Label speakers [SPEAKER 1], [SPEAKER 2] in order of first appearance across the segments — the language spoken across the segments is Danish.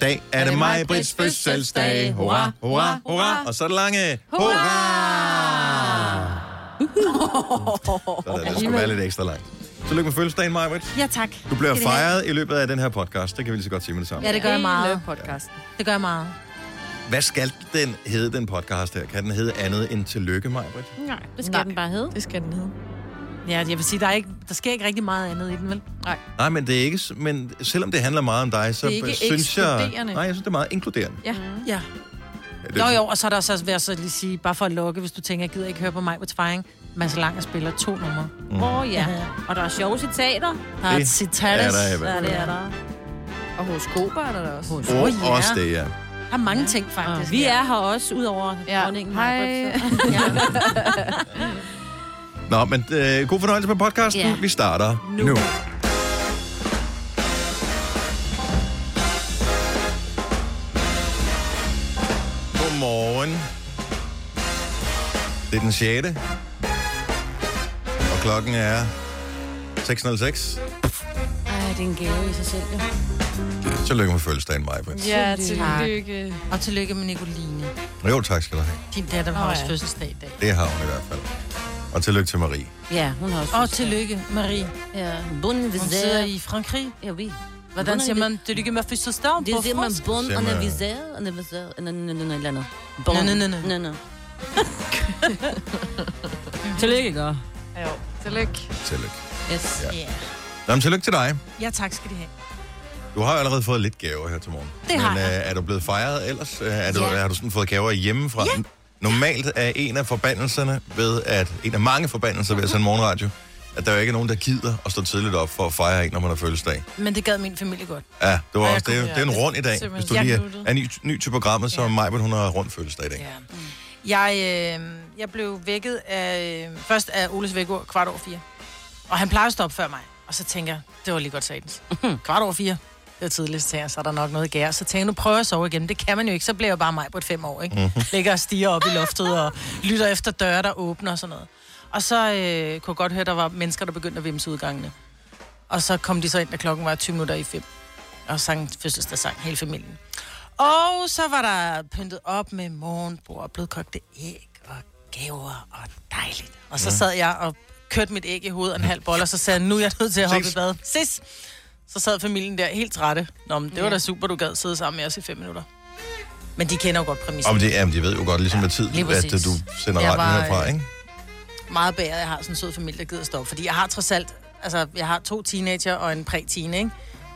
[SPEAKER 1] dag er det mig, Brits fødselsdag. Hurra, hurra, hurra. Og så er det lange. Hurra! Sådan, det skulle være lidt ekstra langt. Tillykke med fødselsdagen, Maja Brits.
[SPEAKER 2] Ja, tak.
[SPEAKER 1] Du bliver
[SPEAKER 2] Skal det have?
[SPEAKER 1] fejret i løbet af den her podcast. Det kan vi lige så godt sige med det samme.
[SPEAKER 2] Ja, det gør jeg meget.
[SPEAKER 3] podcasten.
[SPEAKER 2] Det gør jeg meget.
[SPEAKER 1] Hvad skal den hedde, den podcast her? Kan den hedde andet end Tillykke, Maja Brits?
[SPEAKER 2] Nej, det skal Nej. den bare hedde.
[SPEAKER 3] Det skal den hedde.
[SPEAKER 2] Ja, jeg vil sige, der, er ikke, der sker ikke rigtig meget andet i den, vel?
[SPEAKER 3] Nej.
[SPEAKER 1] Nej, men det er ikke... s- Men selvom det handler meget om dig, så
[SPEAKER 3] Det er ikke
[SPEAKER 1] synes jeg...
[SPEAKER 3] ekskluderende.
[SPEAKER 1] Nej, jeg synes, det er meget inkluderende.
[SPEAKER 3] Ja.
[SPEAKER 2] Ja.
[SPEAKER 1] Ja, det
[SPEAKER 2] Nå
[SPEAKER 1] er-
[SPEAKER 2] jo, og så er der så, vil jeg så lige sige, bare for at lukke, hvis du tænker, jeg gider ikke høre på mig på fejring. Mads Langer spiller to numre.
[SPEAKER 3] Åh
[SPEAKER 1] Mm.
[SPEAKER 3] oh, ja.
[SPEAKER 4] Og der er sjove citater.
[SPEAKER 2] Der er
[SPEAKER 1] Det
[SPEAKER 2] et citat.
[SPEAKER 1] er der i hvert
[SPEAKER 4] Ja, det er der.
[SPEAKER 3] Og horoskoper er der også.
[SPEAKER 1] Og
[SPEAKER 2] Åh, ja.
[SPEAKER 1] også det, ja.
[SPEAKER 2] Der er mange ting, faktisk.
[SPEAKER 4] Vi er her også, udover ja. dronningen.
[SPEAKER 3] Hej.
[SPEAKER 1] Nå, men øh, god fornøjelse med podcasten.
[SPEAKER 4] Ja.
[SPEAKER 1] Vi starter nu. nu. Godmorgen. Det er den 6. Og klokken er 6.06.
[SPEAKER 4] Ej, det er en gave i sig selv. jo.
[SPEAKER 1] Tillykke med fødselsdagen, Maja.
[SPEAKER 3] Ja,
[SPEAKER 2] Tak.
[SPEAKER 3] tillykke.
[SPEAKER 2] Og tillykke med Nicoline.
[SPEAKER 1] Jo, tak skal du have.
[SPEAKER 2] Din datter har
[SPEAKER 3] Åh,
[SPEAKER 2] også
[SPEAKER 3] ja.
[SPEAKER 2] fødselsdag i dag.
[SPEAKER 1] Det har hun i hvert fald. Og tillykke til Marie.
[SPEAKER 4] Ja, hun har også.
[SPEAKER 2] Og tillykke, Marie.
[SPEAKER 4] Ja. Bunden ved
[SPEAKER 2] Hun sidder
[SPEAKER 4] sæder.
[SPEAKER 2] i Frankrig.
[SPEAKER 4] Ja, vi.
[SPEAKER 2] Hvordan siger man tillykke med fødselsdagen på
[SPEAKER 4] Det siger man
[SPEAKER 2] fransk?
[SPEAKER 4] bund
[SPEAKER 1] Siger
[SPEAKER 4] og
[SPEAKER 1] man-
[SPEAKER 4] navisere og navisere og et eller andet.
[SPEAKER 2] Nå, nå, nå,
[SPEAKER 4] Nå,
[SPEAKER 2] nå.
[SPEAKER 4] nå. Tillykke, ikke?
[SPEAKER 3] Jo. Tillykke.
[SPEAKER 1] Tillykke.
[SPEAKER 4] Yes.
[SPEAKER 1] Ja.
[SPEAKER 2] Ja.
[SPEAKER 1] Nå, men tillykke til dig.
[SPEAKER 2] Ja, tak skal de have.
[SPEAKER 1] Du har jo allerede fået lidt gaver her til morgen.
[SPEAKER 2] Det har
[SPEAKER 1] Men øh, er du blevet fejret ellers? Øh, Er du, ja. Har du sådan fået gaver hjemmefra? Ja. Normalt er en af forbandelserne ved, at en af mange forbandelser ved at sende morgenradio, at der jo ikke er nogen, der gider at stå tidligt op for at fejre en, når man har fødselsdag.
[SPEAKER 2] Men det gad min familie godt.
[SPEAKER 1] Ja, det var
[SPEAKER 2] jeg
[SPEAKER 1] også, det, er-
[SPEAKER 2] kunne-
[SPEAKER 1] det er en
[SPEAKER 3] ja,
[SPEAKER 1] rund i dag,
[SPEAKER 3] simpelthen.
[SPEAKER 1] hvis du
[SPEAKER 3] Jeg
[SPEAKER 1] lige er,
[SPEAKER 3] nuttede.
[SPEAKER 1] er ny, ny til programmet, så ja.
[SPEAKER 2] Ja.
[SPEAKER 1] mig, hun har rund fødselsdag i dag.
[SPEAKER 2] Ja. Jeg, øh, jeg blev vækket af, øh, først af Oles vækord kvart over fire. Og han plejer at stoppe før mig. Og så tænker jeg, det var lige godt satens. Kvart over fire. Det er tidligt, så tænker jeg, så er der nok noget gær. Så tænker jeg, nu prøver jeg at sove igen. Det kan man jo ikke, så bliver jeg bare mig på et fem år, ikke? Ligger og stiger op i loftet og lytter efter døre, der åbner og sådan noget. Og så øh, kunne jeg godt høre, at der var mennesker, der begyndte at vimse udgangene. Og så kom de så ind, da klokken var 20 minutter i fem. Og sang fødselsdagssang, hele familien. Og så var der pyntet op med morgenbrød og blødkogte æg og gaver og dejligt. Og så sad jeg og kørte mit æg i hovedet og en halv bolle, og så sagde jeg, nu er jeg nødt til at hoppe
[SPEAKER 1] Ses.
[SPEAKER 2] i bad. Sis! Så sad familien der helt trætte. Nå, men det var da super, du gad sidde sammen med os i fem minutter. Men de kender jo godt præmissen.
[SPEAKER 1] Og det, jamen, de ved jo godt, ligesom med tid,
[SPEAKER 2] lige
[SPEAKER 1] at øh,
[SPEAKER 2] præcis.
[SPEAKER 1] du sender
[SPEAKER 2] Jeg
[SPEAKER 1] radioen
[SPEAKER 2] var,
[SPEAKER 1] herfra,
[SPEAKER 2] øh,
[SPEAKER 1] ikke?
[SPEAKER 2] meget bæret, jeg har sådan en sød familie, der gider at stå op. Fordi jeg har trods alt, altså jeg har to teenager og en præ-teen, ikke?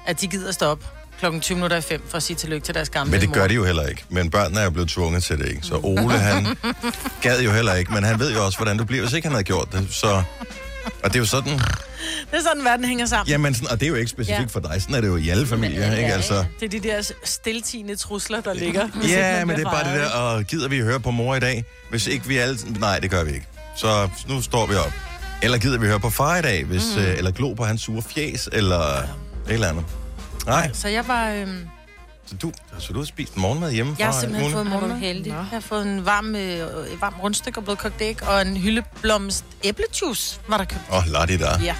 [SPEAKER 2] At de gider at stå op klokken 20 minutter i 5 for at sige tillykke til deres gamle
[SPEAKER 1] Men det
[SPEAKER 2] mor.
[SPEAKER 1] gør de jo heller ikke. Men børnene er jo blevet tvunget til det, ikke? Så Ole, han gad jo heller ikke, men han ved jo også, hvordan du bliver, hvis ikke han havde gjort det. Så... Og det er jo sådan,
[SPEAKER 2] Det er sådan, verden hænger sammen.
[SPEAKER 1] jamen sådan, og det er jo ikke specifikt ja.
[SPEAKER 4] Ja.
[SPEAKER 1] for dig, sådan er det jo i alle familier, ikke?
[SPEAKER 4] ja,
[SPEAKER 1] Altså,
[SPEAKER 2] Det er de der stiltigende trusler, der ligger. hvis ikke
[SPEAKER 1] ja,
[SPEAKER 2] man
[SPEAKER 1] men det
[SPEAKER 2] bliver
[SPEAKER 1] er bare det
[SPEAKER 2] fejret,
[SPEAKER 1] der, og gider vi høre på mor i dag? Hvis ikke vi alle... Nej, det gør vi ikke. Så nu står vi op. Eller gider vi høre på far i dag, hvis, mm. eller glo på hans sure fjes, eller et eller andet. Nej,
[SPEAKER 2] ikke? Så jeg var... Øhm,
[SPEAKER 1] så du, så du har spist morgenmad hjemmefra?
[SPEAKER 2] jeg har simpelthen
[SPEAKER 1] Mona?
[SPEAKER 2] fået
[SPEAKER 4] Er du
[SPEAKER 2] morgenmad.
[SPEAKER 4] heldig?
[SPEAKER 2] Jeg har fået en varm, øh, et varm rundstykke og blødkogt æg, og en hyldeblomst æblejuice var der købt.
[SPEAKER 1] Åh, oh, lad det der.
[SPEAKER 2] Ja,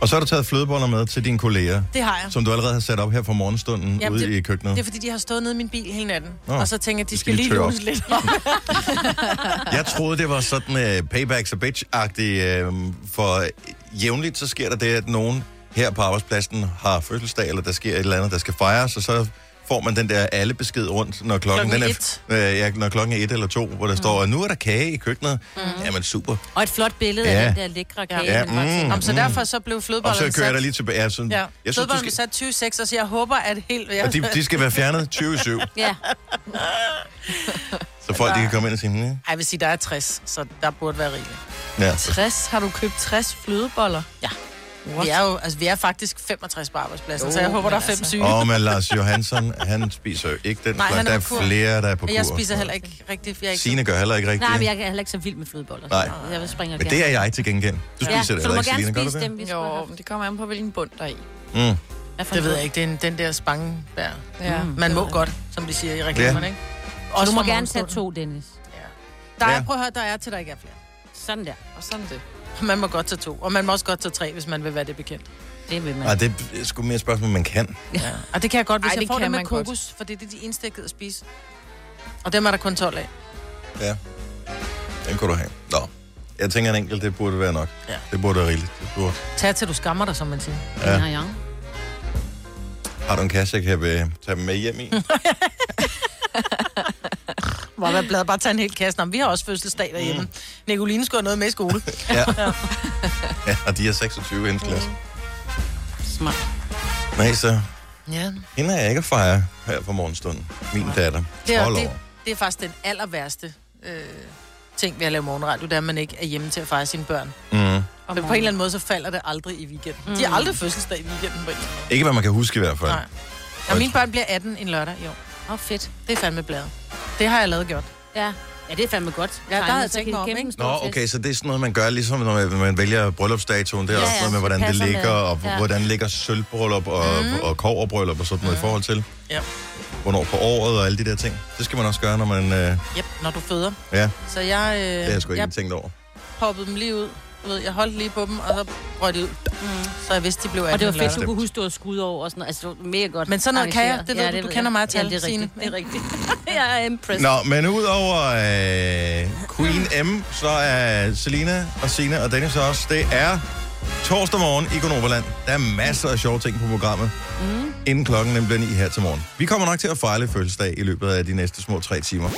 [SPEAKER 1] Og så har du taget flødeboller med til dine kolleger.
[SPEAKER 2] det har jeg.
[SPEAKER 1] Som du allerede har sat op her fra morgenstunden Jamen,
[SPEAKER 2] Jamen,
[SPEAKER 1] ude
[SPEAKER 2] det-
[SPEAKER 1] i køkkenet.
[SPEAKER 2] Det er, fordi de har stået nede i min bil hele natten.
[SPEAKER 1] Nå,
[SPEAKER 2] og så tænker jeg, de
[SPEAKER 1] så
[SPEAKER 2] skal,
[SPEAKER 1] skal de
[SPEAKER 2] lige
[SPEAKER 1] tørre op.
[SPEAKER 2] lunes lidt op.
[SPEAKER 1] Jeg troede, det var sådan uh, paybacks og bitch-agtigt, uh, for jævnligt så sker der det, at nogen her på arbejdspladsen har fødselsdag, eller der sker et eller andet, der skal fejres, og så får man den der alle besked rundt, når klokken,
[SPEAKER 2] Klokken
[SPEAKER 1] den er, øh, ja, når klokken er et eller to, hvor der mm. står, at nu er der kage i køkkenet. Mm. Jamen super.
[SPEAKER 4] Og et flot billede
[SPEAKER 1] Ja.
[SPEAKER 4] af den der lækre kage.
[SPEAKER 1] Ja,
[SPEAKER 4] den var til.
[SPEAKER 1] mm.
[SPEAKER 2] Jamen, så derfor så blev
[SPEAKER 1] Og så
[SPEAKER 2] flødebollerne
[SPEAKER 1] kører jeg dig
[SPEAKER 2] sat...
[SPEAKER 1] lige tilbage. Ja, sådan,
[SPEAKER 2] Ja,
[SPEAKER 1] Mm. jeg synes, du skal,
[SPEAKER 2] sat 26, og så jeg håber, at helt... Jeg,
[SPEAKER 1] og de, de skal være fjernet 27,
[SPEAKER 4] Ja,
[SPEAKER 1] så folk de kan komme ind og sige, "Mm,
[SPEAKER 2] Ej, jeg vil sige, der er 60, så der burde være rigeligt.
[SPEAKER 1] ja,
[SPEAKER 3] 60. Har du købt 60 flødeboller?
[SPEAKER 2] Ja.
[SPEAKER 3] What?
[SPEAKER 2] Vi er jo altså, vi er faktisk 65 på
[SPEAKER 3] altså,
[SPEAKER 2] arbejdspladsen, oh, så jeg håber, der er fem syge.
[SPEAKER 1] Og med Lars Johansson, han spiser jo ikke den
[SPEAKER 2] Nej,
[SPEAKER 1] slags.
[SPEAKER 2] han er
[SPEAKER 1] Der er
[SPEAKER 2] på kur.
[SPEAKER 1] flere, der er på kur.
[SPEAKER 2] Men jeg spiser heller ikke rigtigt. Jeg er ikke
[SPEAKER 1] Signe gør heller ikke rigtigt.
[SPEAKER 4] nej, men jeg er heller ikke så vild med flødeboller.
[SPEAKER 1] Nej.
[SPEAKER 4] Så Jeg vil springe
[SPEAKER 1] Men det er jeg til gengæld. Du spiser
[SPEAKER 4] ja,
[SPEAKER 1] det
[SPEAKER 4] så du
[SPEAKER 1] heller
[SPEAKER 4] må
[SPEAKER 1] ikke, Selina,
[SPEAKER 4] gerne
[SPEAKER 1] gør du
[SPEAKER 4] spise
[SPEAKER 1] det?
[SPEAKER 4] dem, hvis du
[SPEAKER 3] Jo,
[SPEAKER 4] har
[SPEAKER 3] men det kommer an på, hvilken bund der er i.
[SPEAKER 1] Mm.
[SPEAKER 2] Det ved jeg ikke. Det er en, den der spangebær.
[SPEAKER 3] Ja. Mm.
[SPEAKER 2] Man må godt, som de siger i reklamerne,
[SPEAKER 1] Ja.
[SPEAKER 2] ikke?
[SPEAKER 4] Og
[SPEAKER 2] Også
[SPEAKER 4] du må
[SPEAKER 2] fra
[SPEAKER 4] gerne tage
[SPEAKER 2] morgenstunden.
[SPEAKER 4] to, Dennis.
[SPEAKER 2] Der
[SPEAKER 1] Ja.
[SPEAKER 2] er, prøv at høre, der er til, der ikke er flere.
[SPEAKER 4] Sådan der.
[SPEAKER 3] Og sådan er det.
[SPEAKER 2] Man må godt tage to, og man må også godt tage tre, hvis man vil være det bekendt.
[SPEAKER 4] Det vil man.
[SPEAKER 1] Nej, det er sgu mere et spørgsmål, man kan.
[SPEAKER 2] Ja. Og det kan jeg godt, hvis
[SPEAKER 3] Ej,
[SPEAKER 2] Ej, jeg
[SPEAKER 3] det
[SPEAKER 2] får
[SPEAKER 3] kan
[SPEAKER 2] det med
[SPEAKER 3] man godt.
[SPEAKER 2] kokos, for det er de eneste, jeg gider at spise. Og dem er der kun 12 af.
[SPEAKER 1] Ja. Den kunne du have. Nå. Jeg tænker, en enkelt, det burde være nok.
[SPEAKER 2] Ja.
[SPEAKER 1] Det burde være rigeligt. Det burde.
[SPEAKER 2] Tag til, du skammer dig, som man siger.
[SPEAKER 1] Ja.
[SPEAKER 4] Ja. Ja.
[SPEAKER 1] Har du en kasse, jeg kan øh, tage dem med hjem i?
[SPEAKER 2] Hvor hvad blad, bare tage en hel kasse. Nå, men vi har også fødselsdag derhjemme. Mm. Nicoline skulle have noget med i skole.
[SPEAKER 1] ja. ja. og de er 26 i hendes klasse.
[SPEAKER 4] Smart.
[SPEAKER 1] Nej, så
[SPEAKER 2] ja.
[SPEAKER 1] hende er jeg ikke at fejre her på morgenstunden. Min datter.
[SPEAKER 2] Det er,
[SPEAKER 1] 12
[SPEAKER 2] det,
[SPEAKER 1] år.
[SPEAKER 2] det er faktisk den aller værste øh, ting ved at lave morgenradio, det er, at man ikke er hjemme til at fejre sine børn.
[SPEAKER 1] Mm.
[SPEAKER 2] Men på en eller anden måde, så falder det aldrig i weekenden. Mm. De har aldrig fødselsdag i weekenden. På en. eller anden
[SPEAKER 1] Ikke, hvad man kan huske i hvert
[SPEAKER 2] måde.
[SPEAKER 1] fald.
[SPEAKER 2] Nej. Og mine børn bliver 18 en lørdag i år.
[SPEAKER 4] Åh, oh, fedt.
[SPEAKER 2] Det er fandme bladet. Det har jeg lavet gjort.
[SPEAKER 4] Ja. Ja, det er fandme godt.
[SPEAKER 2] der havde
[SPEAKER 4] Tegnet,
[SPEAKER 2] jeg
[SPEAKER 4] så
[SPEAKER 2] tænkt
[SPEAKER 4] kan
[SPEAKER 2] mig
[SPEAKER 4] I
[SPEAKER 2] om,
[SPEAKER 4] kæmpe
[SPEAKER 2] ikke?
[SPEAKER 4] en stor
[SPEAKER 1] Nå,
[SPEAKER 4] fest.
[SPEAKER 1] okay, så det er sådan noget, man gør, ligesom når man- man vælger bryllupsdatoen. Det er
[SPEAKER 4] Ja,
[SPEAKER 1] også
[SPEAKER 4] ja,
[SPEAKER 1] noget med,
[SPEAKER 4] så
[SPEAKER 1] hvordan det
[SPEAKER 4] passer
[SPEAKER 1] ligger,
[SPEAKER 4] med.
[SPEAKER 1] og
[SPEAKER 4] Ja. Mhm.
[SPEAKER 1] hvordan ligger sølvbryllup og, mm. og koverbryllup og sådan noget mm. i forhold til.
[SPEAKER 2] Ja.
[SPEAKER 1] Hvornår på året og alle de der ting. Det skal man også gøre, når man... Øh,
[SPEAKER 2] Yep, når du føder.
[SPEAKER 1] ja,
[SPEAKER 2] Så jeg, øh,
[SPEAKER 1] det har jeg sgu ikke
[SPEAKER 2] jeg
[SPEAKER 1] tænkt over.
[SPEAKER 2] poppede dem lige ud. Du ved, jeg holdt lige på dem, og så røg de ud. Så jeg vidste, de blev 18
[SPEAKER 4] Og det var fedt,
[SPEAKER 2] lørdag.
[SPEAKER 4] du kunne huske, du havde skud over og sådan noget. Altså, det var mega godt.
[SPEAKER 2] Men sådan noget kan jeg.
[SPEAKER 4] arrangeret.
[SPEAKER 2] Det ved du. Du kender
[SPEAKER 4] jeg.
[SPEAKER 2] mig til
[SPEAKER 4] ja, det er
[SPEAKER 2] Signe.
[SPEAKER 4] rigtigt. Det er rigtigt. jeg er impressed.
[SPEAKER 1] Nå, men udover øh, Queen M, så er Selina og Sina og Dennis også. Det er torsdag morgen i Gonoverland. Der er masser af sjove ting på programmet,
[SPEAKER 4] Mhm.
[SPEAKER 1] mm. inden klokken den bliver 9 her til morgen. Vi kommer nok til at fejle fødselsdag i løbet af de næste små tre timer.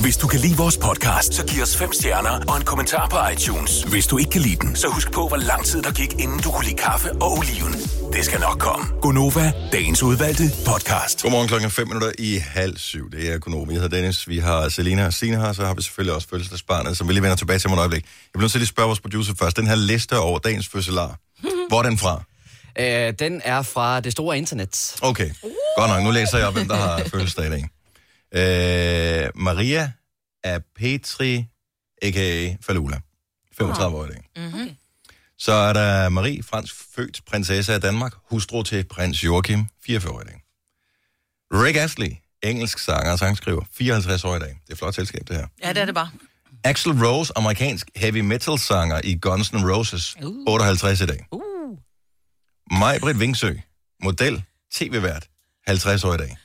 [SPEAKER 5] Hvis du kan lide vores podcast, så giv os fem stjerner og en kommentar på iTunes. Hvis du ikke kan lide den, så husk på, hvor lang tid der gik, inden du kunne lide kaffe og oliven. Det skal nok komme. Gonova, dagens udvalgte podcast.
[SPEAKER 1] Godmorgen klokken 5 minutter i halv syv. Det er Konomi. Jeg hedder Dennis. Vi har Selina og Sina her, og så har vi selvfølgelig også fødselsdagsbarnet, som vi lige vender tilbage til om et øjeblik. Jeg bliver nødt til at lige spørge vores producer først. Den her liste over dagens fødselar. Hvor er den fra?
[SPEAKER 6] Øh, den er fra det store internet.
[SPEAKER 1] Okay, godt nok. Nu læser jeg op, hvem der har fødselsdag i dag. Øh, Maria af Petri, a.k.a. Falula. 35 år i dag.
[SPEAKER 2] Mhm.
[SPEAKER 1] Så er der Marie, fransk født prinsesse af Danmark, hustru til prins Joachim, 44 år i dag. Rick Astley, engelsk sanger og sangskriver, 54 år i dag. Det er et flot selskab, det her.
[SPEAKER 2] Ja, det er det bare.
[SPEAKER 1] Axl Rose, amerikansk heavy metal sanger i Guns N' Roses, 58 i dag. Uh. Majbrit Vingsø, model, tv-vært, 50 år i dag.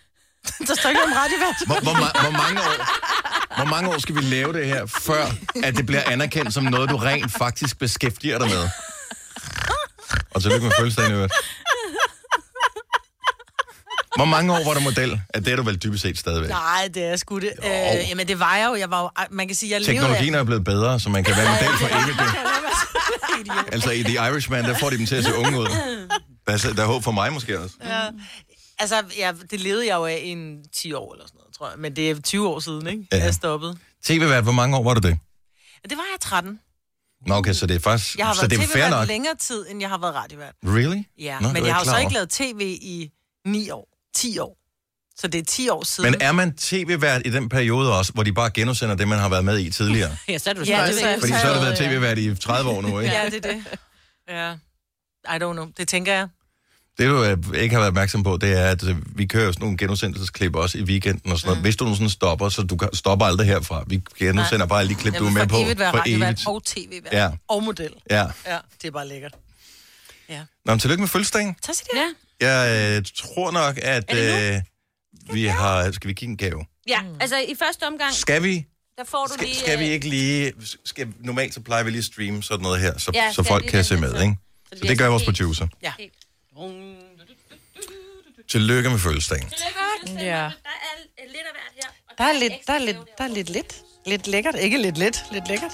[SPEAKER 2] Der står ikke nogen ret i hvert.
[SPEAKER 1] Hvor, hvor, ma- hvor, mange år, hvor mange år skal vi lave det her, før at det bliver anerkendt som noget, du rent faktisk beskæftiger dig med? Og tillykke med fødselsdagen i øvrigt. Hvor mange år var du model? Er det er du vel dybest set stadigvæk?
[SPEAKER 2] Nej, det er sgu det. Øh, jamen, det var jeg jo. Jeg var jo man kan sige, jeg levede af-
[SPEAKER 1] Teknologien er blevet bedre, så man kan være model for evigt. Altså i The Irishman, der får de dem til at se unge ud. Der er, der er håb for mig måske også.
[SPEAKER 2] Ja. Altså, ja, det levede jeg jo af i en 10 år eller sådan noget, tror jeg. Men det er 20 år siden, ikke?
[SPEAKER 1] Ja.
[SPEAKER 2] Ja. Jeg stoppede.
[SPEAKER 1] TV-vært, hvor mange år var du det?
[SPEAKER 2] Det var jeg 13.
[SPEAKER 1] Nå, okay, så det er faktisk...
[SPEAKER 2] Jeg har
[SPEAKER 1] så
[SPEAKER 2] været
[SPEAKER 1] det er fair
[SPEAKER 2] tv-vært
[SPEAKER 1] nok.
[SPEAKER 2] længere tid, end jeg har været radiovært.
[SPEAKER 1] Really?
[SPEAKER 2] Ja,
[SPEAKER 1] Nå,
[SPEAKER 2] Nå,
[SPEAKER 1] det
[SPEAKER 2] men jeg
[SPEAKER 1] var jeg
[SPEAKER 2] har jo
[SPEAKER 1] klar
[SPEAKER 2] så
[SPEAKER 1] over.
[SPEAKER 2] ikke lavet tv i 9 år. 10 år. Så det er 10 år siden.
[SPEAKER 1] Men er man tv-vært i den periode også, hvor de bare genudsender det, man har været med i tidligere?
[SPEAKER 4] Ja, så er du
[SPEAKER 2] Ja,
[SPEAKER 4] stadigvæk.
[SPEAKER 2] det er jeg.
[SPEAKER 1] Fordi så har du været
[SPEAKER 2] Ja.
[SPEAKER 1] tv-vært i 30 år nu, ikke?
[SPEAKER 2] Ja, det er det. Ja. I don't know. Det tænker jeg.
[SPEAKER 1] Det du øh, ikke har været opmærksom på, det er, at øh, vi kører jo sådan nogle genudsendelsesklip også i weekenden og sådan
[SPEAKER 2] Mm.
[SPEAKER 1] noget. Hvis du nu sådan stopper, så du kan- stopper aldrig herfra. Vi genudsender bare alle de klip,
[SPEAKER 2] Jeg
[SPEAKER 1] du er
[SPEAKER 2] vil
[SPEAKER 1] med
[SPEAKER 2] for
[SPEAKER 1] på.
[SPEAKER 2] evigt være
[SPEAKER 1] for
[SPEAKER 2] radiovært
[SPEAKER 1] evigt.
[SPEAKER 2] og tv-vært.
[SPEAKER 1] Ja.
[SPEAKER 2] Og model.
[SPEAKER 1] Ja.
[SPEAKER 2] Ja, det er bare lækkert.
[SPEAKER 1] Nå, men tillykke med fødselsdagen.
[SPEAKER 2] Tag sig det. Ja.
[SPEAKER 1] Jeg øh, tror nok, at
[SPEAKER 4] Er det
[SPEAKER 1] øh, vi har... Skal vi give en gave?
[SPEAKER 4] Ja, altså i første omgang,
[SPEAKER 1] Skal vi?
[SPEAKER 4] der får du
[SPEAKER 1] Skal,
[SPEAKER 4] lige...
[SPEAKER 1] skal vi
[SPEAKER 4] øh,
[SPEAKER 1] ikke lige... Skal, normalt så plejer vi lige at streame sådan noget her, så,
[SPEAKER 4] Ja,
[SPEAKER 1] så
[SPEAKER 4] skal
[SPEAKER 1] folk
[SPEAKER 4] lige
[SPEAKER 1] kan
[SPEAKER 4] lidt
[SPEAKER 1] se
[SPEAKER 4] lidt
[SPEAKER 1] med,
[SPEAKER 4] så.
[SPEAKER 1] ikke?
[SPEAKER 4] det
[SPEAKER 1] Så
[SPEAKER 4] bliver
[SPEAKER 1] det gør
[SPEAKER 4] sådan
[SPEAKER 1] vores
[SPEAKER 4] helt-
[SPEAKER 1] producer.
[SPEAKER 2] Ja.
[SPEAKER 1] Tillykke med fødselsdagen.
[SPEAKER 3] Ja.
[SPEAKER 4] Der er øh, lidt af hvert her.
[SPEAKER 2] Der er lidt, der er lidt, der er lidt, lidt. Lidt lækkert. Ikke lidt lidt. Lidt lækkert.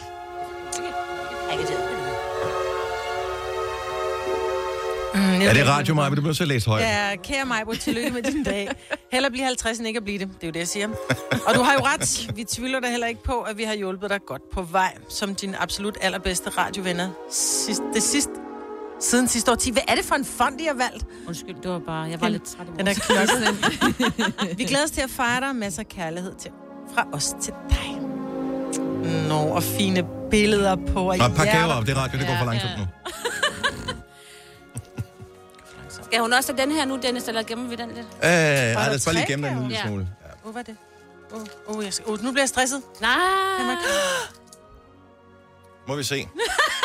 [SPEAKER 1] Er det radio, Maja? Du bliver så læst højt.
[SPEAKER 2] Ja, kære mig, hvor tillykke med din dag. Heller blive 50 end ikke at blive det. Det er jo det, jeg siger. Og du har jo ret. Vi tvivler da heller ikke på, at vi har hjulpet dig godt på vej, som din absolut allerbedste radiovenner. Sidst, det sidste, siden sidste årti. Hvad er det for en fond, I har valgt?
[SPEAKER 4] Undskyld, det var bare... Jeg var lidt træt i
[SPEAKER 2] Den er
[SPEAKER 4] morges.
[SPEAKER 2] knoklet. Vi glæder os til at fejre dig. Masser af kærlighed til, fra os til dig. Nå, og fine billeder på. Og
[SPEAKER 1] Nå, pak
[SPEAKER 2] hjerter.
[SPEAKER 1] gaver op. Det er radio, det går for langsomt nu. Øh,
[SPEAKER 4] Skal hun også have den her nu, Dennis, eller gemmer vi den lidt?
[SPEAKER 1] Øh, ej, lad os bare lige
[SPEAKER 2] tre
[SPEAKER 1] gemme den en lille
[SPEAKER 4] gaver?
[SPEAKER 1] smule. Ja.
[SPEAKER 2] Åh, hvad er det? Åh, oh, jeg skal... oh, nu bliver jeg stresset.
[SPEAKER 4] Nej.
[SPEAKER 1] Må vi se.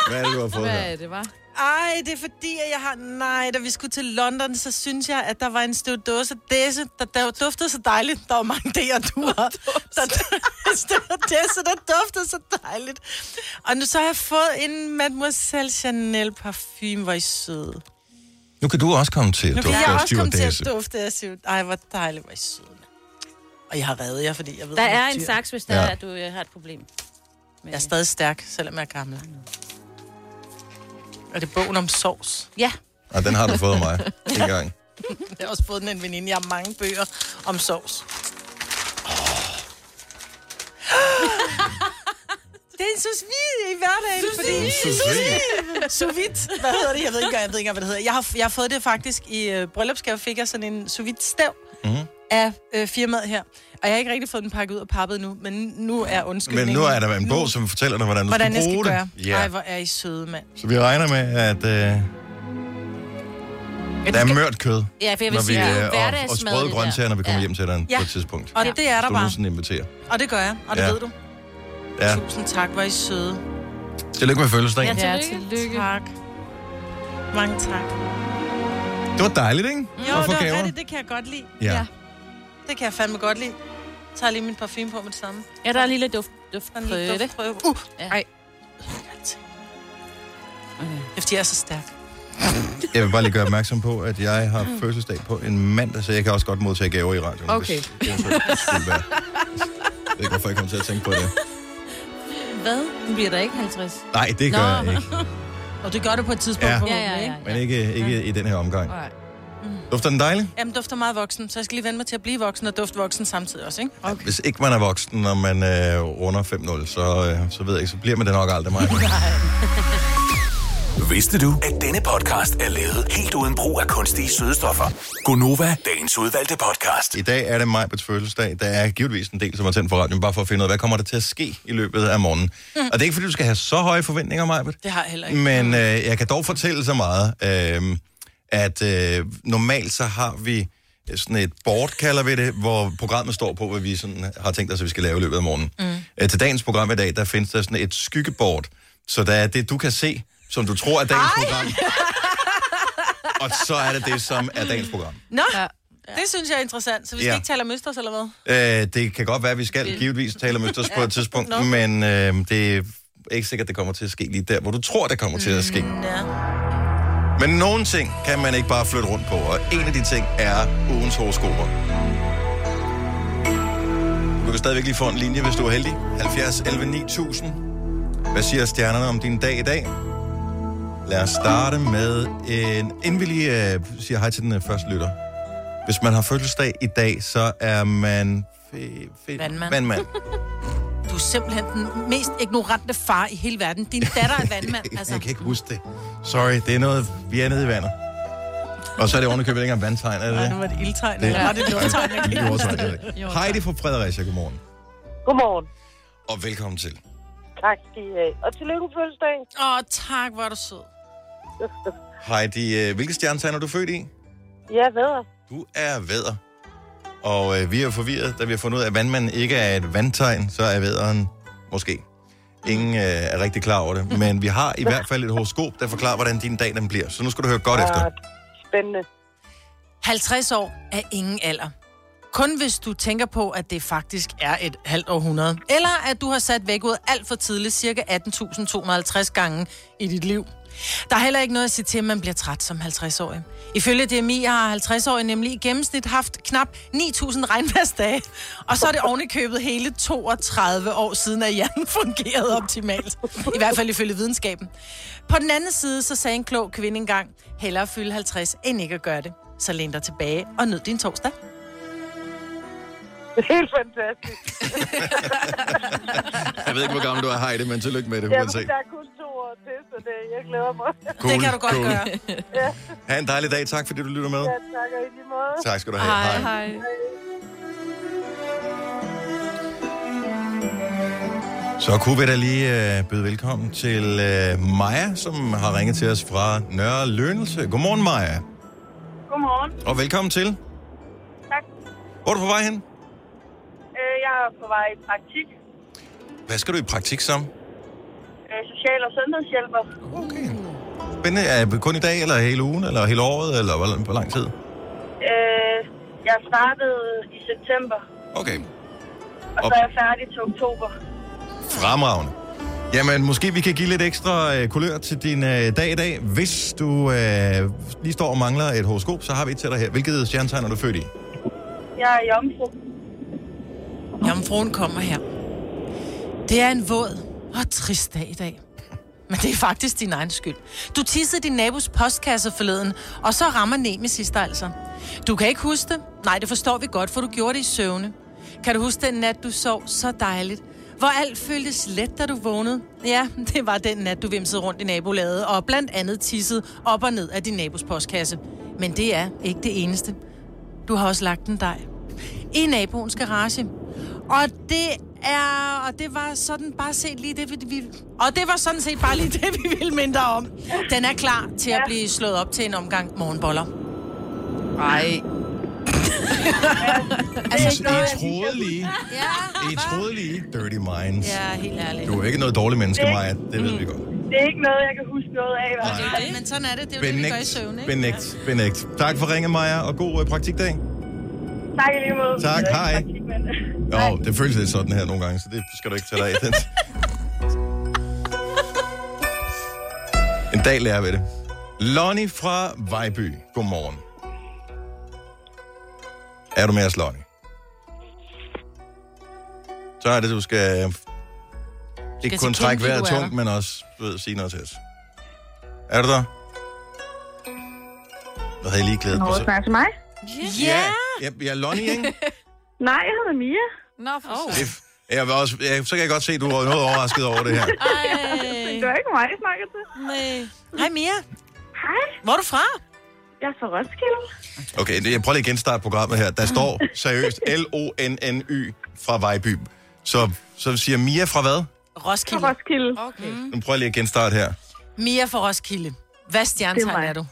[SPEAKER 1] Hvad er det, du har fået her?
[SPEAKER 3] Hvad er det, var?
[SPEAKER 2] Ej, det er fordi, at jeg har... Nej, da vi skulle til London, så synes jeg, at der var en støvdåse dæse, der, der duftede så dejligt. Der var mange der duer. Der støvdåse, der duftede så dejligt. Og nu så har jeg fået en Mademoiselle Chanel parfume, hvor I er søde.
[SPEAKER 1] Nu kan du også komme til at
[SPEAKER 2] Nu kan jeg
[SPEAKER 1] af
[SPEAKER 2] også komme til at
[SPEAKER 1] stewardesse.
[SPEAKER 2] dufte af syv. Ej, hvor dejligt, hvor I er søde. mand. Og jeg har reddet jer, fordi jeg ved,
[SPEAKER 4] Der
[SPEAKER 2] at I
[SPEAKER 4] er en
[SPEAKER 2] dyr.
[SPEAKER 4] saks, hvis der
[SPEAKER 1] Ja.
[SPEAKER 4] ja. er, at du øh, har et problem.
[SPEAKER 2] Jeg er stadig stærk, selvom jeg er gammel. Og det er bogen om sovs.
[SPEAKER 4] Ja.
[SPEAKER 1] Og den har du fået af mig en gang.
[SPEAKER 2] Jeg har også fået den af en veninde. Jeg har mange bøger om sovs. Det er en sous vide i hverdagen, fordi... Sous vide. Hvad hedder det? Jeg ved ikke engang, jeg ved ikke engang, hvad det hedder. Jeg har, jeg har fået det faktisk i øh, bryllupsgave, fik jeg sådan en sous vide stav
[SPEAKER 1] Mhm.
[SPEAKER 2] af øh, firmaet her. Og jeg har ikke rigtig fået den pakket ud og pappet nu, men nu er
[SPEAKER 1] Men
[SPEAKER 2] undskyldningen.
[SPEAKER 1] nu er der en bog, som fortæller dig, hvordan du
[SPEAKER 2] Hvordan jeg
[SPEAKER 1] skal
[SPEAKER 2] skal
[SPEAKER 1] bruge
[SPEAKER 2] gøre.
[SPEAKER 1] det.
[SPEAKER 2] Ej,
[SPEAKER 1] Ja.
[SPEAKER 2] hvor er I søde, mand.
[SPEAKER 1] Så vi regner med, at øh,
[SPEAKER 4] Ja,
[SPEAKER 1] der er
[SPEAKER 4] skal-
[SPEAKER 1] mørt kød,
[SPEAKER 4] Ja, for jeg
[SPEAKER 1] når
[SPEAKER 4] vil
[SPEAKER 1] vi,
[SPEAKER 4] sige, det er jo
[SPEAKER 1] øh, og, og
[SPEAKER 4] hverdagsmad,
[SPEAKER 1] sprøde
[SPEAKER 4] det der.
[SPEAKER 1] grøntsager, når vi kommer
[SPEAKER 4] Ja.
[SPEAKER 1] hjem til dig
[SPEAKER 2] Ja.
[SPEAKER 1] på et tidspunkt.
[SPEAKER 2] Og
[SPEAKER 4] Ja.
[SPEAKER 2] det er der
[SPEAKER 1] Du
[SPEAKER 2] bare.
[SPEAKER 1] sådan inviterer.
[SPEAKER 2] Og det gør jeg, og det
[SPEAKER 1] Ja.
[SPEAKER 2] ved du.
[SPEAKER 1] Ja.
[SPEAKER 2] Tusind tak, hvor er I søde.
[SPEAKER 1] Tillykke med fødselsdagen.
[SPEAKER 4] Ja.
[SPEAKER 3] Ja,
[SPEAKER 4] Tillykke.
[SPEAKER 3] tillykke.
[SPEAKER 2] Tak. Mange tak.
[SPEAKER 1] Det var dejligt, ikke?
[SPEAKER 2] Jo,
[SPEAKER 1] Og få
[SPEAKER 2] det var
[SPEAKER 1] gaver.
[SPEAKER 2] rigtigt, det kan jeg godt lide.
[SPEAKER 1] Ja.
[SPEAKER 2] Det kan jeg fandme godt lide. Jeg tager lige min parfume på med det samme.
[SPEAKER 4] Ja, der er en lille duft. duft.
[SPEAKER 2] Sådan lige
[SPEAKER 4] Prøv det.
[SPEAKER 2] duft- prøve. Uh,
[SPEAKER 4] Ja.
[SPEAKER 2] ej. Det er, fordi jeg er så stærk.
[SPEAKER 1] Jeg vil bare lige gøre opmærksom på, at jeg har fødselsdag på en mandag, så jeg kan også godt modtage gaver i radioen.
[SPEAKER 3] Okay.
[SPEAKER 1] hvis det eventuelt skulle være. Jeg ved ikke, hvorfor jeg kom til at tænke på det.
[SPEAKER 4] Hvad? Nu bliver der ikke 50.
[SPEAKER 1] Nej, det gør
[SPEAKER 4] Nå.
[SPEAKER 1] jeg ikke.
[SPEAKER 2] Og det gør det på et tidspunkt.
[SPEAKER 1] Ja.
[SPEAKER 2] forhåbentlig, ikke?
[SPEAKER 1] Men ikke, ikke i den her omgang.
[SPEAKER 3] Nej.
[SPEAKER 1] Dufter den dejlig?
[SPEAKER 2] Jamen, dufter meget voksen, så jeg skal lige vende mig til at blive voksen og dufte voksen samtidig også, ikke?
[SPEAKER 1] Okay. Hvis ikke man er voksen, når man øh, runder 5-0, så, øh, så ved jeg ikke, så bliver man det nok aldrig mig.
[SPEAKER 5] Vidste du, at denne podcast er lavet helt uden brug af kunstige sødestoffer? Gonova, dagens udvalgte podcast.
[SPEAKER 1] I dag er det Majbets fødselsdag. Der er givetvis en del, som har tændt for radioen, bare for at finde ud af, hvad kommer der til at ske i løbet af morgenen. Mm. Og det er ikke, fordi du skal have så høje forventninger, Majbet.
[SPEAKER 2] Det har jeg heller ikke.
[SPEAKER 1] Men øh, jeg kan dog fortælle så meget, øh, at øh, normalt så har vi sådan et board, kalder vi det, hvor programmet står på, hvad vi sådan har tænkt os, at vi skal lave i løbet af morgenen. Mm. Øh, til dagens program i dag, der findes der sådan et skyggeboard, så der er det, du kan se, som du tror er dagens Ej. program. Og så er det det, som er dagens program.
[SPEAKER 2] Nå, det synes jeg er interessant. Så vi skal
[SPEAKER 1] Mm. Ja.
[SPEAKER 2] ikke tale om Østers, eller hvad?
[SPEAKER 1] Øh, det kan godt være, at vi skal givetvis tale om Østers på et tidspunkt,
[SPEAKER 2] Nå.
[SPEAKER 1] men øh, det er ikke sikkert, det kommer til at ske lige der, hvor du tror, det kommer til at ske.
[SPEAKER 2] Ja.
[SPEAKER 1] Men nogle ting kan man ikke bare flytte rundt på, og en af de ting er ugens horoskoper. Du kan stadigvæk lige få en linje, hvis du er heldig. 70 11 9000. Hvad siger stjernerne om din dag i dag? Lad os starte med en... Inden vi lige øh, siger hej til den øh, første lytter. Hvis man har fødselsdag i dag, så er man... Fe, fe,
[SPEAKER 2] Vandmand.
[SPEAKER 1] vandmand.
[SPEAKER 2] Du er simpelthen den mest ignorante far i hele verden. Din datter er vandmand, altså.
[SPEAKER 1] Jeg kan ikke huske det. Sorry, det er noget... Vi er nede i vandet. Og så er det ovenikøbet ikke engang vandtegn, er det
[SPEAKER 2] Nej,
[SPEAKER 1] det?
[SPEAKER 2] nu var det ildtegn.
[SPEAKER 1] Det-
[SPEAKER 2] Det var det jordtegn, jeg kan
[SPEAKER 1] Det
[SPEAKER 2] ikke
[SPEAKER 1] gjorde
[SPEAKER 2] huske.
[SPEAKER 1] sådan det. Heidi fra Fredericia, godmorgen.
[SPEAKER 7] Godmorgen.
[SPEAKER 1] Og velkommen til.
[SPEAKER 7] Tak skal I have. Og tillykke med fødselsdagen.
[SPEAKER 2] Åh, tak, hvor er du sød.
[SPEAKER 1] Heidi, øh, hvilke stjernetegn er du født i?
[SPEAKER 7] Ja, ved
[SPEAKER 1] Du er vædder. Og øh, vi er jo forvirret, da vi har fundet ud af, at vandmanden ikke er et vandtegn, så er vædderen måske. Ingen øh, er rigtig klar over det, men vi har i hvert fald et horoskop, der forklarer, hvordan din dag den bliver. Så nu skal du høre godt efter.
[SPEAKER 7] Spændende.
[SPEAKER 2] 50 år er ingen alder. Kun hvis du tænker på, at det faktisk er et halvt århundrede. Eller at du har sat vækket alt for tidligt, ca. 18.250 gange i dit liv. Der er heller ikke noget at sige til, at man bliver træt som 50-årig. Ifølge DMI har 50-årige nemlig i gennemsnit haft knap 9.000 regnværsdage. Og så er det ovenikøbet hele 32 år siden, at hjernen fungerede optimalt. I hvert fald ifølge videnskaben. På den anden side, så sagde en klog kvinde engang, hellere fylde 50, end ikke at gøre det. Så læn dig tilbage og nyd din torsdag.
[SPEAKER 7] Helt fantastisk.
[SPEAKER 1] Jeg ved ikke, hvor gammel du er, Heidi, men tillykke med det.
[SPEAKER 7] Jeg
[SPEAKER 1] uanset.
[SPEAKER 7] der er kun to år til, så det, jeg glæder mig.
[SPEAKER 1] Cool,
[SPEAKER 2] det kan du godt
[SPEAKER 1] cool.
[SPEAKER 2] gøre.
[SPEAKER 1] Ha' en dejlig dag. Tak fordi du lytter med.
[SPEAKER 7] Jeg takker i lige måde.
[SPEAKER 1] Tak skal du have. Hej.
[SPEAKER 3] Hej.
[SPEAKER 1] Så kunne vi da lige øh, byde velkommen til øh, Maja, som har ringet til os fra Nørre Lønelse. Godmorgen, Maja.
[SPEAKER 7] Godmorgen.
[SPEAKER 1] Og velkommen til.
[SPEAKER 7] Tak.
[SPEAKER 1] Hvor er du på vej hen?
[SPEAKER 7] Øh, Jeg er på vej i praktik.
[SPEAKER 1] Hvad skal du i praktik som?
[SPEAKER 7] Øh, Social- social- og sundhedshjælper.
[SPEAKER 1] Okay. Spændende. Er det kun i dag, eller hele ugen, eller hele året, eller hvor, hvor lang tid?
[SPEAKER 7] Øh, jeg startede i september,
[SPEAKER 1] Okay.
[SPEAKER 7] og så
[SPEAKER 1] Op.
[SPEAKER 7] er jeg færdig til oktober.
[SPEAKER 1] Fremragende. Jamen, måske vi kan give lidt ekstra øh, kulør til din øh, dag i dag. Hvis du øh, lige står og mangler et horoskop, så har vi et til dig her. Hvilket stjernetegn er du født i?
[SPEAKER 7] Jeg er jomfru.
[SPEAKER 2] Jomfruen kommer her. Det er en våd og trist dag i dag. Men det er faktisk din egen skyld. Du tissede din nabos postkasse forleden, og så rammer Nemesis dig altså. Du kan ikke huske det. Nej, det forstår vi godt, for du gjorde det i søvne. Kan du huske den nat, du sov så dejligt? Hvor alt føltes let, da du vågnede? Ja, det var den nat, du vimsede rundt i nabolaget, og blandt andet tissede op og ned af din nabos postkasse. Men det er ikke det eneste. Du har også lagt en dej i naboens garage. Og det er, og det var sådan bare set lige det, vi, vi- og det var sådan set bare lige det, vi ville mindre om. Den er klar til at blive slået op til en omgang morgenboller.
[SPEAKER 3] Nej.
[SPEAKER 1] Altså, I troede lige. I troede lige. Dirty minds.
[SPEAKER 2] Ja, Mm. helt ærligt.
[SPEAKER 1] Du er ikke noget dårligt menneske, Maja. Det ved vi godt.
[SPEAKER 7] Det er ikke noget, jeg kan huske noget af. Nej.
[SPEAKER 2] Ja, men sådan er det. Det er jo det, vi gør i
[SPEAKER 1] Benægt.
[SPEAKER 2] søvn, ikke?
[SPEAKER 1] Benægt. Benægt. Tak for ringen, Maja, og god øh, praktikdag.
[SPEAKER 7] Tak i lige måde.
[SPEAKER 1] Tak,
[SPEAKER 7] Jeg er
[SPEAKER 1] hej.
[SPEAKER 7] ikke praktikmand.
[SPEAKER 1] Jo, det føles lidt sådan her nogle gange, så det skal du ikke tage dig af. Den. En dag lærer vi det. Lonnie fra Vejby. Godmorgen. Er du med os, Lonnie? Så er det, du skal ikke
[SPEAKER 2] skal
[SPEAKER 1] kun trække
[SPEAKER 2] tilkendegive,
[SPEAKER 1] vejret
[SPEAKER 2] du er
[SPEAKER 1] tungt, men også du ved, sige noget til os. Er du der? Jeg havde lige glædet mig.
[SPEAKER 7] Godmorgen, snak til mig.
[SPEAKER 1] Ja, ja, ja, Lonnie, ikke?
[SPEAKER 7] Nej, jeg hedder Mia.
[SPEAKER 3] Nå, for oh.
[SPEAKER 1] Det, jeg vil også, ja, så kan jeg godt se, at du er noget overrasket over det her.
[SPEAKER 7] Det gør ikke mig, jeg snakker til.
[SPEAKER 2] Hej Mia,
[SPEAKER 7] Hej,
[SPEAKER 2] hvor er du fra?
[SPEAKER 7] jeg er fra Roskilde.
[SPEAKER 1] Okay, det- jeg prøver lige at genstarte programmet her. Der står seriøst L-O-N-N-Y fra Vejby. Så, så siger Mia fra hvad?
[SPEAKER 7] Fra
[SPEAKER 2] Roskilde.
[SPEAKER 7] Roskilde.
[SPEAKER 3] okay.
[SPEAKER 1] Nu prøver jeg lige at genstarte her.
[SPEAKER 2] Mia fra Roskilde.
[SPEAKER 7] Det
[SPEAKER 2] Hvad
[SPEAKER 7] er
[SPEAKER 2] stjernetegn
[SPEAKER 7] mig.
[SPEAKER 2] er du?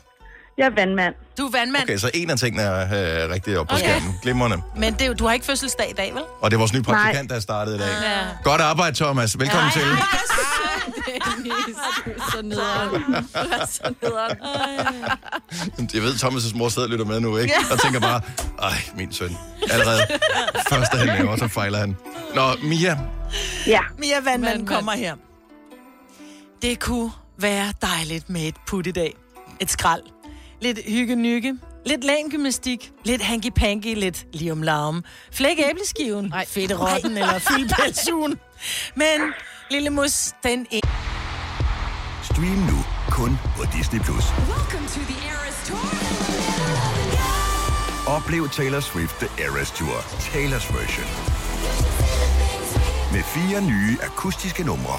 [SPEAKER 7] Jeg er vandmand.
[SPEAKER 2] Du er vandmand,
[SPEAKER 1] Okay, så en af tingene er øh, rigtig op på
[SPEAKER 2] Okay.
[SPEAKER 1] skærmen. Glimrende.
[SPEAKER 2] men det, er jo- du har ikke fødselsdag i dag, vel?
[SPEAKER 1] Og det er vores nye praktikant, der er startet i dag. Godt arbejde, Thomas. Velkommen til.
[SPEAKER 3] Så nederen. Så nederen.
[SPEAKER 1] Jeg ved, Thomas' mor sidder og lytter med nu, ikke? Og tænker bare, ej, min søn. Allerede første han laver, så fejler han. Nå, Mia,
[SPEAKER 7] Ja,
[SPEAKER 2] Mia Vandmand
[SPEAKER 3] Vandmand.
[SPEAKER 2] kommer her. Det kunne være dejligt med et put i dag. Et skrald. Lidt hygge-nykke. Lidt længymystik. Lidt hanky-panky. Lidt lium-larm. Flæk æbleskiven. Fedt rotten eller fyld pelsugen. Men lille mus, den ikke.
[SPEAKER 5] Stream nu kun på Disney+. Plus. Oplev Taylor Swift The Eras Tour, Taylor's version. Med fire nye akustiske numre.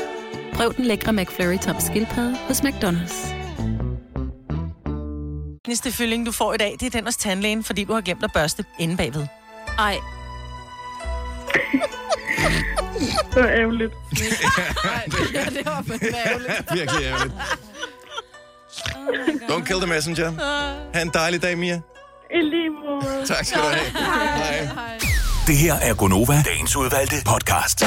[SPEAKER 8] Prøv den lækre McFlurry tom skildpadde hos McDonald's.
[SPEAKER 2] Næste fylling, du får i dag, det er den hos tandlægen, fordi du har glemt at børste inde bagved.
[SPEAKER 4] Ej,
[SPEAKER 7] det var ærgerligt.
[SPEAKER 3] Ja, det var fandme ærgerligt.
[SPEAKER 1] Virkelig ærgerligt. Don't kill the messenger. Ha' en dejlig dag, Mia.
[SPEAKER 7] I lige måde.
[SPEAKER 1] Tak skal du have. Hej.
[SPEAKER 5] Det her er Gonova, dagens udvalgte podcast.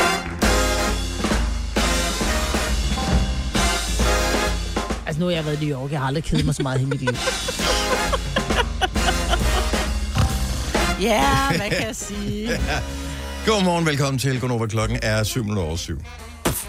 [SPEAKER 2] Altså, nu har jeg været i New York. Jeg har aldrig kedet mig så meget i mit liv. Ja, yeah, hvad kan jeg sige?
[SPEAKER 1] Godmorgen, velkommen til Gonova. Klokken er 7 over 7.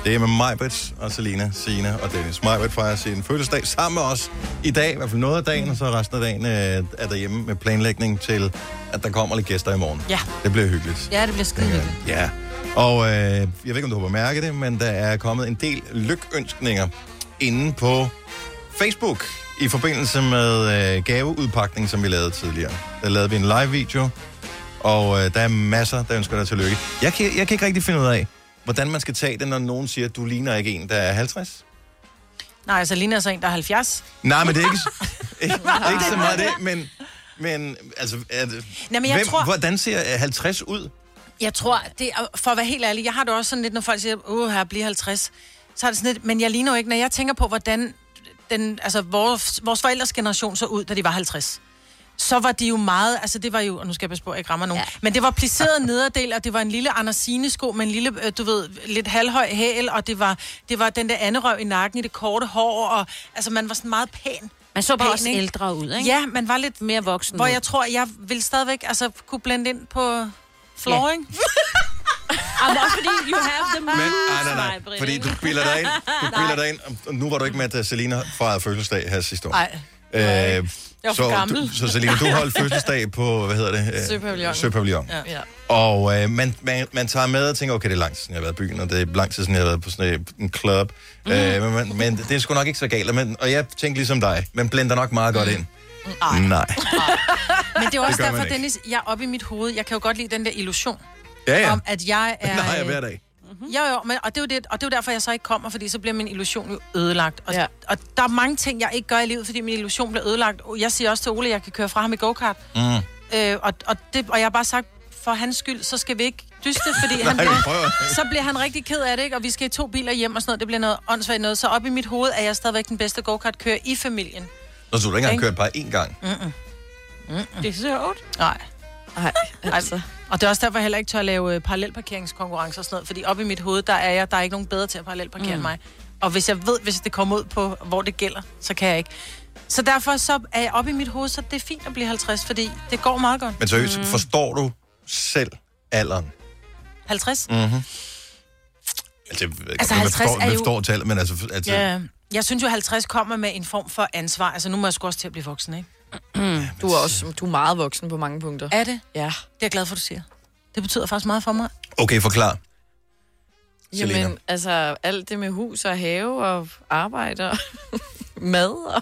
[SPEAKER 1] Det er med Majbrit og Selina, Sina og Dennis. Majbrit fejrer sin fødselsdag sammen med os i dag, i hvert fald noget af dagen, og så resten af dagen øh, er derhjemme med planlægning til, at der kommer lidt gæster i morgen.
[SPEAKER 2] Ja.
[SPEAKER 1] Det bliver hyggeligt.
[SPEAKER 2] Ja, det bliver skide hyggeligt.
[SPEAKER 1] Ja, og øh, jeg ved ikke, om du har bemærket det, men der er kommet en del lykønskninger inde på Facebook i forbindelse med øh, gaveudpakning, som vi lavede tidligere. Der lavede vi en live-video, og øh, der er masser, der ønsker dig tillykke. Jeg kan, jeg kan ikke rigtig finde ud af, hvordan man skal tage det, når nogen siger, at du ligner ikke en, der er 50.
[SPEAKER 2] Nej, altså ligner så en, der er 70.
[SPEAKER 1] Nej, men det er ikke, ikke, ikke så meget det, men, men altså, er det,
[SPEAKER 2] Nej, men jeg tror-
[SPEAKER 1] hvordan ser 50 ud?
[SPEAKER 2] Jeg tror, det er, for at være helt ærlig, jeg har det også sådan lidt, når folk siger, åh, her bliver 50, så er det sådan lidt, men jeg ligner jo ikke, når jeg tænker på, hvordan den, altså vores, vores forældres generation så ud, da de var 50. Så var de jo meget, altså det var jo, og nu skal jeg passe på, at jeg ikke rammer nogen, ja. men det var plisseret nederdel, og det var en lille Andersine-sko med en lille, øh, du ved, lidt halvhøj hæl, og det var, det var den der anderøv i nakken i det korte hår, og altså man var sådan meget pæn.
[SPEAKER 4] Man så bare
[SPEAKER 2] Pæn,
[SPEAKER 4] også
[SPEAKER 2] ikke?
[SPEAKER 4] ældre ud, ikke?
[SPEAKER 2] Ja, man var lidt
[SPEAKER 4] mere voksen.
[SPEAKER 2] hvor
[SPEAKER 4] ud.
[SPEAKER 2] jeg tror, jeg vil stadigvæk altså, kunne blende ind på flooring. Ja.
[SPEAKER 4] Jamen, også fordi you have the
[SPEAKER 1] Men,
[SPEAKER 4] moves,
[SPEAKER 1] nej, nej, Ah, nej,
[SPEAKER 4] Maj-Brit,
[SPEAKER 1] fordi
[SPEAKER 4] ikke?
[SPEAKER 1] du bilder dig ind, du
[SPEAKER 4] Nej.
[SPEAKER 1] bilder dig ind, og nu var du ikke med, at Selina fejrede fødselsdag her sidste år.
[SPEAKER 2] Nej.
[SPEAKER 1] Øh, jeg
[SPEAKER 2] var for
[SPEAKER 1] så,
[SPEAKER 2] gammel.
[SPEAKER 1] du, så Selina, du holdt fødselsdag på, hvad hedder det? Øh,
[SPEAKER 2] Søpavillonen.
[SPEAKER 1] Søpavillon.
[SPEAKER 2] Ja. ja.
[SPEAKER 1] Og øh, man, man, man tager med og tænker, okay, det er langt siden, jeg har været i byen, og det er langt siden, jeg har været på sådan en- en club. Mm. Øh, men, man- men det er sgu nok ikke så galt, og man, og jeg tænkte ligesom dig, man blender nok meget godt ind.
[SPEAKER 2] Ej.
[SPEAKER 1] Mm. Nej.
[SPEAKER 2] Men det er jo
[SPEAKER 1] Det
[SPEAKER 2] også
[SPEAKER 1] gør man
[SPEAKER 2] derfor,
[SPEAKER 1] ikke.
[SPEAKER 2] Dennis, jeg er oppe i mit hoved. Jeg kan jo godt lide den der illusion,
[SPEAKER 1] Ja, ja.
[SPEAKER 2] om at jeg er...
[SPEAKER 1] Nej,
[SPEAKER 2] øh,
[SPEAKER 1] hver dag.
[SPEAKER 2] Jo, jo, men, og, det er jo det, og det er jo derfor, jeg så ikke kommer, fordi så bliver min illusion jo ødelagt. Og, ja. og der er mange ting, jeg ikke gør i livet, fordi min illusion bliver ødelagt. Jeg siger også til Ole, at jeg kan køre fra ham i go-kart.
[SPEAKER 1] Mm.
[SPEAKER 2] Øh, og, og, det, og jeg har bare sagt, for hans skyld, så skal vi ikke dyste, fordi han
[SPEAKER 1] Nej, vi
[SPEAKER 2] bliver,
[SPEAKER 1] prøver.
[SPEAKER 2] så bliver han rigtig ked af det, ikke? og vi skal i to biler hjem og sådan noget. Det bliver noget åndssvagt noget. Så op i mit hoved er jeg stadigvæk den bedste go-kart-kører i familien.
[SPEAKER 1] Nå, så du har ikke engang
[SPEAKER 2] Ikke?
[SPEAKER 1] kørt bare én gang.
[SPEAKER 2] Mm-mm. Mm-mm.
[SPEAKER 4] Det er sjovt.
[SPEAKER 2] Nej. Nej, altså. Og det er også derfor, jeg heller ikke tør lave øh, parallelparkeringskonkurrencer og sådan noget, fordi op i mit hoved, der er jeg, der er ikke nogen bedre til at parallelparkere mm.
[SPEAKER 4] Mm.
[SPEAKER 2] end mig. Og hvis jeg ved, hvis det kommer ud på, hvor det gælder, så kan jeg ikke. Så derfor så er jeg oppe i mit hoved, så det er fint at blive 50, fordi det går meget godt.
[SPEAKER 1] Men seriøst, mm. forstår du selv alderen?
[SPEAKER 2] 50?
[SPEAKER 1] Mm-hmm. Altså, jeg ved ikke,
[SPEAKER 2] Altså,
[SPEAKER 1] om man
[SPEAKER 2] 50
[SPEAKER 1] forstår,
[SPEAKER 2] er
[SPEAKER 1] man
[SPEAKER 2] jo-
[SPEAKER 1] forstår tallet, men altså... altså
[SPEAKER 2] Ja. Jeg synes jo, 50 kommer med en form for ansvar. Altså, nu må jeg sgu også til at blive voksen, ikke?
[SPEAKER 9] Du er også du er meget voksen på mange punkter.
[SPEAKER 2] Er det?
[SPEAKER 9] Ja.
[SPEAKER 2] Det er jeg glad for, du siger. Det betyder faktisk meget for mig.
[SPEAKER 1] Okay, forklar. Selena.
[SPEAKER 9] Jamen, altså alt det med hus og have og arbejde og mad og...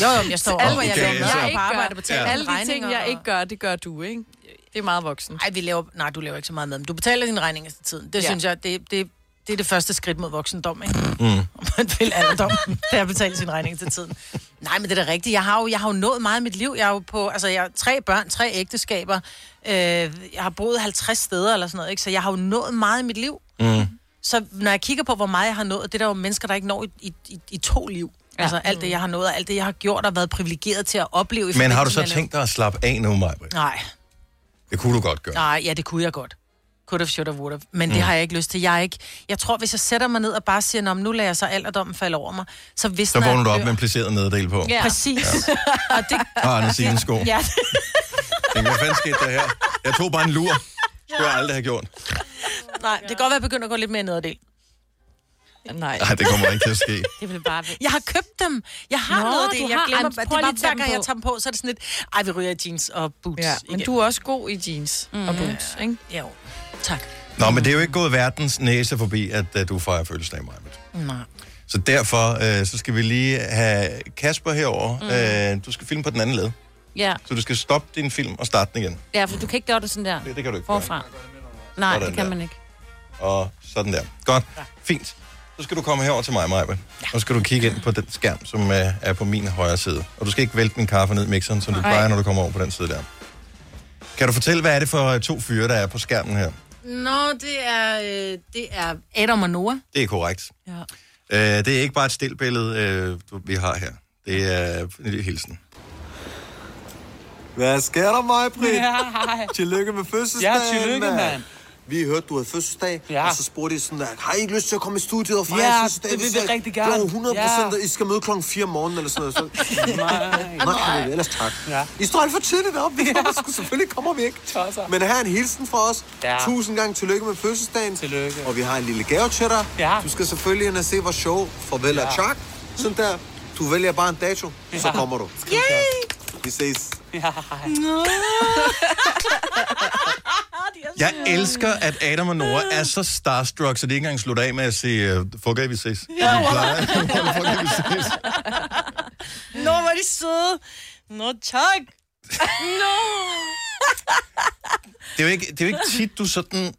[SPEAKER 2] Jo, jo, men jeg står op, og jeg
[SPEAKER 9] laver
[SPEAKER 2] laver mad og på arbejde og betaler
[SPEAKER 9] Alle de ting,
[SPEAKER 2] regninger
[SPEAKER 9] jeg
[SPEAKER 2] og-
[SPEAKER 9] ikke gør, det gør du, ikke? Det er meget voksen.
[SPEAKER 2] Nej, vi laver... Nej, du laver ikke så meget med dem. Du betaler dine regninger til tiden. Det ja.
[SPEAKER 9] Ja.
[SPEAKER 2] synes jeg, det, det, det er det første skridt mod voksendom, ikke?
[SPEAKER 1] Mm.
[SPEAKER 2] Man vil alderdom, da jeg betaler sin regning til tiden. Nej, men det er da rigtigt. Jeg har jo, jeg har jo nået meget i mit liv. Jeg har jo på... Altså, jeg har tre børn, tre ægteskaber. Øh, jeg har boet 50 steder eller sådan noget, ikke? Så jeg har jo nået meget i mit liv.
[SPEAKER 3] Mm.
[SPEAKER 2] Så når jeg kigger på, hvor meget jeg har nået, det er der jo mennesker, der ikke når i, i, i, i to liv. Ja. Altså alt det, jeg har nået, og alt det, jeg har gjort og været privilegeret til at opleve. i
[SPEAKER 1] Men har du
[SPEAKER 2] forbindelse
[SPEAKER 1] så
[SPEAKER 2] med at
[SPEAKER 1] tænkt dig at slappe af nu, Majbrit?
[SPEAKER 2] lave- Nej.
[SPEAKER 1] Det kunne du godt gøre.
[SPEAKER 2] Nej, ja, det kunne jeg godt. Could have, should have, would have. Men det
[SPEAKER 1] Mm.
[SPEAKER 2] har jeg ikke lyst til. Jeg, er ikke, jeg tror, hvis jeg sætter mig ned og bare siger, "Nå, men nu lader jeg så alderdommen falde over mig, så hvis
[SPEAKER 1] Så vågner du op med en placeret neddel på.
[SPEAKER 2] Ja. Præcis. Ja. og det...
[SPEAKER 1] Og Anders Sines sko.
[SPEAKER 2] Ja,
[SPEAKER 1] Tænk, hvad fanden skete der her? Jeg tog bare en lur. Skulle jeg aldrig have gjort.
[SPEAKER 2] nej, det kan godt være, at jeg begynder at gå lidt mere nederdel.
[SPEAKER 9] Nej.
[SPEAKER 1] Nej, det kommer ikke til at ske.
[SPEAKER 2] Det vil bare... Jeg har købt dem. Jeg har
[SPEAKER 9] Nå,
[SPEAKER 2] noget af det.
[SPEAKER 9] du
[SPEAKER 2] Jeg
[SPEAKER 9] har-
[SPEAKER 2] glemmer,
[SPEAKER 9] Ej,
[SPEAKER 2] at det er
[SPEAKER 9] prøv lige
[SPEAKER 2] bare
[SPEAKER 9] at tage
[SPEAKER 2] hver gang,
[SPEAKER 9] dem
[SPEAKER 2] jeg
[SPEAKER 9] på.
[SPEAKER 2] tager dem på, så er det sådan lidt, ej, vi ryger i jeans og boots.
[SPEAKER 9] Ja, men du er også god i jeans mm. og
[SPEAKER 2] Mhm.
[SPEAKER 9] boots, ikke?
[SPEAKER 2] Jo, tak.
[SPEAKER 1] Nå, men det er jo ikke gået verdens næse forbi, at uh, du fejrer fødselsdag, Majbrit.
[SPEAKER 2] Nej.
[SPEAKER 1] Så derfor, uh, så skal vi lige have Kasper herover. Mm. Uh, du skal filme på den anden led.
[SPEAKER 4] Ja.
[SPEAKER 1] Så du skal stoppe din film og starte den igen.
[SPEAKER 4] ja, for du kan ikke gøre det sådan der.
[SPEAKER 1] Det, det kan du ikke gøre.
[SPEAKER 4] Forfra. Nej,
[SPEAKER 1] Sådan
[SPEAKER 4] det kan
[SPEAKER 1] der.
[SPEAKER 4] man ikke.
[SPEAKER 1] Og sådan der. Godt. Fint. Så skal du komme herover til mig, Majbe. Ja. Og så skal du kigge ind på den skærm, som øh, er på min højre side. Og du skal ikke vælte min kaffe ned i mixeren, som du
[SPEAKER 2] Nej.
[SPEAKER 1] plejer, når du kommer over på den side der. Kan du fortælle, hvad er det for øh, to fyre, der er på skærmen her?
[SPEAKER 2] Nå, det er, øh, det er Adam og Noah.
[SPEAKER 1] Det er korrekt.
[SPEAKER 2] Ja.
[SPEAKER 1] Øh, det er ikke bare et stille billede, øh, du- vi har her. Det er en lille hilsen.
[SPEAKER 10] Hvad sker der, mig, Britt?
[SPEAKER 11] Ja, hej.
[SPEAKER 10] Tillykke med fødselsdagen,
[SPEAKER 11] Ja, tillykke, mand.
[SPEAKER 10] Vi hørte, du havde fødselsdag, ja. og så spurgte I sådan der, har I ikke lyst til at komme i studiet og fejre
[SPEAKER 11] Ja,
[SPEAKER 10] jeres fødselsdag?
[SPEAKER 11] det vil vi
[SPEAKER 10] sagde,
[SPEAKER 11] rigtig gerne.
[SPEAKER 10] Jo, 100 procent,
[SPEAKER 11] Ja.
[SPEAKER 10] ja. I skal møde klokken 4 om morgenen eller sådan noget. Så,
[SPEAKER 11] Nej.
[SPEAKER 10] nej, ellers tak. Ja. I står alt for tidligt op, vi kommer, sgu- selvfølgelig kommer vi ikke.
[SPEAKER 11] Tosser.
[SPEAKER 10] Men her er en hilsen fra os.
[SPEAKER 11] Ja.
[SPEAKER 10] Ja. Tusind gange tillykke med fødselsdagen.
[SPEAKER 11] Tillykke.
[SPEAKER 10] Og vi har en lille gave til dig.
[SPEAKER 11] Ja.
[SPEAKER 10] Du skal selvfølgelig ind og se vores show, Farvel ja. og
[SPEAKER 11] Ja.
[SPEAKER 10] Chak. Sådan der, du vælger bare en dato, så
[SPEAKER 11] Ja.
[SPEAKER 10] kommer du.
[SPEAKER 11] Yay!
[SPEAKER 10] Vi ses.
[SPEAKER 11] Ja.
[SPEAKER 1] Jeg elsker, at Adam og Nora er så starstruck, så de ikke engang slutter af med at sige, øh, fuck af, vi ses.
[SPEAKER 2] Ja.
[SPEAKER 1] Som de plejer.
[SPEAKER 2] Nå, hvor er de søde. Nå, tak. Nå.
[SPEAKER 1] Det er jo ikke, det er jo ikke tit, du sådan,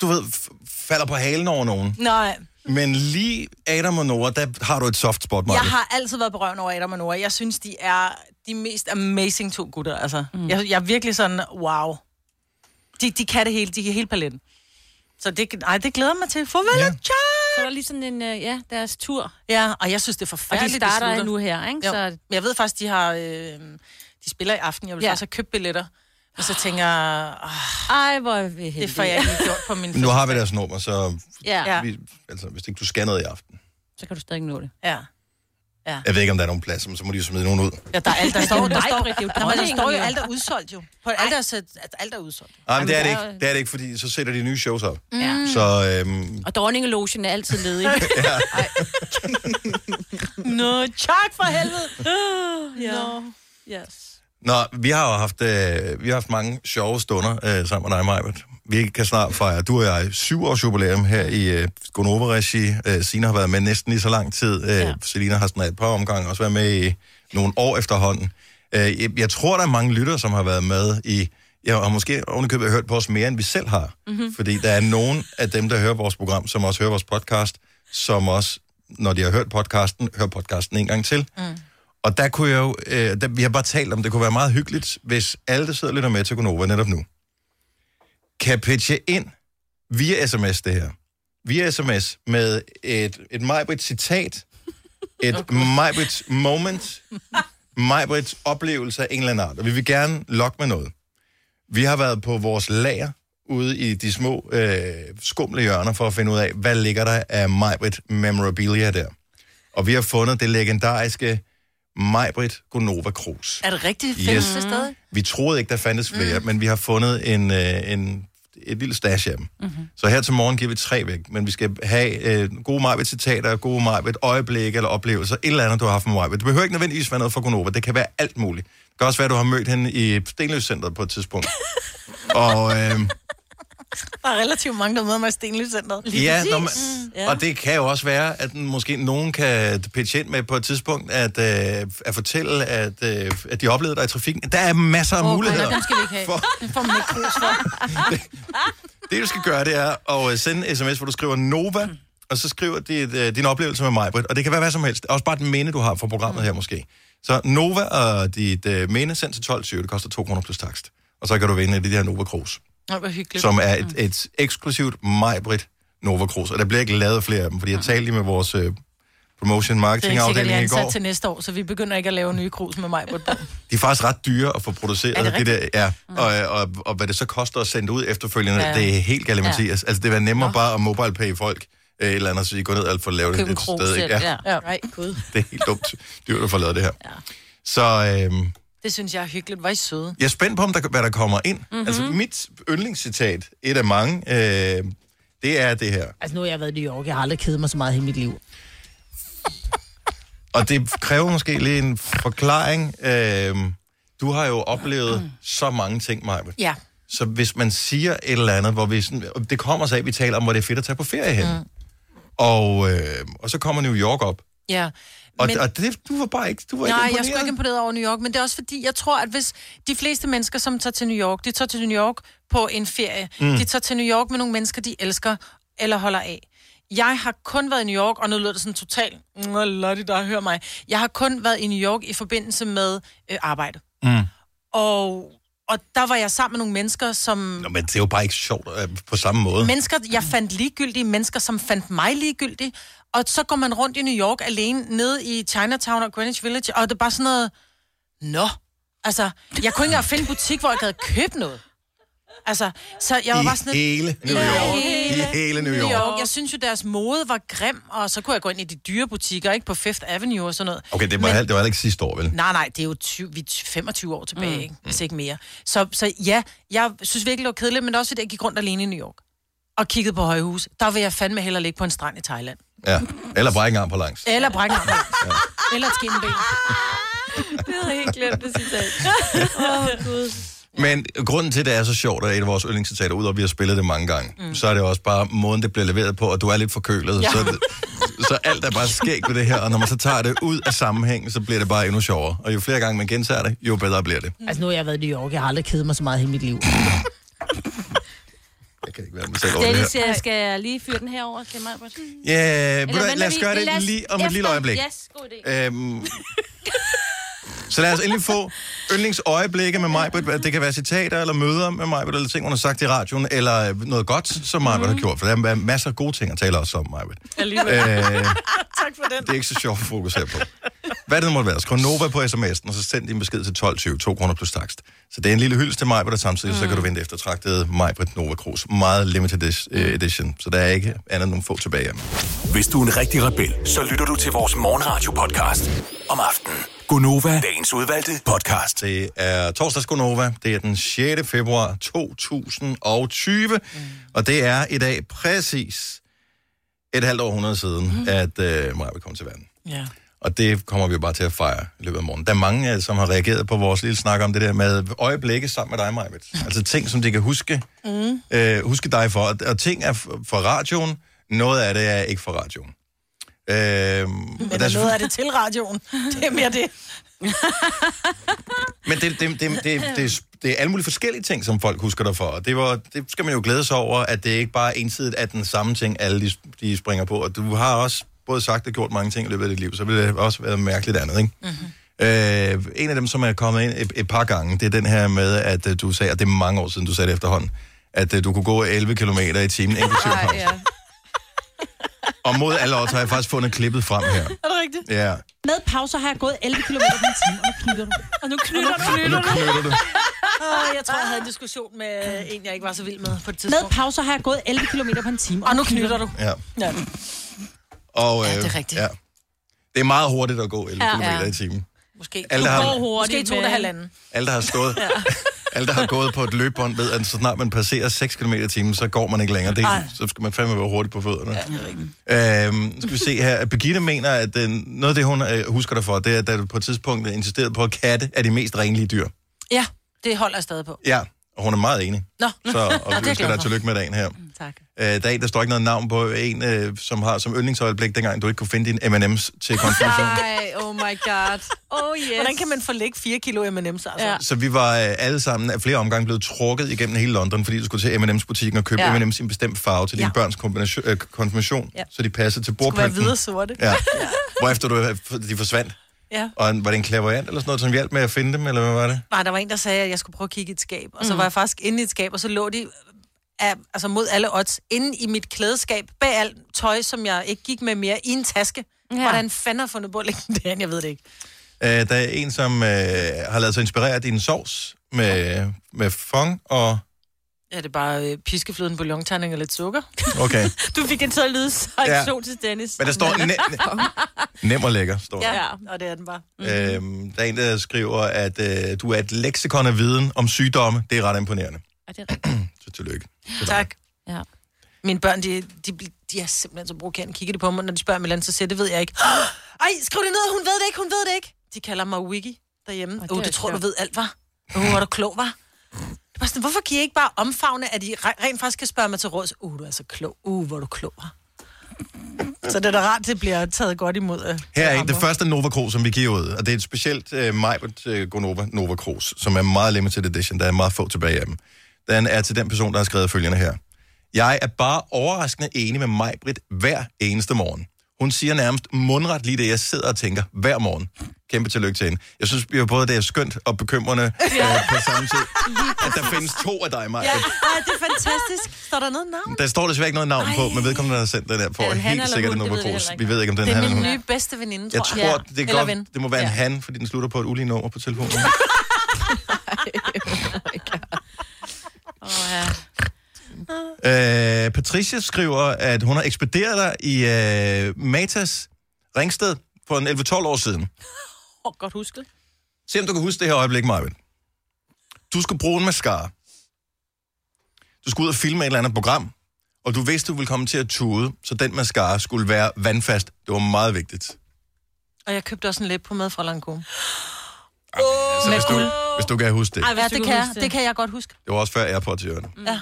[SPEAKER 1] du ved, f- falder på halen over nogen.
[SPEAKER 2] Nej.
[SPEAKER 1] Men lige Adam og Nora, der har du et soft spot, Maja.
[SPEAKER 2] Jeg har altid været berøvet over Adam og Nora. Jeg synes, de er de mest amazing to gutter, altså. Mm. Jeg, jeg er virkelig sådan, wow. De, de kan det hele, de kan hele paletten. Så det, ej, det glæder jeg mig til. Farvel, ja.
[SPEAKER 4] Så er der lige sådan en, øh, ja, deres tur.
[SPEAKER 2] Ja, og jeg synes, det er forfærdeligt,
[SPEAKER 4] Og de starter
[SPEAKER 2] slutter.
[SPEAKER 4] nu her, ikke?
[SPEAKER 2] Jo.
[SPEAKER 4] Så-
[SPEAKER 2] Men jeg ved faktisk, de har... Øh, de spiller i aften. Jeg vil ja.
[SPEAKER 4] Ja.
[SPEAKER 2] faktisk have købt billetter. Og så tænker jeg... "Ah,
[SPEAKER 4] Ej, hvor er vi
[SPEAKER 2] Det får jeg ikke lige gjort på min
[SPEAKER 1] Nu har vi deres nummer, så
[SPEAKER 2] Ja.
[SPEAKER 1] vi, altså, hvis ikke du skal noget i aften.
[SPEAKER 4] Så kan du stadig nå det.
[SPEAKER 2] Ja.
[SPEAKER 1] Jeg ved ikke, om der er nogen plads, men så må de jo smide nogen ud.
[SPEAKER 2] Ja, der, er alt, der
[SPEAKER 4] Det er
[SPEAKER 2] står,
[SPEAKER 4] jo
[SPEAKER 2] der
[SPEAKER 4] mig,
[SPEAKER 2] står,
[SPEAKER 4] Britt, det er jo
[SPEAKER 2] Nå, men der
[SPEAKER 4] dronningen,
[SPEAKER 2] står jo
[SPEAKER 4] jo.
[SPEAKER 2] alt er udsolgt jo. På alt er, sat- alt er udsolgt.
[SPEAKER 1] Ej, men det er det
[SPEAKER 4] der er
[SPEAKER 1] ikke. Det er det ikke, fordi så sætter de nye shows op.
[SPEAKER 4] Ja.
[SPEAKER 1] Så øhm,
[SPEAKER 4] Og dronningelogen er altid ledig.
[SPEAKER 2] Nå, tak for helvede. ja. Nå.
[SPEAKER 4] Yes.
[SPEAKER 1] Nå, vi har jo haft, øh, vi har haft mange sjove stunder øh, sammen med dig, Majbert. Vi kan snart fejre, du og jeg, syv års jubilæum her i øh, Gonova-regi. Øh, Sina har været med næsten lige så lang tid. Øh, ja. Selina har sådan et par omgange også været med i nogle år efterhånden. Øh, jeg, jeg tror, der er mange lyttere, som har været med i... Jeg har måske ovenikøbet hørt på os mere, end vi selv har. Mm-hmm. Fordi der er nogen af dem, der hører vores program, som også hører vores podcast, som også, når de har hørt podcasten, hører podcasten en gang til. Mm. Og der kunne jeg jo, øh, der, vi har bare talt om, det kunne være meget hyggeligt, hvis alle, der sidder og lytter med til Gonova netop nu, kan pitche ind via sms det her. Via sms med et, et Majbrit citat, et Majbrit moment, Majbrits oplevelse af en eller anden art. Og vi vil gerne lokke med noget. Vi har været på vores lager ude i de små øh, skumle hjørner for at finde ud af, hvad ligger der af Majbrit memorabilia der. Og vi har fundet det legendariske Majbrit Gonova Cruz.
[SPEAKER 2] Er det rigtigt? Findes
[SPEAKER 1] Yes.
[SPEAKER 2] det stadig?
[SPEAKER 1] Vi troede ikke, der fandtes flere, mm. men vi har fundet en, øh, en, et lille stash af dem. Mm-hmm. Så her til morgen giver vi tre væk, men vi skal have øh, gode Majbet citater, gode Majbet øjeblikke eller oplevelser, et eller andet, du har haft med Majbet. Det behøver ikke nødvendigvis være noget fra Gonova, det kan være alt muligt. Det kan også være, at du har mødt hende i Stenløscenteret på et tidspunkt. og øh,
[SPEAKER 2] Der er relativt mange, der møder mig i Stenløscenteret.
[SPEAKER 1] Mm, ja, når man, og det kan jo også være, at den- måske nogen kan pitche ind med på et tidspunkt, at, øh, at fortælle, at, øh, at de oplevede dig i trafikken. Der er masser af oh, muligheder.
[SPEAKER 2] Nej, dem skal vi ikke have.
[SPEAKER 1] For...
[SPEAKER 2] Det får man ikke krus for.
[SPEAKER 1] Det, du skal gøre, det er at øh, sende en sms, hvor du skriver Nova,
[SPEAKER 2] Mm.
[SPEAKER 1] og så skriver dit, øh, din oplevelse med mig, Britt. Og det kan være hvad som helst. Også bare et minde, du har fra
[SPEAKER 2] Mm.
[SPEAKER 1] programmet her måske. Så Nova og dit øh, minde sendt til 12.20. Det koster 2 kroner plus takst. Og så kan du vinde det der Nova Cruz,
[SPEAKER 2] Nå, hvor hyggeligt.
[SPEAKER 1] som er et, et eksklusivt Majbrit Nova Cruz. Og der bliver ikke lavet flere af dem, fordi jeg talte lige med vores øh, promotion
[SPEAKER 2] Det er ikke sikkert, jeg er
[SPEAKER 1] marketing-afdeling i
[SPEAKER 2] ansat
[SPEAKER 1] går.
[SPEAKER 2] til næste år, så vi begynder ikke at lave nye krus med mig på et
[SPEAKER 1] De er faktisk ret dyre at få produceret.
[SPEAKER 2] Er det Mm.
[SPEAKER 1] det der, ja. og, og, og, hvad det så koster at sende ud efterfølgende,
[SPEAKER 2] Ja.
[SPEAKER 1] ja. det er helt galt, ja.
[SPEAKER 2] Ja.
[SPEAKER 1] Altså, det vil være nemmere bare at mobile-pay folk øh, et eller andet, så de går ned og får lavet det et sted. ikke? Ja,
[SPEAKER 2] ja. Nej, gud.
[SPEAKER 1] det er helt dumt. Dyrt at få lavet det her. Ja. Så øh,
[SPEAKER 2] Det synes jeg er hyggeligt. Hvor er I søde.
[SPEAKER 1] jeg er spændt på, om der, hvad der kommer ind.
[SPEAKER 2] Mhm.
[SPEAKER 1] Mm-hmm. Altså, mit yndlingscitat, et af mange, øh, det er det her.
[SPEAKER 12] Altså, nu har jeg været i New York. Jeg har aldrig kedet mig så meget i hele mit liv.
[SPEAKER 1] Og det kræver måske lige en forklaring. Øh, du har jo oplevet så mange ting, Maja.
[SPEAKER 2] Mm. Ja.
[SPEAKER 1] Så hvis man siger et eller andet, hvor vi sådan, og det kommer sig af, at vi taler om, hvor det er fedt at tage på ferie hen. Mm. Og, øh, og så kommer New York op.
[SPEAKER 2] Ja.
[SPEAKER 1] Og, men, og det, du var bare ikke, du var
[SPEAKER 2] Nej,
[SPEAKER 1] ikke
[SPEAKER 2] jeg skulle ikke imponeret over New York, men det er også fordi, jeg tror, at hvis de fleste mennesker, som tager til New York, de tager til New York på en ferie. Mm.
[SPEAKER 13] Mm.
[SPEAKER 2] De tager til New York med nogle mennesker, de elsker eller holder af. Jeg har kun været i New York, og nu lyder det sådan totalt, "Nå, lottie der, hør mig. Jeg har kun været i New York i forbindelse med øh, arbejde.
[SPEAKER 1] Mm.
[SPEAKER 2] Og, og der var jeg sammen med nogle mennesker, som...
[SPEAKER 1] Nå, men det er jo bare ikke sjovt øh, på samme måde.
[SPEAKER 2] Mennesker, jeg fandt ligegyldige, mennesker, som fandt mig ligegyldig. Og så går man rundt i New York alene, nede i Chinatown og Greenwich Village, og det er bare sådan noget... Nå, altså, jeg kunne ikke engang finde en butik, hvor jeg gad købe noget. Altså, så jeg var
[SPEAKER 1] I
[SPEAKER 2] bare sådan... lidt-
[SPEAKER 1] hele New York. I hele New York.
[SPEAKER 2] Jeg synes jo, deres mode var grim, og så kunne jeg gå ind i de dyre butikker, ikke på Fifth Avenue og sådan noget.
[SPEAKER 1] Okay, det var, Men... det var heller ikke sidste år, vel?
[SPEAKER 2] Nej, nej, det er jo 20, vi er 25 år tilbage,
[SPEAKER 1] Mm.
[SPEAKER 2] mm. ikke? hvis ikke mere. Så, så ja, jeg synes virkelig, det var kedeligt, men også fordi jeg gik rundt alene i New York og kiggede på højhus. Der vil jeg fandme hellere ligge på en strand i Thailand.
[SPEAKER 1] Ja. Eller bare ikke engang på langs.
[SPEAKER 2] Eller brække en arm. Eller et skinneben. Det havde jeg helt glemt det citat. Åh, oh, Gud.
[SPEAKER 1] Men grunden til, at det er så sjovt, at et af vores yndlingscitater, udover at vi har spillet det mange gange, mm. så er det også bare måden, det bliver leveret på, og du er lidt forkølet. Ja.
[SPEAKER 3] Ja.
[SPEAKER 1] Så, så alt er bare skægt ved det her, og når man så tager det ud af sammenhængen, så bliver det bare endnu sjovere. Og jo flere gange man gentager det, jo bedre bliver
[SPEAKER 4] Mm.
[SPEAKER 1] det.
[SPEAKER 12] Altså, nu har jeg været i New York. Jeg har aldrig kedet mig så meget i hele mit liv.
[SPEAKER 1] Jeg kan ikke være mig selv over det
[SPEAKER 4] Dennis,
[SPEAKER 1] her.
[SPEAKER 4] jeg skal lige fyre den herover til mig. Britt?
[SPEAKER 1] Ja, ved du
[SPEAKER 4] Eller
[SPEAKER 1] hvad, lad
[SPEAKER 4] venter
[SPEAKER 1] os
[SPEAKER 4] vi-
[SPEAKER 1] gøre
[SPEAKER 4] lad
[SPEAKER 1] det
[SPEAKER 4] os
[SPEAKER 1] lige om et lille
[SPEAKER 4] efter-
[SPEAKER 1] øjeblik.
[SPEAKER 4] Yes, god idé.
[SPEAKER 1] Øhm, så lad os endelig få yndlingsøjeblikke med mig. Det kan være citater eller møder med mig, eller ting, hun har sagt i radioen, eller øh, noget godt, som mig har gjort. For der er masser af gode ting at tale også om, mig.
[SPEAKER 2] Mhm. Alligevel.
[SPEAKER 1] Øh.
[SPEAKER 2] tak for den.
[SPEAKER 1] Det er ikke så sjovt at fokusere på. Hvad det nu måtte være. Skriv Nova på sms'en, og så send din besked til 12.20, 2 kroner plus takst. Så det er en lille hyldest til Majbrit, og samtidig mm. så kan du vinde eftertragtet Majbrit Nova Cruz. Meget limited dis-
[SPEAKER 2] Mm.
[SPEAKER 1] øh, edition, så der er ikke andet end nogle få tilbage.
[SPEAKER 5] Hvis du er en rigtig rebel, så lytter du til vores morgenradio-podcast om aftenen.
[SPEAKER 1] Gunova, dagens udvalgte podcast. Det er torsdags Gunova, det er den 6. februar 2020, mm. og det er i dag præcis et halvt århundrede siden, mm. at øh, Majbrit kom til verden.
[SPEAKER 2] Ja.
[SPEAKER 1] Og det kommer vi jo bare til at fejre i løbet af morgenen. Der er mange, øh, som har reageret på vores lille snak om det der med øjeblikke sammen med dig, Majbet. Altså ting, som de kan huske,
[SPEAKER 3] Mm.
[SPEAKER 1] øh, huske dig for. Og, og ting er f- for radioen, noget af det er ikke for radioen. Øh, og der
[SPEAKER 2] Eller
[SPEAKER 1] er
[SPEAKER 2] noget af det til radioen. Det er mere det.
[SPEAKER 1] Men det, det, det, det, det, det er alle mulige forskellige ting, som folk husker dig for. Og det, var, det skal man jo glæde sig over, at det ikke bare ensidigt er den samme ting, alle de, de springer på. Og du har også både sagt og gjort mange ting i løbet af dit liv, så ville det også være mærkeligt andet, ikke?
[SPEAKER 2] Mhm.
[SPEAKER 1] Mm-hmm. Øh, en af dem, som er kommet ind et, et par gange, det er den her med, at øh, du sagde, og det er mange år siden, du sagde det efterhånden, at øh, du kunne gå 11 km i timen, inklusive
[SPEAKER 9] Nej,
[SPEAKER 1] pause.
[SPEAKER 9] ja.
[SPEAKER 1] Og mod alle odds har jeg faktisk fundet klippet frem her.
[SPEAKER 11] Er det rigtigt?
[SPEAKER 1] Ja.
[SPEAKER 11] Med pauser har jeg gået 11 km i timen, og nu knytter du.
[SPEAKER 2] Og nu knytter du.
[SPEAKER 1] Og nu knytter du.
[SPEAKER 2] Åh, jeg tror, jeg havde en diskussion med en, jeg ikke var så vild med på det
[SPEAKER 11] Med
[SPEAKER 2] tidspunkt.
[SPEAKER 11] pauser har jeg gået 11 km på en time.
[SPEAKER 2] Og nu knytter du.
[SPEAKER 1] Ja.
[SPEAKER 2] Ja.
[SPEAKER 1] Og, øh,
[SPEAKER 2] Ja, det er rigtigt.
[SPEAKER 1] Ja. Det er meget hurtigt at gå 11
[SPEAKER 2] Ja.
[SPEAKER 1] ja, km
[SPEAKER 2] Ja.
[SPEAKER 1] i timen.
[SPEAKER 2] Måske.
[SPEAKER 1] Alle, der har,
[SPEAKER 2] Måske to og
[SPEAKER 11] men-
[SPEAKER 2] halvanden.
[SPEAKER 1] alle, der har stået... Alle, der har gået på et løbebånd, ved, at så snart man passerer 6 km i timen, så går man ikke længere. Det,
[SPEAKER 2] Ej.
[SPEAKER 1] så skal man fandme være hurtig på fødderne.
[SPEAKER 2] Ja, det er rigtigt.
[SPEAKER 1] Øhm, skal vi se her. at Birgitte mener, at øh, noget af det, hun øh, husker dig for, det er, at da du på et tidspunkt øh, insisterede på, at katte er de mest renlige dyr.
[SPEAKER 2] Ja, det holder jeg stadig på.
[SPEAKER 1] Ja, og hun er meget enig.
[SPEAKER 2] Nå.
[SPEAKER 1] Så
[SPEAKER 2] Nå, det er
[SPEAKER 1] og
[SPEAKER 2] jeg
[SPEAKER 1] vi ønsker
[SPEAKER 2] glad for.
[SPEAKER 1] dig tillykke med dagen her.
[SPEAKER 2] Tak.
[SPEAKER 1] Øh, der er en, der står ikke noget navn på en, øh, som har som yndlingsøjeblik, dengang du ikke kunne finde din M&M's til konfirmation.
[SPEAKER 2] Nej, oh my god. Oh yes. Hvordan kan man forlægge 4 kilo M&M's? Altså? Ja.
[SPEAKER 1] Så vi var øh, alle sammen af flere omgange blevet trukket igennem hele London, fordi du skulle til M&M's butikken og købe
[SPEAKER 2] Ja.
[SPEAKER 1] ja. M&M's i en bestemt farve til dine
[SPEAKER 2] Ja.
[SPEAKER 1] børns kombination, øh, konfirmation,
[SPEAKER 2] Ja.
[SPEAKER 1] ja. så de passede til
[SPEAKER 2] Skulle være
[SPEAKER 1] bordplanten.
[SPEAKER 2] hvide og sorte.
[SPEAKER 1] Ja. Hvorefter du, øh, de forsvandt.
[SPEAKER 2] ja.
[SPEAKER 1] Og en- var det en klaverant eller sådan noget, som hjalp med at finde dem, eller hvad var det?
[SPEAKER 2] Nej, der var en, der sagde, at jeg skulle prøve at kigge i et skab. Og så
[SPEAKER 11] Mm.
[SPEAKER 2] var jeg faktisk inde i et skab, og så lå de af, altså mod alle odds, inde i mit klædeskab, bag alt tøj, som jeg ikke gik med mere, i en taske. Ja. Hvordan fanden har jeg fundet på at lægge den derhen? Jeg ved det ikke.
[SPEAKER 1] Øh, der er en, som øh, har lavet sig inspirere af din sovs med, med fong og...
[SPEAKER 2] Ja, det er bare øh, piskefløden, bouillonterning og lidt sukker.
[SPEAKER 1] Okay.
[SPEAKER 2] du fik en til at lyde så
[SPEAKER 1] Ja.
[SPEAKER 2] eksotisk, Dennis.
[SPEAKER 1] Men der står ne- Nem og lækker, står der.
[SPEAKER 2] ja, og det er den bare. Mm-hmm.
[SPEAKER 1] Øhm, der er en, der skriver, at øh, du er et leksikon af viden om sygdomme. Det er ret imponerende.
[SPEAKER 2] Er det
[SPEAKER 1] Så tillykke.
[SPEAKER 2] Tak. Ja. Mine børn, de, de, bl- de er simpelthen så provokerende. Kigger de på mig, når de spørger mig, så siger jeg, det ved jeg ikke. Ej, skriv det ned, hun ved det ikke, hun ved det ikke. De kalder mig Wiggy derhjemme. Åh,
[SPEAKER 11] det
[SPEAKER 2] oh,
[SPEAKER 11] er
[SPEAKER 2] det, det tror du
[SPEAKER 11] sjovt.
[SPEAKER 2] ved alt, var. Åh, oh, er du klog, var? Bare sådan, hvorfor kan I ikke bare omfavne, at I re- rent faktisk kan spørge mig til råds? Uh, du er så klog. Uh, hvor er du klog, var. Så det er da rart, det bliver taget godt imod. øh,
[SPEAKER 1] Her er
[SPEAKER 2] af
[SPEAKER 1] en, det
[SPEAKER 2] andre.
[SPEAKER 1] første Nova Cruz, som vi giver ud, og det er et specielt øh, Majbert øh, Gonova Nova Cruz, som er meget limited edition, der er meget få tilbage af dem. Den er til den person, der har skrevet følgende her. Jeg er bare overraskende enig med Majbrit hver eneste morgen. Hun siger nærmest mundret lige det, jeg sidder og tænker hver morgen. Kæmpe tillykke til hende. Jeg synes jo både, det er skønt og bekymrende øh, på samme tid, at der findes to af dig, Majbrit.
[SPEAKER 2] Ja, ej, det er fantastisk. Står der noget navn?
[SPEAKER 1] Der står desværre ikke noget navn Ej. på, men vedkommende, der har sendt den her, får
[SPEAKER 2] Er det en han
[SPEAKER 1] helt
[SPEAKER 2] eller
[SPEAKER 1] sikkert en
[SPEAKER 2] hun? Det
[SPEAKER 1] Nova
[SPEAKER 2] ved jeg
[SPEAKER 1] Cruz.
[SPEAKER 2] heller ikke.
[SPEAKER 1] Vi ved ikke, om den
[SPEAKER 2] det
[SPEAKER 1] her
[SPEAKER 2] er
[SPEAKER 1] eller
[SPEAKER 2] min
[SPEAKER 1] hun.
[SPEAKER 2] nye bedste veninde, tror
[SPEAKER 1] Jeg
[SPEAKER 2] jeg.
[SPEAKER 1] tror, det, er
[SPEAKER 2] Eller ven.
[SPEAKER 1] godt, det må være en
[SPEAKER 2] Ja.
[SPEAKER 1] han, fordi den slutter på et ulige nummer på telefonen. Øh, Patricia skriver, at hun har ekspederet dig i øh, Matas Ringsted for en 11-12 år siden.
[SPEAKER 4] Åh, godt husket.
[SPEAKER 1] Se om du kan huske det her øjeblik, Marvin. Du skulle bruge en mascara. Du skulle ud og filme et eller andet program, og du vidste, du ville komme til at tude, så den mascara skulle være vandfast. Det var meget vigtigt.
[SPEAKER 2] Og jeg købte også en læb på med fra Lancome.
[SPEAKER 1] Altså, hvis, du, hvis du kan huske det.
[SPEAKER 2] Ej, hvad, det, kan, jeg-
[SPEAKER 4] huske det.
[SPEAKER 2] det kan jeg godt huske.
[SPEAKER 1] Det var også før Airpods i ørerne.
[SPEAKER 2] Ja.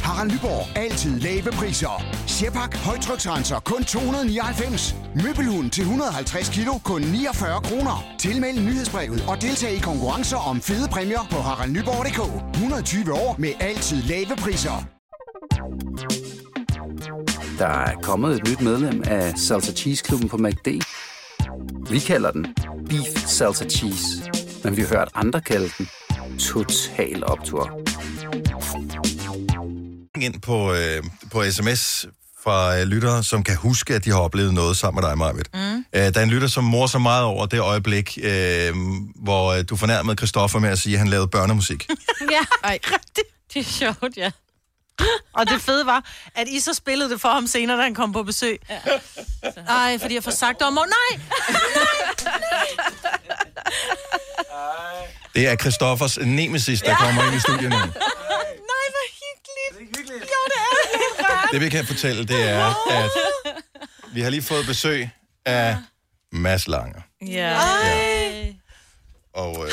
[SPEAKER 14] Harald Nyborg. Altid lave priser. Sjehpak. Højtryksrenser. Kun 299. Møbelhund til 150 kilo. Kun 49 kroner. Tilmeld nyhedsbrevet og deltag i konkurrencer om fede præmier på haraldnyborg.dk. 120 år med altid lave priser.
[SPEAKER 15] Der er kommet et nyt medlem af Salsa Cheese Klubben på MACD. Vi kalder den Beef Salsa Cheese, men vi har hørt andre kalde den Total Optor.
[SPEAKER 1] ind på, øh, på sms fra øh, lyttere, som kan huske, at de har oplevet noget sammen med dig, Marvitt. Mm. Øh, der er en lytter, som morer sig meget over det øjeblik, øh, hvor øh, du fornærmede Christoffer med at sige, at han lavede børnemusik.
[SPEAKER 4] Ja,
[SPEAKER 2] Ej. rigtigt.
[SPEAKER 4] Det er sjovt, ja.
[SPEAKER 2] Og det fede var, at I så spillede det for ham senere, da han kom på besøg. Ja. Ej, fordi jeg får sagt om, nej, nej,
[SPEAKER 1] Det er Christoffers nemesis, der kommer ind i studiet nu.
[SPEAKER 3] Nej, hvor hyggeligt. Det er hyggeligt. Jo, det er
[SPEAKER 1] Det vi kan fortælle, det er, at vi har lige fået besøg af Mads Langer.
[SPEAKER 9] Ja.
[SPEAKER 2] Ej.
[SPEAKER 1] Og
[SPEAKER 2] Ej,
[SPEAKER 1] øh,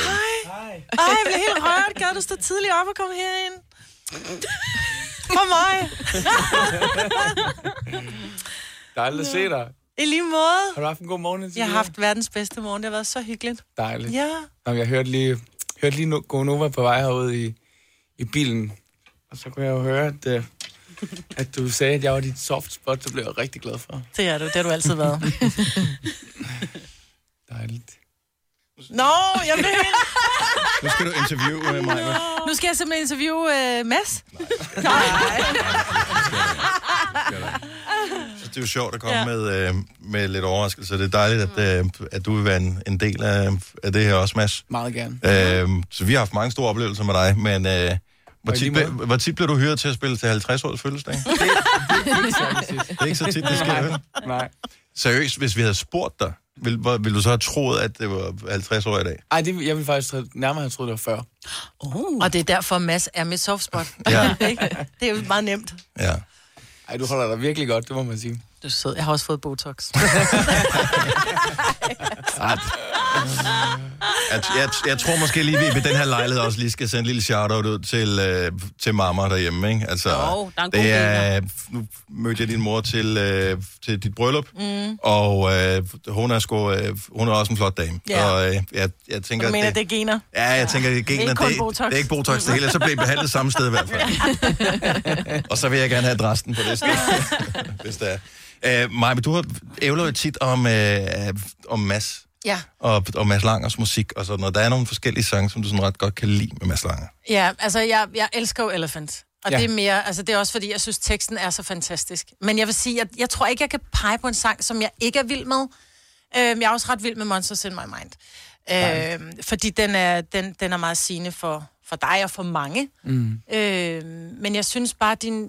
[SPEAKER 2] jeg blev helt rørt. Gad du stå tidligt op og komme herind? For mig.
[SPEAKER 16] Dejligt at se dig.
[SPEAKER 2] I lige måde.
[SPEAKER 16] Har du haft en god morgen? indtil
[SPEAKER 2] Jeg har
[SPEAKER 16] videre?
[SPEAKER 2] haft verdens bedste morgen. Det har været så hyggeligt.
[SPEAKER 16] Dejligt.
[SPEAKER 2] Ja.
[SPEAKER 16] Nå, men jeg hørte lige, hørte lige no- Gonova på vej herude i, i bilen. Og så kunne jeg jo høre, at, øh, at du sagde, at jeg var dit soft spot. Det blev jeg rigtig glad for.
[SPEAKER 2] Det er du. Det har du altid været.
[SPEAKER 16] Dejligt.
[SPEAKER 2] Nå, jeg blev helt...
[SPEAKER 1] nu skal du interviewe øh, mig. hva'?
[SPEAKER 2] Nu skal jeg simpelthen interviewe uh, Mads.
[SPEAKER 1] Så Det er jo sjovt at komme ja. med, øh, med lidt overraskelse. Det er dejligt, at, øh, at du vil være en, en del af, af det her også, Mads.
[SPEAKER 16] Meget gerne.
[SPEAKER 1] Øh, så vi har haft mange store oplevelser med dig, men øh, hvor, tit, ble, hvor tit bliver du hyret til at spille til 50-års fødselsdag? Det er ikke så tit, det sker, vel?
[SPEAKER 16] Nej.
[SPEAKER 1] Seriøst, hvis vi havde spurgt dig, ville, hvor- ville du så have troet, at det var 50 år i dag?
[SPEAKER 16] Ej, det, jeg ville faktisk tro- nærmere have troet, det var 40.
[SPEAKER 2] Uh. Og det er derfor, Mads er mit softspot.
[SPEAKER 16] Ja.
[SPEAKER 2] Ikke? det er jo meget nemt.
[SPEAKER 1] Ja.
[SPEAKER 16] Ej, du holder dig virkelig godt, det må man sige.
[SPEAKER 2] Du er sød. Jeg har også fået Botox.
[SPEAKER 16] Ej,
[SPEAKER 1] Jeg, jeg, jeg tror måske lige, vi ved den her lejlighed også lige skal sende en lille shout-out ud til, øh, til mamma derhjemme, ikke? Altså,
[SPEAKER 4] Jo, der er en god
[SPEAKER 1] det er, nu mødte jeg din mor til, øh, til dit bryllup, mm. og øh, hun, er sgu, øh, hun er også en flot dame.
[SPEAKER 2] Ja.
[SPEAKER 1] Og øh, jeg, jeg tænker,
[SPEAKER 2] Du mener, det, er gener?
[SPEAKER 1] Ja, jeg tænker, det er
[SPEAKER 2] Ikke
[SPEAKER 1] gener.
[SPEAKER 2] kun
[SPEAKER 1] det,
[SPEAKER 2] Botox.
[SPEAKER 1] det er ikke Botox det hele, så bliver I behandlet samme sted i hvert fald. og så vil jeg gerne have adressen på det sted, hvis det er. Øh, Maja, men du har ævler jo tit om, øh, om Mads
[SPEAKER 2] Ja.
[SPEAKER 1] og, og Mads Langers musik og sådan noget. Der er nogle forskellige sange, som du sådan ret godt kan lide med Mads Langer.
[SPEAKER 2] Ja, altså jeg, jeg elsker jo Elephant. Og
[SPEAKER 1] Ja.
[SPEAKER 2] ja. det er mere, altså det er også fordi, jeg synes, teksten er så fantastisk. Men jeg vil sige, jeg, jeg tror ikke, jeg kan pege på en sang, som jeg ikke er vild med. Øhm, jeg er også ret vild med Monsters in My Mind. Øhm, fordi den er, den, den er meget sigende for, for dig og for mange.
[SPEAKER 3] Mm.
[SPEAKER 2] Øh, men jeg synes bare, din,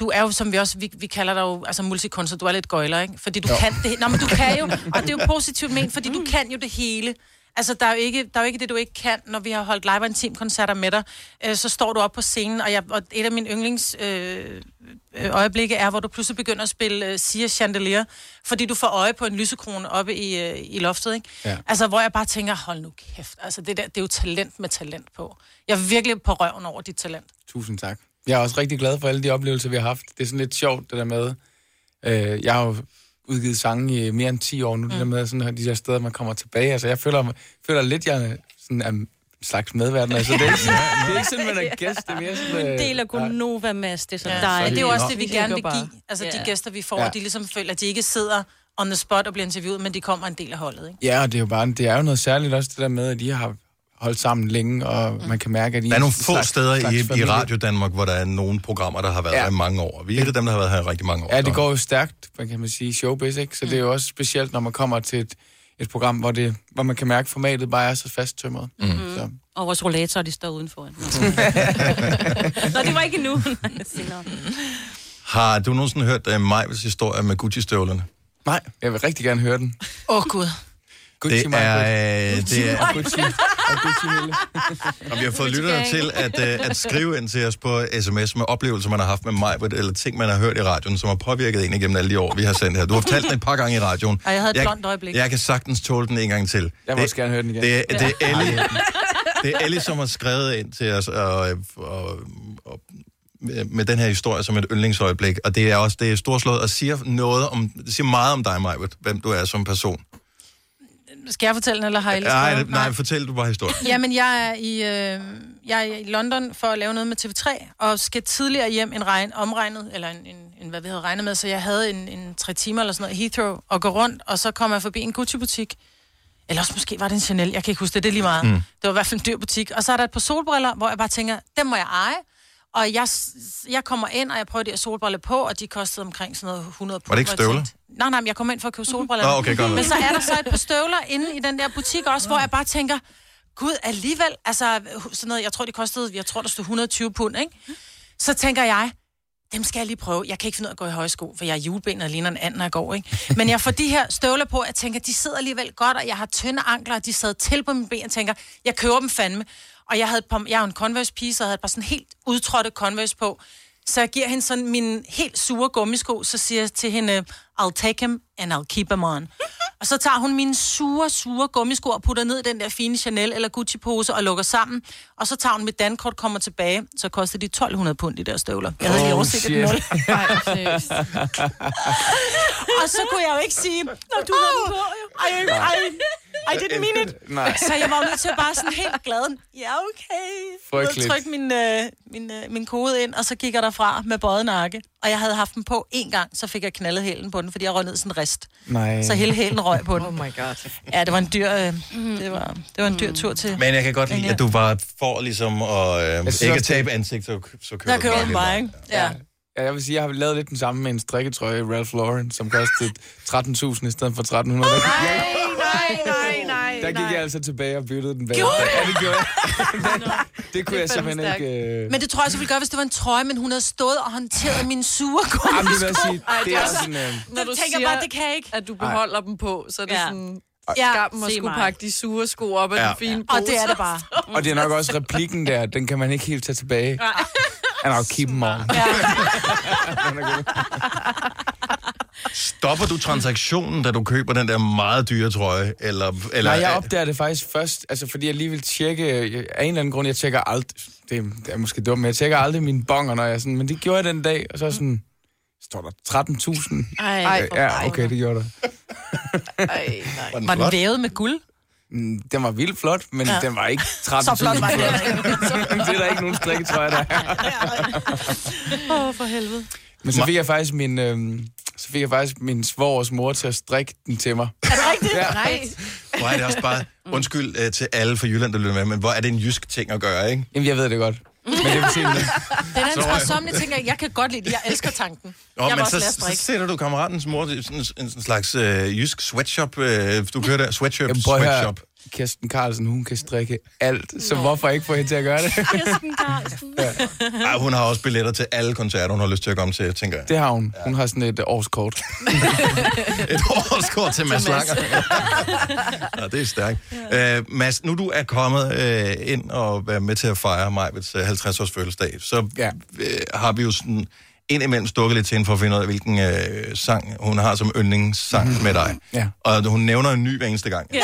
[SPEAKER 2] du er jo, som vi også, vi, vi kalder dig jo, altså multikunstner, du er lidt gøjler, ikke? Fordi du jo. kan det he- Nå, men du kan jo, og det er jo positivt ment, fordi du kan jo det hele. Altså, der er, jo ikke, der er jo ikke det, du ikke kan, når vi har holdt live og intimkoncerter med dig. Øh, så står du op på scenen, og, jeg, og et af mine yndlings øh, øh, øjeblikke er, hvor du pludselig begynder at spille øh, Sia Chandelier, fordi du får øje på en lysekrone oppe i, øh, i loftet, ikke?
[SPEAKER 3] Ja.
[SPEAKER 2] Altså, hvor jeg bare tænker, hold nu kæft, altså det der, det er jo talent med talent på. Jeg er virkelig på røven over dit talent.
[SPEAKER 16] Tusind tak. Jeg er også rigtig glad for alle de oplevelser, vi har haft. Det er sådan lidt sjovt, det der med... Øh, jeg har jo udgivet sange i mere end 10 år nu, mm. det der med sådan, her, de der steder, man kommer tilbage. Altså, jeg føler, føler lidt, jeg er sådan er en slags medverden. Altså, det er ikke sådan, det er ikke sådan man er gæst, det er mere sådan...
[SPEAKER 4] En
[SPEAKER 16] øh,
[SPEAKER 4] del af Gunova, Mads, det er så
[SPEAKER 2] Ja.
[SPEAKER 4] dejligt.
[SPEAKER 2] Men det er jo også det, vi
[SPEAKER 4] Nå.
[SPEAKER 2] gerne vil
[SPEAKER 4] Ikke bare-
[SPEAKER 2] give. Altså
[SPEAKER 4] Ja.
[SPEAKER 2] de gæster, vi får,
[SPEAKER 16] Ja.
[SPEAKER 2] ja. de ligesom føler, at de ikke sidder on the spot og bliver interviewet, men de kommer en del af holdet, ikke?
[SPEAKER 16] Ja, og det er jo bare, det er jo noget særligt også det der med, at I har holdt sammen længe, og man kan mærke, at I
[SPEAKER 1] Der er nogle
[SPEAKER 16] en
[SPEAKER 1] få
[SPEAKER 16] slags-
[SPEAKER 1] steder
[SPEAKER 16] slags
[SPEAKER 1] i, i
[SPEAKER 16] familie.
[SPEAKER 1] Radio Danmark, hvor der er nogle programmer, der har været
[SPEAKER 16] Ja.
[SPEAKER 1] ja. her i mange år. Vi er et af dem, der har været her i rigtig mange år.
[SPEAKER 16] Ja, det
[SPEAKER 1] Så-
[SPEAKER 16] går jo stærkt, man kan man sige, i showbiz, ikke? Så det er jo også specielt, når man kommer til et, et program, hvor, det, hvor man kan mærke, at formatet bare er så fasttømret. Mm. Så.
[SPEAKER 4] Og vores rollator, de står udenfor. Nå, det var ikke endnu. Nej, senere.
[SPEAKER 1] Har du nogensinde hørt uh, Majvels historie med Gucci-støvlerne?
[SPEAKER 16] Nej, jeg vil rigtig gerne høre den.
[SPEAKER 2] Åh, oh, Gud.
[SPEAKER 1] Gucci det er, øh,
[SPEAKER 16] Gucci.
[SPEAKER 1] det er,
[SPEAKER 16] Og Gucci. Og Gucci Mille.
[SPEAKER 1] og vi har fået lytterne til at, øh, at skrive ind til os på sms med oplevelser, man har haft med mig, eller ting, man har hørt i radioen, som har påvirket en igennem alle de år, vi har sendt her. Du har fortalt den et par gange i radioen.
[SPEAKER 2] Og jeg havde et blondt øjeblik.
[SPEAKER 1] Jeg kan sagtens tåle den en gang til. Jeg
[SPEAKER 16] vil også gerne høre den igen.
[SPEAKER 1] Det, er- det, er Ellie, det er Ellie, som har skrevet ind til os, og, og, og med den her historie som et yndlingsøjeblik, og det er også det er storslået og siger, noget om, det siger meget om dig, Majbert, hvem du er som person.
[SPEAKER 2] Skal jeg fortælle den, eller har I ellers
[SPEAKER 1] Nej,
[SPEAKER 2] skrevet den?
[SPEAKER 1] nej, fortæl du bare historien.
[SPEAKER 2] Jamen, jeg er, i, øh, jeg er i London for at lave noget med TV3, og skal tidligere hjem en regn, omregnet, eller en, en, en, hvad vi havde regnet med, så jeg havde en, en tre timer eller sådan noget i Heathrow, og gå rundt, og så kom jeg forbi en Gucci-butik. Eller også måske var det en Chanel, jeg kan ikke huske det, det er lige meget.
[SPEAKER 3] Mm.
[SPEAKER 2] Mm. Det var i hvert fald en dyr butik. Og så er der et par solbriller, hvor jeg bare tænker, dem må jeg eje. Og jeg, s- jeg kommer ind, og jeg prøver de her solbriller på, og de kostede omkring sådan noget 100
[SPEAKER 1] Var det ikke
[SPEAKER 2] hvor jeg
[SPEAKER 1] støvler?
[SPEAKER 2] tænkte, Nej, nej, men jeg kom ind for at købe solbriller.
[SPEAKER 1] Nå, okay, godt.
[SPEAKER 2] Men så er der så et par støvler inde i den der butik også, hvor jeg bare tænker, gud, alligevel, altså sådan noget, jeg tror, det kostede, jeg tror, der stod 120 pund, ikke? Så tænker jeg, dem skal jeg lige prøve. Jeg kan ikke finde ud af at gå i høje sko, for jeg er julebenet og ligner en anden, når jeg går, ikke? Men jeg får de her støvler på, jeg tænker, de sidder alligevel godt, og jeg har tynde ankler, og de sad til på mine ben, og tænker, jeg køber dem fandme. Og jeg havde et par, jeg er jo en Converse-pige, så jeg havde et par sådan helt udtrådte Converse på. Så jeg giver hende sådan min helt sure gummisko, så siger jeg til hende, "Uh, I'll take him and I'll keep him on. Og så tager hun mine sure, sure gummisko og putter ned i den der fine Chanel eller Gucci-pose og lukker sammen. Og så tager hun mit dankort kommer tilbage, så koster de 1200 pund, de der støvler. Jeg havde lige
[SPEAKER 16] Oh,
[SPEAKER 2] overset
[SPEAKER 16] shit.
[SPEAKER 2] et nul. og så kunne jeg jo ikke sige, når du har den på, jo. I, I, I didn't mean it.
[SPEAKER 3] Nej.
[SPEAKER 2] Så jeg var jo nødt til at bare sådan helt glad. Ja, okay.
[SPEAKER 3] Frygteligt.
[SPEAKER 2] Jeg trykke min, øh, min, øh, min kode ind, og så gik jeg derfra med bøjet nakke. Og jeg havde haft den på en gang, så fik jeg knaldet hælen på den, fordi jeg røg ned sådan en rist.
[SPEAKER 16] Nej.
[SPEAKER 2] Så hele hælen røg på den. Oh my god. Mm. Ja, det var en dyr, øh, det var, det var en dyr tur til.
[SPEAKER 1] Men jeg kan godt lide,
[SPEAKER 2] England.
[SPEAKER 1] at du bare får ligesom og, øh,
[SPEAKER 16] synes
[SPEAKER 1] ikke
[SPEAKER 16] også,
[SPEAKER 1] at tabe ansigt, så, så kører
[SPEAKER 2] Der kører
[SPEAKER 1] bare
[SPEAKER 2] den
[SPEAKER 1] lige
[SPEAKER 2] bare,
[SPEAKER 1] meget.
[SPEAKER 2] ikke? Ja.
[SPEAKER 16] Ja, jeg vil sige, jeg har lavet lidt den samme med en strikketrøje i Ralph Lauren, som kostede 13.000 i stedet for 1.300. Der,
[SPEAKER 3] nej, nej, nej.
[SPEAKER 16] der gik jeg altså tilbage og byttede den bag.
[SPEAKER 2] Gjorde du?
[SPEAKER 16] Ja, det gjorde jeg. det kunne jeg simpelthen ikke... Øh...
[SPEAKER 2] Men det tror jeg også, jeg ville gøre, hvis det var en trøje, men hun havde stået og håndteret min sure gummisko.
[SPEAKER 16] Jamen, det vil jeg sige, det er sådan, øh,
[SPEAKER 9] Når du
[SPEAKER 2] tænker
[SPEAKER 9] siger,
[SPEAKER 2] bare, det kan jeg ikke.
[SPEAKER 9] At du beholder dem på, så er det
[SPEAKER 2] Ja.
[SPEAKER 9] sådan...
[SPEAKER 2] Ja,
[SPEAKER 9] Skammen at
[SPEAKER 2] se
[SPEAKER 9] skulle
[SPEAKER 2] mig.
[SPEAKER 9] pakke de sure sko op af
[SPEAKER 16] Ja.
[SPEAKER 9] den fine
[SPEAKER 2] Og
[SPEAKER 9] pose.
[SPEAKER 2] det er det bare.
[SPEAKER 16] Og det er nok også replikken der, den kan man ikke helt tage tilbage.
[SPEAKER 9] Nej.
[SPEAKER 16] And I'll keep them on.
[SPEAKER 1] Stopper du transaktionen, da du køber den der meget dyre trøje? Eller, eller,
[SPEAKER 16] Nej, jeg opdager det faktisk først, altså fordi jeg lige vil tjekke, øh, af en eller anden grund, jeg tjekker aldrig, det, er- det er måske dumt, men jeg tjekker aldrig mine bonger, når jeg er sådan, men det gjorde jeg den dag, og så er jeg sådan, står der 13.000?
[SPEAKER 2] Ej,
[SPEAKER 16] Øh,
[SPEAKER 2] hvor
[SPEAKER 16] ja,
[SPEAKER 2] pokker.
[SPEAKER 16] okay, det gjorde der.
[SPEAKER 2] Ej, nej. Var den vævet med guld?
[SPEAKER 16] Mm, Den var vildt flot, men
[SPEAKER 2] Ja.
[SPEAKER 16] ja. den var ikke 13.000
[SPEAKER 2] Så flot var den
[SPEAKER 16] flot.
[SPEAKER 2] heller
[SPEAKER 16] det er der ikke nogen strikketrøje, der er.
[SPEAKER 2] Åh, oh, for helvede.
[SPEAKER 16] Men så fik jeg faktisk min, øh, så fik jeg faktisk min svogers mor til at strikke den til mig.
[SPEAKER 2] Er det rigtigt?
[SPEAKER 16] Ja.
[SPEAKER 2] Nej.
[SPEAKER 1] Hvor er det også bare, undskyld øh, til alle fra Jylland, der lytter med, men hvor er det en jysk ting at gøre, ikke?
[SPEAKER 16] Jamen, jeg ved det godt. Men det vil sige,
[SPEAKER 2] Den er en
[SPEAKER 1] Så-
[SPEAKER 2] sparsomlig ting, at jeg kan godt lide det. Jeg elsker tanken.
[SPEAKER 1] Nå,
[SPEAKER 2] jeg
[SPEAKER 1] men
[SPEAKER 2] var også
[SPEAKER 1] så,
[SPEAKER 2] lærer at
[SPEAKER 1] så
[SPEAKER 2] strikke.
[SPEAKER 1] sætter du kammeratens mor til sådan en, en slags øh, jysk sweatshop. Øh, du kører der, sweatshop,
[SPEAKER 16] Jamen, prøv at høre.
[SPEAKER 1] sweatshop.
[SPEAKER 16] Kirsten Carlsen, hun kan strikke alt, så hvorfor ikke få hende til at gøre det?
[SPEAKER 4] Kirsten Carlsen.
[SPEAKER 1] Ej, hun har også billetter til alle koncerter, hun har lyst til at komme til, tænker jeg.
[SPEAKER 16] Det har hun. Hun har sådan et årskort.
[SPEAKER 1] Et årskort til Mads Langer. Ja, det er stærkt. Ja. Øh, Mads, nu du er kommet øh, ind og er med til at fejre Majvits 50-års fødselsdag, så ja. øh, har vi jo sådan indimellem stukket lidt til hende for at finde ud af, hvilken øh, sang hun har som yndlingssang mm. med dig.
[SPEAKER 16] Mhm. Ja.
[SPEAKER 1] Og hun nævner en ny hver eneste gang.
[SPEAKER 4] Ja.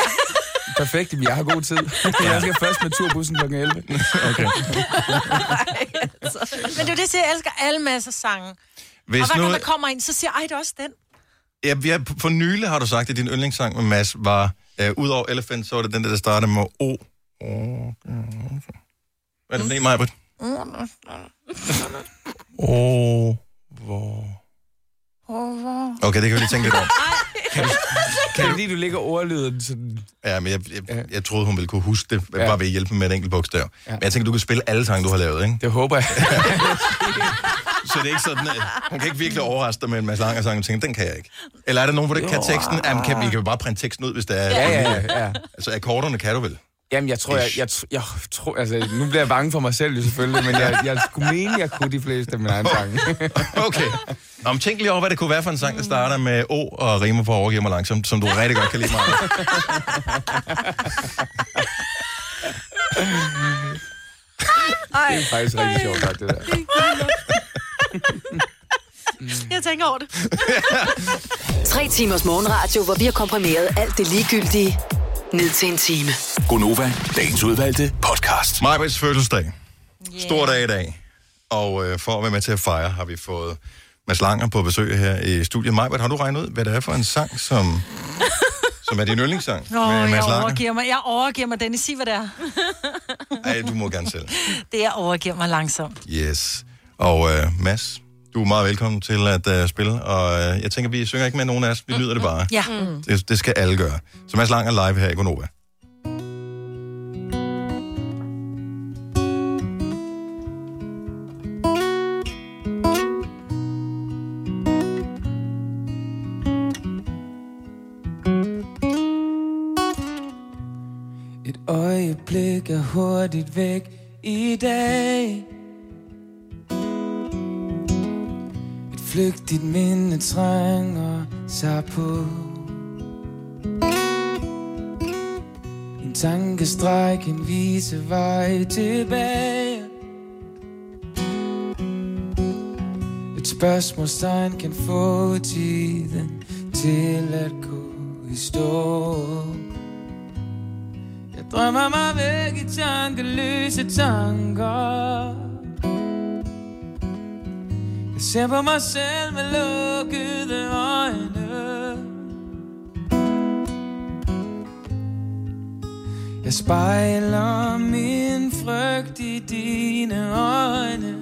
[SPEAKER 16] Perfekt, jamen, jeg har god tid. Jeg skal først med turbussen kl. 11. Okay.
[SPEAKER 2] Men det er jo det, jeg siger, jeg elsker alle masser sange.
[SPEAKER 1] Hvis
[SPEAKER 2] og hver gang
[SPEAKER 1] nu-
[SPEAKER 2] der kommer en, så siger jeg, ej, det er også den.
[SPEAKER 1] Ja, ja, for nylig har du sagt, at din yndlingssang med Mads var, øh, udover Elephant, så var det den der, der startede med O. Hvad er det med det, Majbrit? Åh, hvor... Okay, det kan vi lige tænke lidt om.
[SPEAKER 16] Kan det lige, du ligger ordlyden sådan...
[SPEAKER 1] Ja, men jeg, jeg, jeg, jeg troede, hun ville kunne huske det,
[SPEAKER 16] Ja.
[SPEAKER 1] bare ved at hjælpe med et enkelt bogstav. Men jeg tænker, du kan spille alle sange, du har lavet, ikke?
[SPEAKER 16] Det håber jeg.
[SPEAKER 1] så det er ikke sådan, at hun kan ikke virkelig overraske dig med en masse lange sange, og tænke, den kan jeg ikke. Eller er der nogen, hvor det kan
[SPEAKER 16] Jo,
[SPEAKER 1] teksten? Jamen, kan, vi
[SPEAKER 16] ah.
[SPEAKER 1] kan jo bare printe teksten ud, hvis der er...
[SPEAKER 16] Ja, ja, ja, ja.
[SPEAKER 1] Altså, akkorderne kan du vel?
[SPEAKER 16] Jamen, jeg tror, jeg, jeg, tr- jeg tror, altså, nu bliver jeg bange for mig selv jo selvfølgelig, men jeg, jeg skulle mene, jeg kunne de fleste af mine egne sange.
[SPEAKER 1] Okay. Nå, men tænk lige over, hvad det kunne være for en sang, der starter med O og rimer på overgiver mig langsomt, som du rigtig godt kan lide mig.
[SPEAKER 2] Ej.
[SPEAKER 16] Det er faktisk rigtig sjovt, sagt, det der.
[SPEAKER 2] Jeg tænker over det.
[SPEAKER 17] Tre timers morgenradio, hvor vi har komprimeret alt det ligegyldige ned til en time.
[SPEAKER 5] Gonova, dagens udvalgte podcast.
[SPEAKER 1] Majbrits fødselsdag. Yeah. Stor dag i dag. Og øh, for at være med til at fejre, har vi fået Mads Langer på besøg her i studiet. Majbrit, har du regnet ud, hvad det er for en sang, som, som er din yndlingssang
[SPEAKER 2] Nå, jeg overgiver mig. Jeg overgiver mig, Dennis. Sig, hvad det er.
[SPEAKER 1] Ej, du må gerne selv.
[SPEAKER 2] Det er overgiver mig langsomt.
[SPEAKER 1] Yes. Og øh, Mads, du er meget velkommen til at øh, spille. Og øh, jeg tænker, vi synger ikke med nogen af os. Vi lyder det bare.
[SPEAKER 2] Ja. Mm.
[SPEAKER 1] Det, det skal alle gøre. Så Mads Lang er live her i Gonova.
[SPEAKER 6] Et øjeblik er hurtigt væk i dag Et flygtigt minde trænger sig på En tankestræk, en vise vej tilbage Et spørgsmålstegn kan få tiden til at gå i stå jeg drømmer mig væk i tankeløse tanker Jeg ser på mig selv med lukkede øjne Jeg spejler min frygt i dine øjne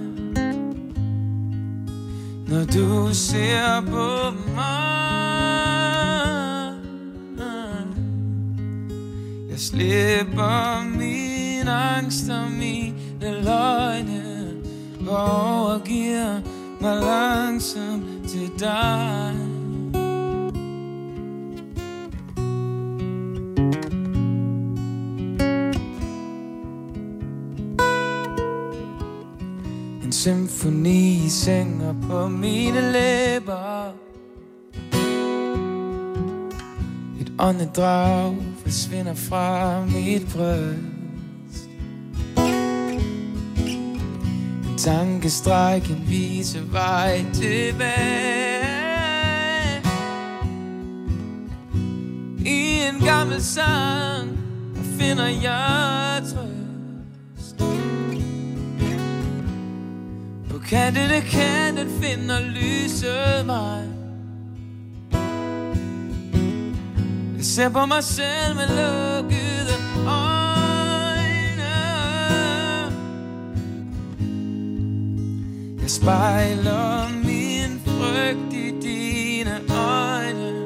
[SPEAKER 6] Når du ser på mig jeg slipper min angst og mine løgne Og overgiver mig langsomt til dig En symfoni i seng og på mine læber Et åndedrag forsvinder fra mit bryst En tankestræk, en vise vej tilbage en gammel sang Og finder jeg trøst På kanten af kanten finder lyset mig Jeg ser på mig selv med lukkede øjne Jeg spejler min frygt i dine øjne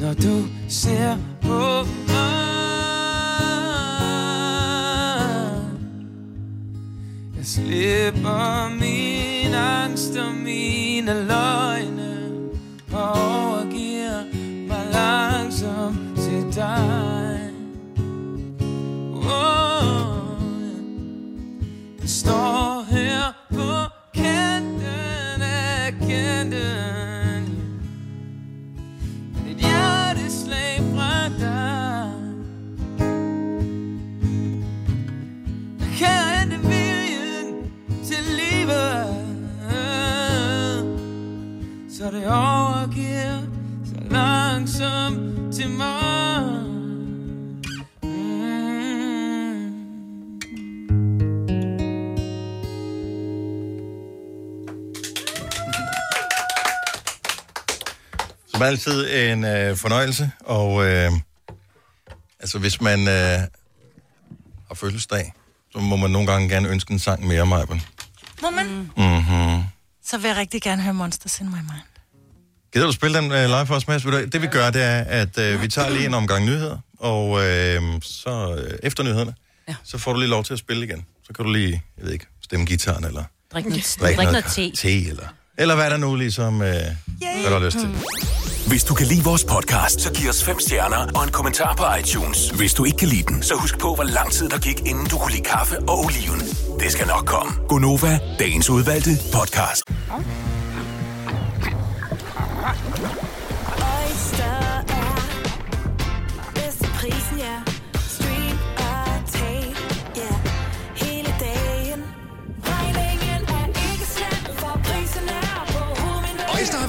[SPEAKER 6] Når du ser på mig Jeg slipper min angst og mine løgne Og overgiver mig langsomt til dig oh. Jeg står her på kanten af kanten Med et hjerteslag fra dig Jeg kan ikke viljen til livet Så det overgiver så langsomt til mig
[SPEAKER 1] Som altid en øh, fornøjelse, og øh, altså hvis man øh, har fødselsdag, så må man nogle gange gerne ønske en sang mere, Majben.
[SPEAKER 2] Må man?
[SPEAKER 1] Mm-hmm.
[SPEAKER 2] Så vil jeg rigtig gerne høre Monsters in My Mind.
[SPEAKER 1] Gider du spille den øh, live for os, Mads? Ved du hvad, Det vi gør, det er, at øh, vi tager lige en omgang nyheder, og øh, så øh, efter nyhederne, ja. så får du lige lov til at spille igen. Så kan du lige, jeg ved ikke, stemme gitaren, eller
[SPEAKER 4] Drik noget, drik noget te.
[SPEAKER 1] te eller, eller hvad der nu ligesom, øh, hvad du har lyst til.
[SPEAKER 5] Hvis du kan lide vores podcast, så giv os fem stjerner og en kommentar på iTunes. Hvis du ikke kan lide den, så husk på, hvor lang tid der gik, inden du kunne lide kaffe og oliven. Det skal nok komme.
[SPEAKER 16] Gonova, dagens udvalgte podcast.
[SPEAKER 3] Oyster er bedst til prisen, ja. Stream og tag, ja. Hele dagen. Regningen er ikke slem, for prisen er på hovedet.
[SPEAKER 13] Øjster har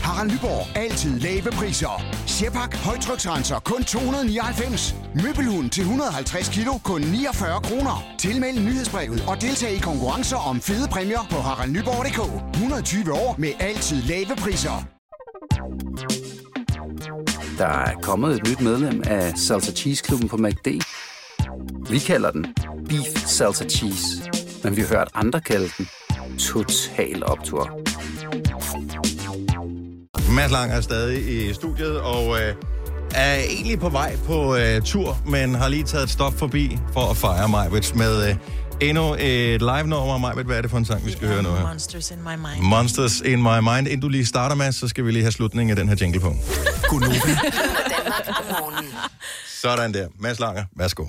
[SPEAKER 14] Harald Nyborg. Altid lave priser. Sjehpak. Højtryksrenser. Kun 299. Møbelhund til 150 kilo. Kun 49 kroner. Tilmeld nyhedsbrevet og deltag i konkurrencer om fede præmier på haraldnyborg.dk. 120 år med altid lave priser.
[SPEAKER 15] Der er kommet et nyt medlem af Salsa Cheese Klubben på MACD. Vi kalder den Beef Salsa Cheese, men vi har hørt andre kalde den Total Optor.
[SPEAKER 1] Mads Lang er stadig i studiet, og øh, er egentlig på vej på øh, tur, men har lige taget et stop forbi for at fejre Majbets med øh, endnu et live-nummer. Majbet, hvad er det for en sang, vi skal høre nu her?
[SPEAKER 2] Monsters in My Mind.
[SPEAKER 1] Monsters in my mind. Inden du lige starter, Mads, så skal vi lige have slutningen af den her jingle på. Godnova. Sådan der. Mads Langer, værsgo.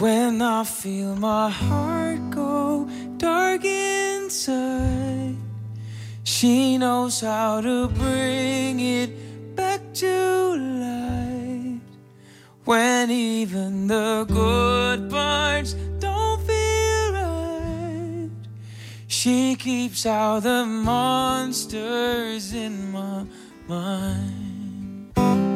[SPEAKER 6] When I feel my heart go dark inside, she knows how to bring it back to light. When even the good parts don't feel right, she keeps out the monsters in my mind.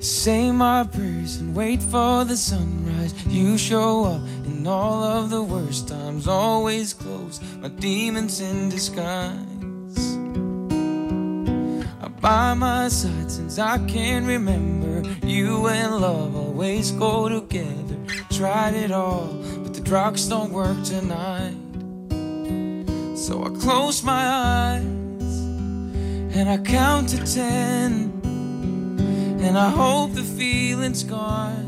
[SPEAKER 6] Say my prayers and wait for the sunrise. You show up in all of the worst times, always close. My demons in disguise. Are by my side since I can remember. You and love always go together. Tried it all, but the drugs don't work tonight. So I close my eyes and I count to ten. And I hope the feeling's gone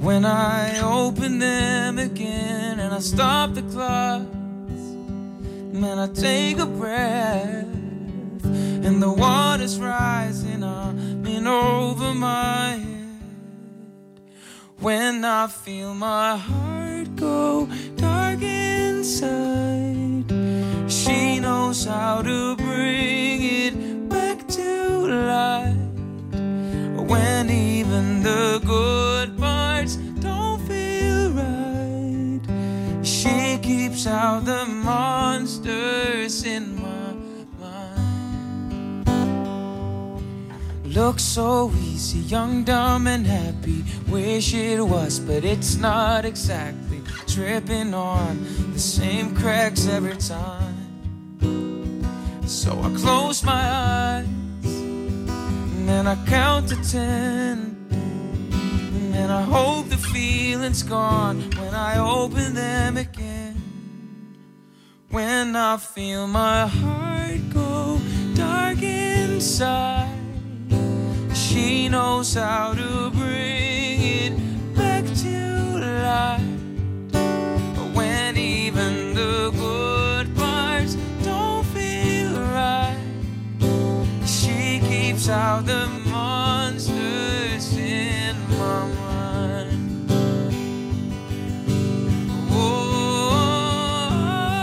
[SPEAKER 6] when I open them again and I stop the clock. And I take a breath, and the one water's rising up and over my head. When I feel my heart go dark inside, she knows how to bring it back to life. When even the good parts don't feel right, she keeps out the monsters in my mind. Looks so easy, young, dumb, and happy. Wish it was, but it's not exactly. Tripping on the same cracks every time. So I close my eyes, and then I count to ten. And I hope the feeling's gone when I open them again. When I feel my heart go dark inside, she knows how to bring it back to life. When even the good parts don't feel right. She keeps out the monsters in my mind.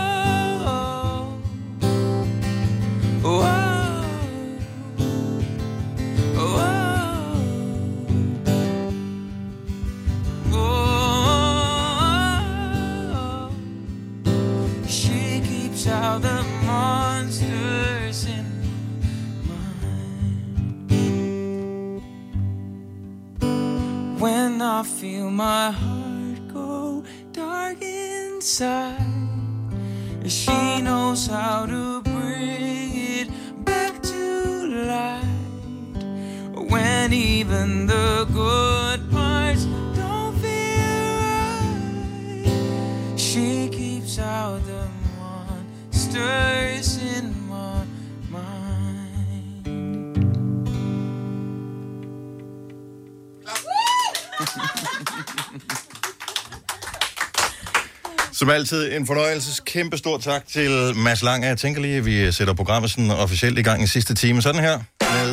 [SPEAKER 6] Oh, oh, oh, oh, oh, oh, oh. She keeps out the monsters in When I feel my heart go dark inside, she knows how to bring it back to light. When even the good parts don't feel right, she keeps out the monsters in my mind.
[SPEAKER 1] Som altid, en fornøjelse. Kæmpe stor tak til Mads Lang. Jeg tænker lige, at vi sætter programmet sådan officielt i gang i sidste time. Sådan her. Med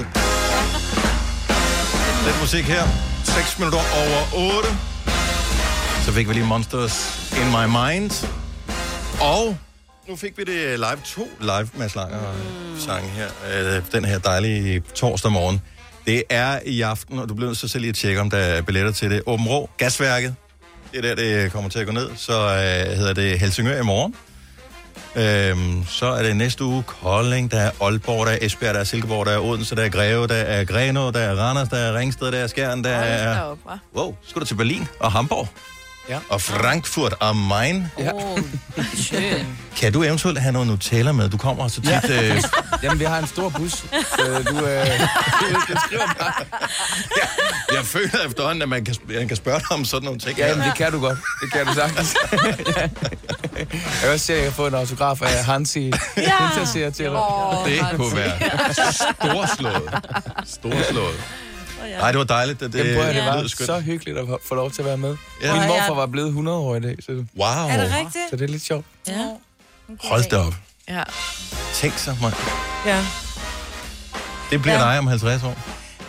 [SPEAKER 1] lidt musik her. 6 minutter over 8. Så fik vi lige Monsters in My Mind. Og nu fik vi det live. To live Mads Langer mm. sange her. Øh, den her dejlige torsdag morgen. Det er i aften, og du bliver nødt til selv lige at tjekke, om der er billetter til det. Åben Rå, Gasværket. Det er der, det kommer til at gå ned. Så øh, hedder det Helsingør i morgen. Øhm, så er det næste uge Kolding, der er Aalborg, der er Esbjerg, der er Silkeborg, der er Odense, der er Greve, der er Grenå, der er Randers, der er Ringsted, der er Skjern, der er...
[SPEAKER 9] Deroppe, hva'?
[SPEAKER 1] Wow, skal du til Berlin og Hamburg?
[SPEAKER 16] Ja.
[SPEAKER 1] Og Frankfurt am Main. Ja.
[SPEAKER 9] Åh, skøn.
[SPEAKER 1] Kan du eventuelt have noget Nutella med? Du kommer så tit... Ja. Øh,
[SPEAKER 16] Jamen, vi har en stor bus. Øh, du, øh,
[SPEAKER 1] jeg føler efterhånden, at man kan, man kan spørge dig om sådan nogle ting.
[SPEAKER 16] ja, jamen, det kan du godt. Det kan du sagtens. jeg vil også se, at jeg kan få en autograf af Hansi. Ja. Det ser jeg til dig.
[SPEAKER 1] Det kunne være storslået. Storslået. Nej, det var dejligt, at det,
[SPEAKER 16] Jamen, prøv at, høre,
[SPEAKER 1] lyder
[SPEAKER 16] det var så hyggeligt at få lov til at være med.
[SPEAKER 1] Ja.
[SPEAKER 16] Ja. Min
[SPEAKER 1] Og jeg-
[SPEAKER 16] morfar var blevet 100 år i dag. Så... Wow.
[SPEAKER 1] Wow.
[SPEAKER 16] Er
[SPEAKER 1] Er
[SPEAKER 16] det
[SPEAKER 1] det
[SPEAKER 16] rigtigt? Så det er lidt sjovt.
[SPEAKER 9] Ja.
[SPEAKER 1] Hold da op.
[SPEAKER 9] Ja.
[SPEAKER 1] Tænk så, man.
[SPEAKER 9] ja.
[SPEAKER 1] Det bliver
[SPEAKER 9] Ja.
[SPEAKER 1] ja. dig om 50 år.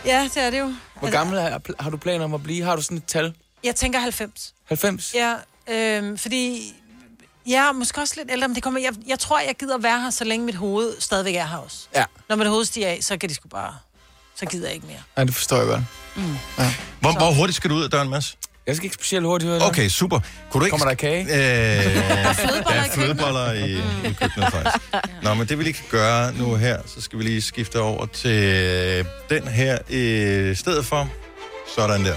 [SPEAKER 9] Ja, det er det jo.
[SPEAKER 16] Hvor gammel er, har du planer om at blive? Har du sådan et tal?
[SPEAKER 2] Jeg tænker 90.
[SPEAKER 16] 90?
[SPEAKER 2] Ja, øhm, fordi... Ja, måske også lidt ældre, men det kommer... Jeg, jeg tror, jeg gider være her, så længe mit hoved stadigvæk er her også.
[SPEAKER 16] Ja.
[SPEAKER 2] Når mit hoved stiger af, så kan de sgu bare... Så gider jeg ikke mere.
[SPEAKER 16] Nej, det forstår jeg godt.
[SPEAKER 2] Mm.
[SPEAKER 16] Ja.
[SPEAKER 1] Hvor, hvor hurtigt skal du ud af døren, Mads?
[SPEAKER 16] Jeg skal ikke specielt hurtigt ud af døren.
[SPEAKER 1] Okay, super. Kunne du ikke...
[SPEAKER 16] Kommer der kage?
[SPEAKER 1] Øh, der er flødeboller i, i køkkenet, faktisk. Nå, men det vi lige kan gøre nu her, så skal vi lige skifte over til øh, den her i stedet for. Sådan der.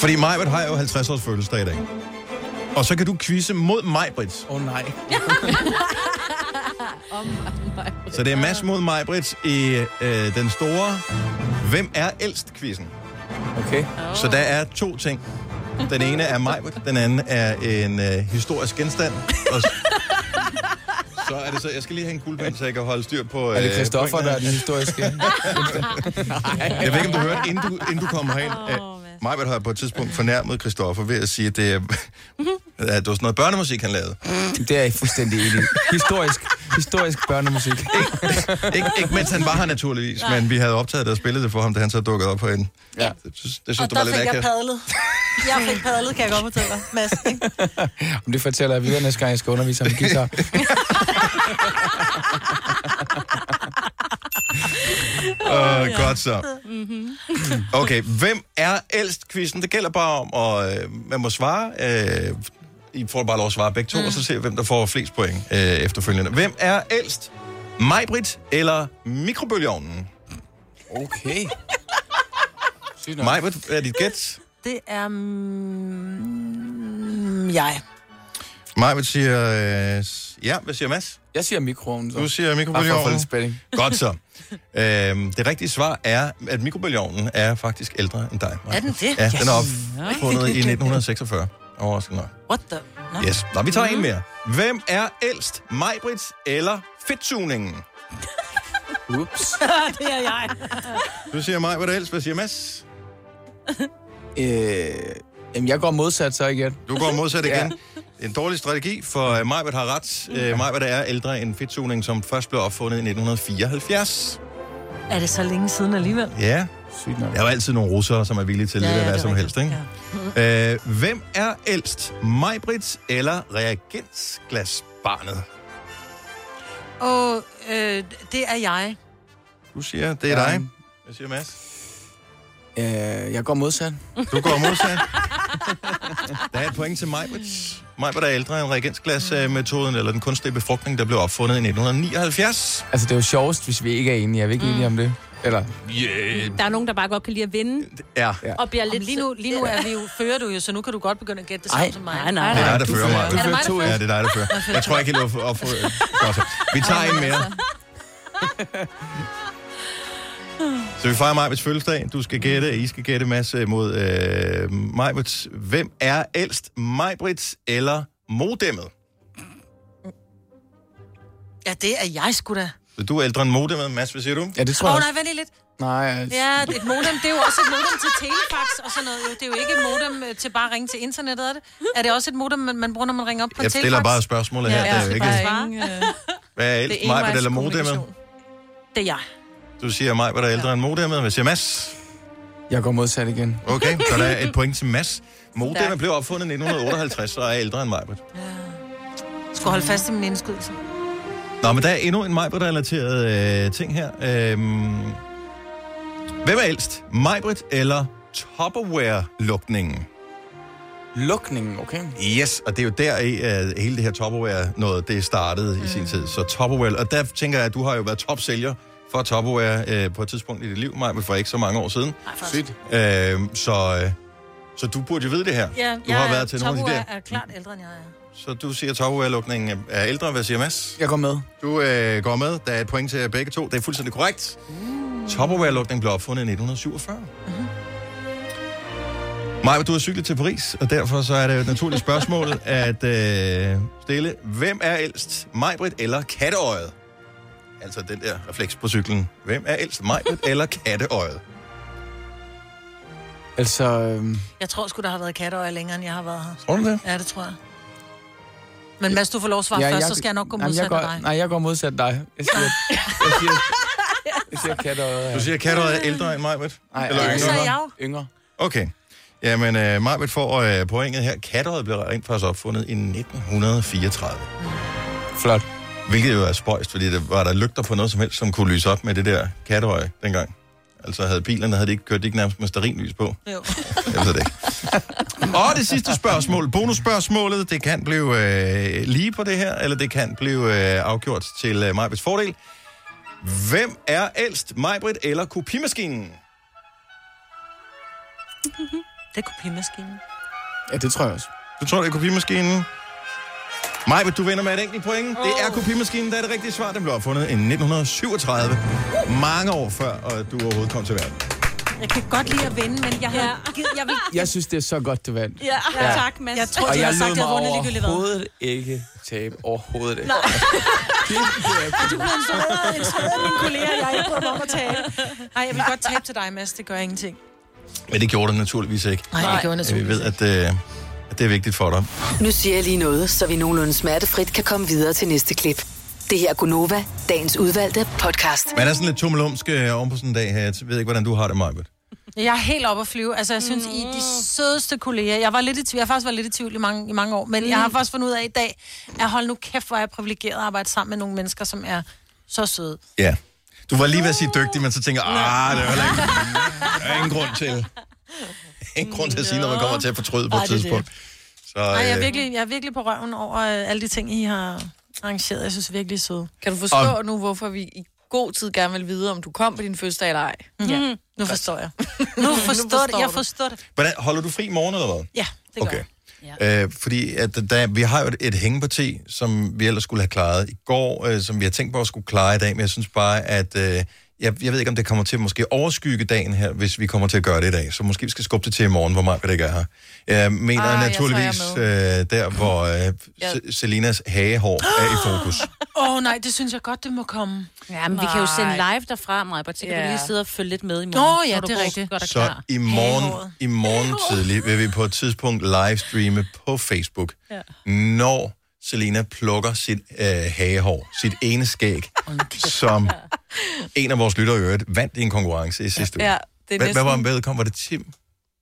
[SPEAKER 1] Fordi Majbert har jo 50 års fødselsdag i dag. Og så kan du quizze mod Majbrit.
[SPEAKER 16] Åh oh, nej.
[SPEAKER 1] Så det er Mads mod Majbrit i øh, den store Hvem er ældst quizzen.
[SPEAKER 16] Okay.
[SPEAKER 1] Så der er to ting. Den ene er Majbrit, den anden er en øh, historisk genstand. Og s- så er det så, jeg skal lige have en kuglepen, så jeg kan holde styr på...
[SPEAKER 16] Er det
[SPEAKER 1] øh,
[SPEAKER 16] Christoffer,
[SPEAKER 1] pointene.
[SPEAKER 16] der er den historiske?
[SPEAKER 1] Jeg ved ikke, om du hørte, inden du, inden du kom herind, at Majbert har på et tidspunkt fornærmet Christoffer ved at sige, at det, er, at det var sådan noget børnemusik, han lavede.
[SPEAKER 16] Det er jeg fuldstændig enig i. Historisk. historisk børnemusik.
[SPEAKER 1] ikke, ikke mens han var her naturligvis, Nej. men vi havde optaget det og spillet det for ham, da han så dukkede op herinde.
[SPEAKER 16] Ja.
[SPEAKER 1] Det synes, det synes
[SPEAKER 2] Og
[SPEAKER 1] du var
[SPEAKER 2] der
[SPEAKER 1] lidt
[SPEAKER 2] fik jeg
[SPEAKER 1] akavet.
[SPEAKER 2] padlet. Jeg fik padlet, kan jeg godt fortælle dig, Mads. Ikke?
[SPEAKER 16] Men det fortæller jeg videre næste gang, jeg skal undervise ham i guitar.
[SPEAKER 1] Åh, oh, godt så. Mm.
[SPEAKER 3] Mm-hmm.
[SPEAKER 1] Okay, hvem er ældst quizzen? Det gælder bare om, og øh, man må svare. Øh, I får bare lov at svare begge to, mm. og så ser vi, hvem der får flest point øh, efterfølgende. Hvem er ældst? Majbrit eller mikrobølgeovnen?
[SPEAKER 16] Okay.
[SPEAKER 1] Majbrit, er dit gæt?
[SPEAKER 2] Det er... Mm, jeg.
[SPEAKER 1] Majbrit siger... Øh, s- ja, hvad siger Mads?
[SPEAKER 16] Jeg siger mikroovnen. Så.
[SPEAKER 1] Du siger
[SPEAKER 16] Bare for at få
[SPEAKER 1] mikrobølgeovnen.
[SPEAKER 16] lidt spænding.
[SPEAKER 1] Godt så. øhm, det rigtige svar er, at mikrobølgeovnen er faktisk ældre end dig. Maja.
[SPEAKER 2] Er den det?
[SPEAKER 1] Ja, den er
[SPEAKER 2] Yes.
[SPEAKER 1] opfundet i 1946. Overraskende nok.
[SPEAKER 2] What the... Nå.
[SPEAKER 1] Yes. Nå, vi tager en mere. Hvem er ældst? Majbrits eller fedtsugningen? Ups.
[SPEAKER 2] det er jeg.
[SPEAKER 1] Du siger mig, hvad er ældst? Hvad siger Mads?
[SPEAKER 16] Øh, jamen, jeg går modsat så igen.
[SPEAKER 1] Du går modsat igen. En dårlig strategi, for uh, Majbert har ret. Uh, Majbert er ældre end fedtsugningen, som først blev opfundet i 1974.
[SPEAKER 2] Er det så længe siden alligevel?
[SPEAKER 1] Ja.
[SPEAKER 16] Sygt nok.
[SPEAKER 1] Der er jo altid nogle russere, som er villige til
[SPEAKER 2] Ja,
[SPEAKER 1] ja, lidt
[SPEAKER 2] ja,
[SPEAKER 1] af hvad
[SPEAKER 2] det er
[SPEAKER 1] som helst, ikke? Ja. Øh, hvem er ældst? Majbrits eller reagensglasbarnet?
[SPEAKER 2] Og øh, det er jeg.
[SPEAKER 1] Du siger, det er dig. Hvad siger Mads?
[SPEAKER 16] Øh, jeg går modsat.
[SPEAKER 1] Du går modsat. Der er et point til Majbrits. Majbert er ældre end reagensglasmetoden, eller den kunstige befrugtning, der blev opfundet i 1979.
[SPEAKER 16] Altså, det er jo sjovest, hvis vi ikke er enige. Er vi ikke mm. enige om det? Eller?
[SPEAKER 1] Yeah.
[SPEAKER 4] Der er nogen, der bare godt kan lide at vinde.
[SPEAKER 1] Ja.
[SPEAKER 16] ja.
[SPEAKER 4] Og bliver lidt...
[SPEAKER 2] Lidt, lige, nu, lige nu er vi jo, fører du jo, så nu kan du godt begynde at gætte det
[SPEAKER 4] Ej,
[SPEAKER 2] samme som mig.
[SPEAKER 4] nej,
[SPEAKER 1] Det er dig, der
[SPEAKER 4] Du
[SPEAKER 1] fører
[SPEAKER 4] fører.
[SPEAKER 1] mig.
[SPEAKER 4] Er det mig, der fører?
[SPEAKER 1] Ja, det er dig, der fører. Jeg tror ikke, helt at få... Vi tager en mere. Så vi fejrer Majbets fødselsdag. Du skal gætte, I skal gætte masse mod øh, Majbrits. Hvem er ældst, Majbrits eller modemmet?
[SPEAKER 2] Ja, det er jeg sgu da.
[SPEAKER 1] Så du er ældre end modemmet, Mads, hvad siger du?
[SPEAKER 16] Ja, det
[SPEAKER 2] Åh oh, nej, vent lige lidt.
[SPEAKER 16] Nej,
[SPEAKER 2] Ja, et modem, det er jo også et modem til telefax og sådan noget. jo. Det er jo ikke et modem øh, til bare at ringe til internettet, er det? Er det også et modem, man, man bruger, når man ringer op på
[SPEAKER 1] Jeg
[SPEAKER 2] telefax?
[SPEAKER 1] stiller bare spørgsmålet her.
[SPEAKER 2] Ja,
[SPEAKER 1] Det er jo
[SPEAKER 2] jeg
[SPEAKER 1] ikke...
[SPEAKER 2] skal bare svare.
[SPEAKER 1] Hvad er
[SPEAKER 2] Det
[SPEAKER 1] ældst,
[SPEAKER 2] er
[SPEAKER 1] Majbrit eller modemmet?
[SPEAKER 2] Det er jeg.
[SPEAKER 1] Du siger Majbrit er ældre end modemmet. Hvad siger Mads?
[SPEAKER 16] Jeg går modsat igen.
[SPEAKER 1] Okay, så der er et point til Mads. Modemet blev opfundet i 1958 og er ældre end Majbrit.
[SPEAKER 2] Skulle holde fast i min indskydelse.
[SPEAKER 1] Nå, men der er endnu en Majbrit-relateret øh, ting her. Øhm, hvem er ældst? Majbrit eller Tupperware-lukningen?
[SPEAKER 16] Lukningen, okay.
[SPEAKER 1] Yes, og det er jo der, øh, hele det her Tupperware-noget, det startede mm. i sin tid. Så Tupperware, og der tænker jeg, at du har jo været topsælger for Tupperware øh, på et tidspunkt i dit liv, Majbrit, for ikke så mange år siden.
[SPEAKER 16] Sygt.
[SPEAKER 1] Øhm, så, øh, så du burde jo vide det her. du har været til nogle af de der.
[SPEAKER 2] er klart ældre, end jeg er.
[SPEAKER 1] Så du siger, at Tupperware-lukningen er ældre. Hvad siger Mads?
[SPEAKER 16] Jeg går med.
[SPEAKER 1] Du øh, går med. Der er et point til jer begge to. Det er fuldstændig korrekt. Mm. Tupperware-lukningen blev opfundet i 1947. Mm. Maja, du har cyklet til Paris, og derfor så er det jo et naturligt spørgsmål at øh, stille. Hvem er ældst? Majbrit eller katteøjet? Altså den der refleks på cyklen. Hvem er ældst? Majbrit eller katteøjet?
[SPEAKER 16] Altså, øhm,
[SPEAKER 2] Jeg tror sgu, der har været katteøje længere, end jeg har været her.
[SPEAKER 16] Tror du det?
[SPEAKER 2] Ja, det tror jeg. Men Mads, du får lov at svare ja, først, så skal jeg nok gå
[SPEAKER 16] Jamen,
[SPEAKER 2] modsat
[SPEAKER 16] jeg går,
[SPEAKER 2] af dig.
[SPEAKER 16] Nej, jeg går modsat dig. Jeg siger, jeg siger, jeg siger katteøjet.
[SPEAKER 1] Du siger, katteøjet er ældre end Majbrit?
[SPEAKER 16] Nej,
[SPEAKER 1] Eller
[SPEAKER 16] nej,
[SPEAKER 1] yngre?
[SPEAKER 16] så er jeg jo. Yngre.
[SPEAKER 1] Okay. Jamen, øh, Marbet får øh, pointet her. Katteøjet blev rent faktisk opfundet i 1934.
[SPEAKER 16] Flot.
[SPEAKER 1] Hvilket jo er spøjst, fordi der var der lygter på noget som helst, som kunne lyse op med det der katteøje dengang. Altså havde bilerne, havde de ikke kørt de ikke nærmest med starinlys på.
[SPEAKER 2] Jo.
[SPEAKER 1] Jeg ved det ikke. Og det sidste spørgsmål, bonusspørgsmålet, det kan blive øh, lige på det her, eller det kan blive øh, afgjort til øh, Majbrits fordel. Hvem er ældst, Majbrit eller kopimaskinen?
[SPEAKER 2] Det er kopimaskinen.
[SPEAKER 16] Ja, det tror jeg også.
[SPEAKER 1] Du tror, det er kopimaskinen? Majbrit, du vinder med et enkelt point. Oh. Det er kopimaskinen, der er det rigtige svar. Den blev opfundet i 1937. Mange år før, og du overhovedet kom til verden.
[SPEAKER 2] Jeg kan godt lide at vinde, men jeg, ja. har, jeg vil...
[SPEAKER 16] Jeg synes, det er så godt, du vandt.
[SPEAKER 2] Ja, ja. tak, Mads. Jeg tror,
[SPEAKER 16] og
[SPEAKER 2] du
[SPEAKER 16] jeg
[SPEAKER 2] har sagt,
[SPEAKER 16] lod
[SPEAKER 2] at jeg
[SPEAKER 16] mig
[SPEAKER 2] har vundet ligegyldigt hvad.
[SPEAKER 16] overhovedet ikke tabe. Overhovedet ikke.
[SPEAKER 2] Nej.
[SPEAKER 16] Nej.
[SPEAKER 2] Du blev en stor en stor af mine kolleger, jeg ikke prøver om at tabe. Nej, jeg vil godt tabe til dig, Mads. Det gør ingenting.
[SPEAKER 1] Men det gjorde den naturligvis ikke.
[SPEAKER 2] Nej, det gjorde den
[SPEAKER 1] Vi ved, at, øh, at det er vigtigt for dig.
[SPEAKER 18] Nu siger jeg lige noget, så vi nogenlunde smertefrit kan komme videre til næste klip. Det her er Gunova, dagens udvalgte podcast.
[SPEAKER 1] Man er sådan lidt tummelumsk øh, oven på sådan en dag her. Jeg ved ikke, hvordan du har det, Majbert.
[SPEAKER 2] Jeg er helt oppe at flyve. Altså, jeg synes, I er de sødeste kolleger. Jeg, var lidt i tvivl. jeg har faktisk været lidt i tvivl i mange, i mange år, men mm. jeg har faktisk fundet ud af i dag, at hold nu kæft, hvor er jeg privilegeret at arbejde sammen med nogle mennesker, som er så søde.
[SPEAKER 1] Ja. Du var lige ved at sige dygtig, men så tænker jeg, ah, det er heller ikke. Der er ingen grund til. Ingen grund til at sige, når man kommer til at fortryde på
[SPEAKER 2] Ej,
[SPEAKER 1] et
[SPEAKER 2] det er det.
[SPEAKER 1] tidspunkt. Så,
[SPEAKER 2] Nej, jeg er,
[SPEAKER 1] øh,
[SPEAKER 2] virkelig, jeg er virkelig på røven over øh, alle de ting, I har arrangeret. Jeg synes virkelig I er søde.
[SPEAKER 9] Kan du forstå og... nu, hvorfor vi i god tid gerne vil vide, om du kom på din fødselsdag eller ej?
[SPEAKER 1] Mm.
[SPEAKER 2] Ja, nu forstår jeg. Nu forstår det. Jeg forstår det.
[SPEAKER 1] Hvordan, holder du fri i morgen, eller hvad?
[SPEAKER 2] Ja, det gør
[SPEAKER 1] Okay.
[SPEAKER 2] okay.
[SPEAKER 1] Øh, fordi at der, vi har jo et, et hængeparti, som vi ellers skulle have klaret i går, øh, som vi har tænkt på at skulle klare i dag, men jeg synes bare, at øh, jeg, jeg ved ikke, om det kommer til at måske overskygge dagen her, hvis vi kommer til at gøre det i dag. Så måske vi skal skubbe det til i morgen, hvor meget det ikke er her. Jeg mener
[SPEAKER 19] Ah, jeg
[SPEAKER 1] ah,
[SPEAKER 19] tror,
[SPEAKER 1] naturligvis
[SPEAKER 19] jeg
[SPEAKER 1] jeg øh, der, hvor øh, Se- Selinas hagehår er i fokus.
[SPEAKER 2] Åh oh, nej, det synes jeg godt, det må komme.
[SPEAKER 4] Ja, men vi kan jo sende
[SPEAKER 2] Nej.
[SPEAKER 4] live derfra, Maja, så kan
[SPEAKER 2] Ja.
[SPEAKER 4] du lige sidde og følge lidt med i
[SPEAKER 2] Nå,
[SPEAKER 4] morgen.
[SPEAKER 2] ja,
[SPEAKER 4] når du
[SPEAKER 2] det er
[SPEAKER 4] går-
[SPEAKER 2] rigtigt.
[SPEAKER 4] Går der
[SPEAKER 1] Så
[SPEAKER 4] klar.
[SPEAKER 1] i morgen, i morgen tidlig vil vi på et tidspunkt livestreame på Facebook, ja. når Selina plukker sit øh, hagehår, sit ene skæg, som en af vores lyttere i øvrigt vandt i en konkurrence i sidste uge.
[SPEAKER 2] Ja,
[SPEAKER 1] Ja,
[SPEAKER 2] det er
[SPEAKER 1] hvad, hvad
[SPEAKER 2] næsten-
[SPEAKER 1] var med? Kom, var det Tim?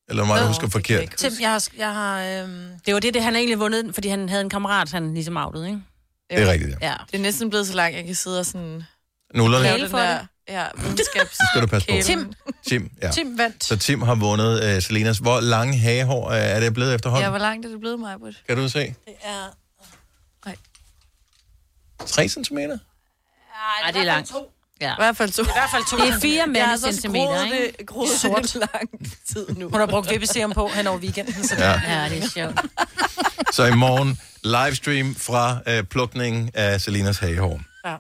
[SPEAKER 1] Eller mig, jeg husker forkert?
[SPEAKER 2] Tim, jeg har... Jeg har øhm...
[SPEAKER 4] Det var det, det han egentlig vundet, fordi han havde en kammerat, han ligesom outede, ikke?
[SPEAKER 1] Det er rigtigt,
[SPEAKER 4] ja.
[SPEAKER 9] Det er næsten blevet så langt, jeg kan sidde og sådan...
[SPEAKER 1] Nuller det?
[SPEAKER 9] lave den der, ja, videnskabs...
[SPEAKER 1] Det skal du passe på.
[SPEAKER 9] Tim.
[SPEAKER 1] Tim, ja.
[SPEAKER 9] Tim vandt.
[SPEAKER 1] Så Tim har vundet øh, Selinas. Hvor lange hagehår øh, er det blevet efterhånden?
[SPEAKER 9] Ja, hvor langt er det blevet, Maja? Det
[SPEAKER 1] Kan du se?
[SPEAKER 9] er... Nej.
[SPEAKER 1] 3 centimeter?
[SPEAKER 4] Ej, det er langt. Ja.
[SPEAKER 9] I hvert fald to. I hvert fald
[SPEAKER 4] to. Det er fire
[SPEAKER 9] Jeg har
[SPEAKER 4] mænd i
[SPEAKER 9] så
[SPEAKER 4] centimeter,
[SPEAKER 9] skruet
[SPEAKER 4] ikke?
[SPEAKER 9] det- skruet det lidt lang tid nu.
[SPEAKER 2] Hun har brugt vippeserum på hen over weekenden, så det
[SPEAKER 1] Ja.
[SPEAKER 4] Ja, det er sjovt.
[SPEAKER 1] Så i morgen livestream fra øh, plukningen af Selinas hagehår.
[SPEAKER 2] Ja.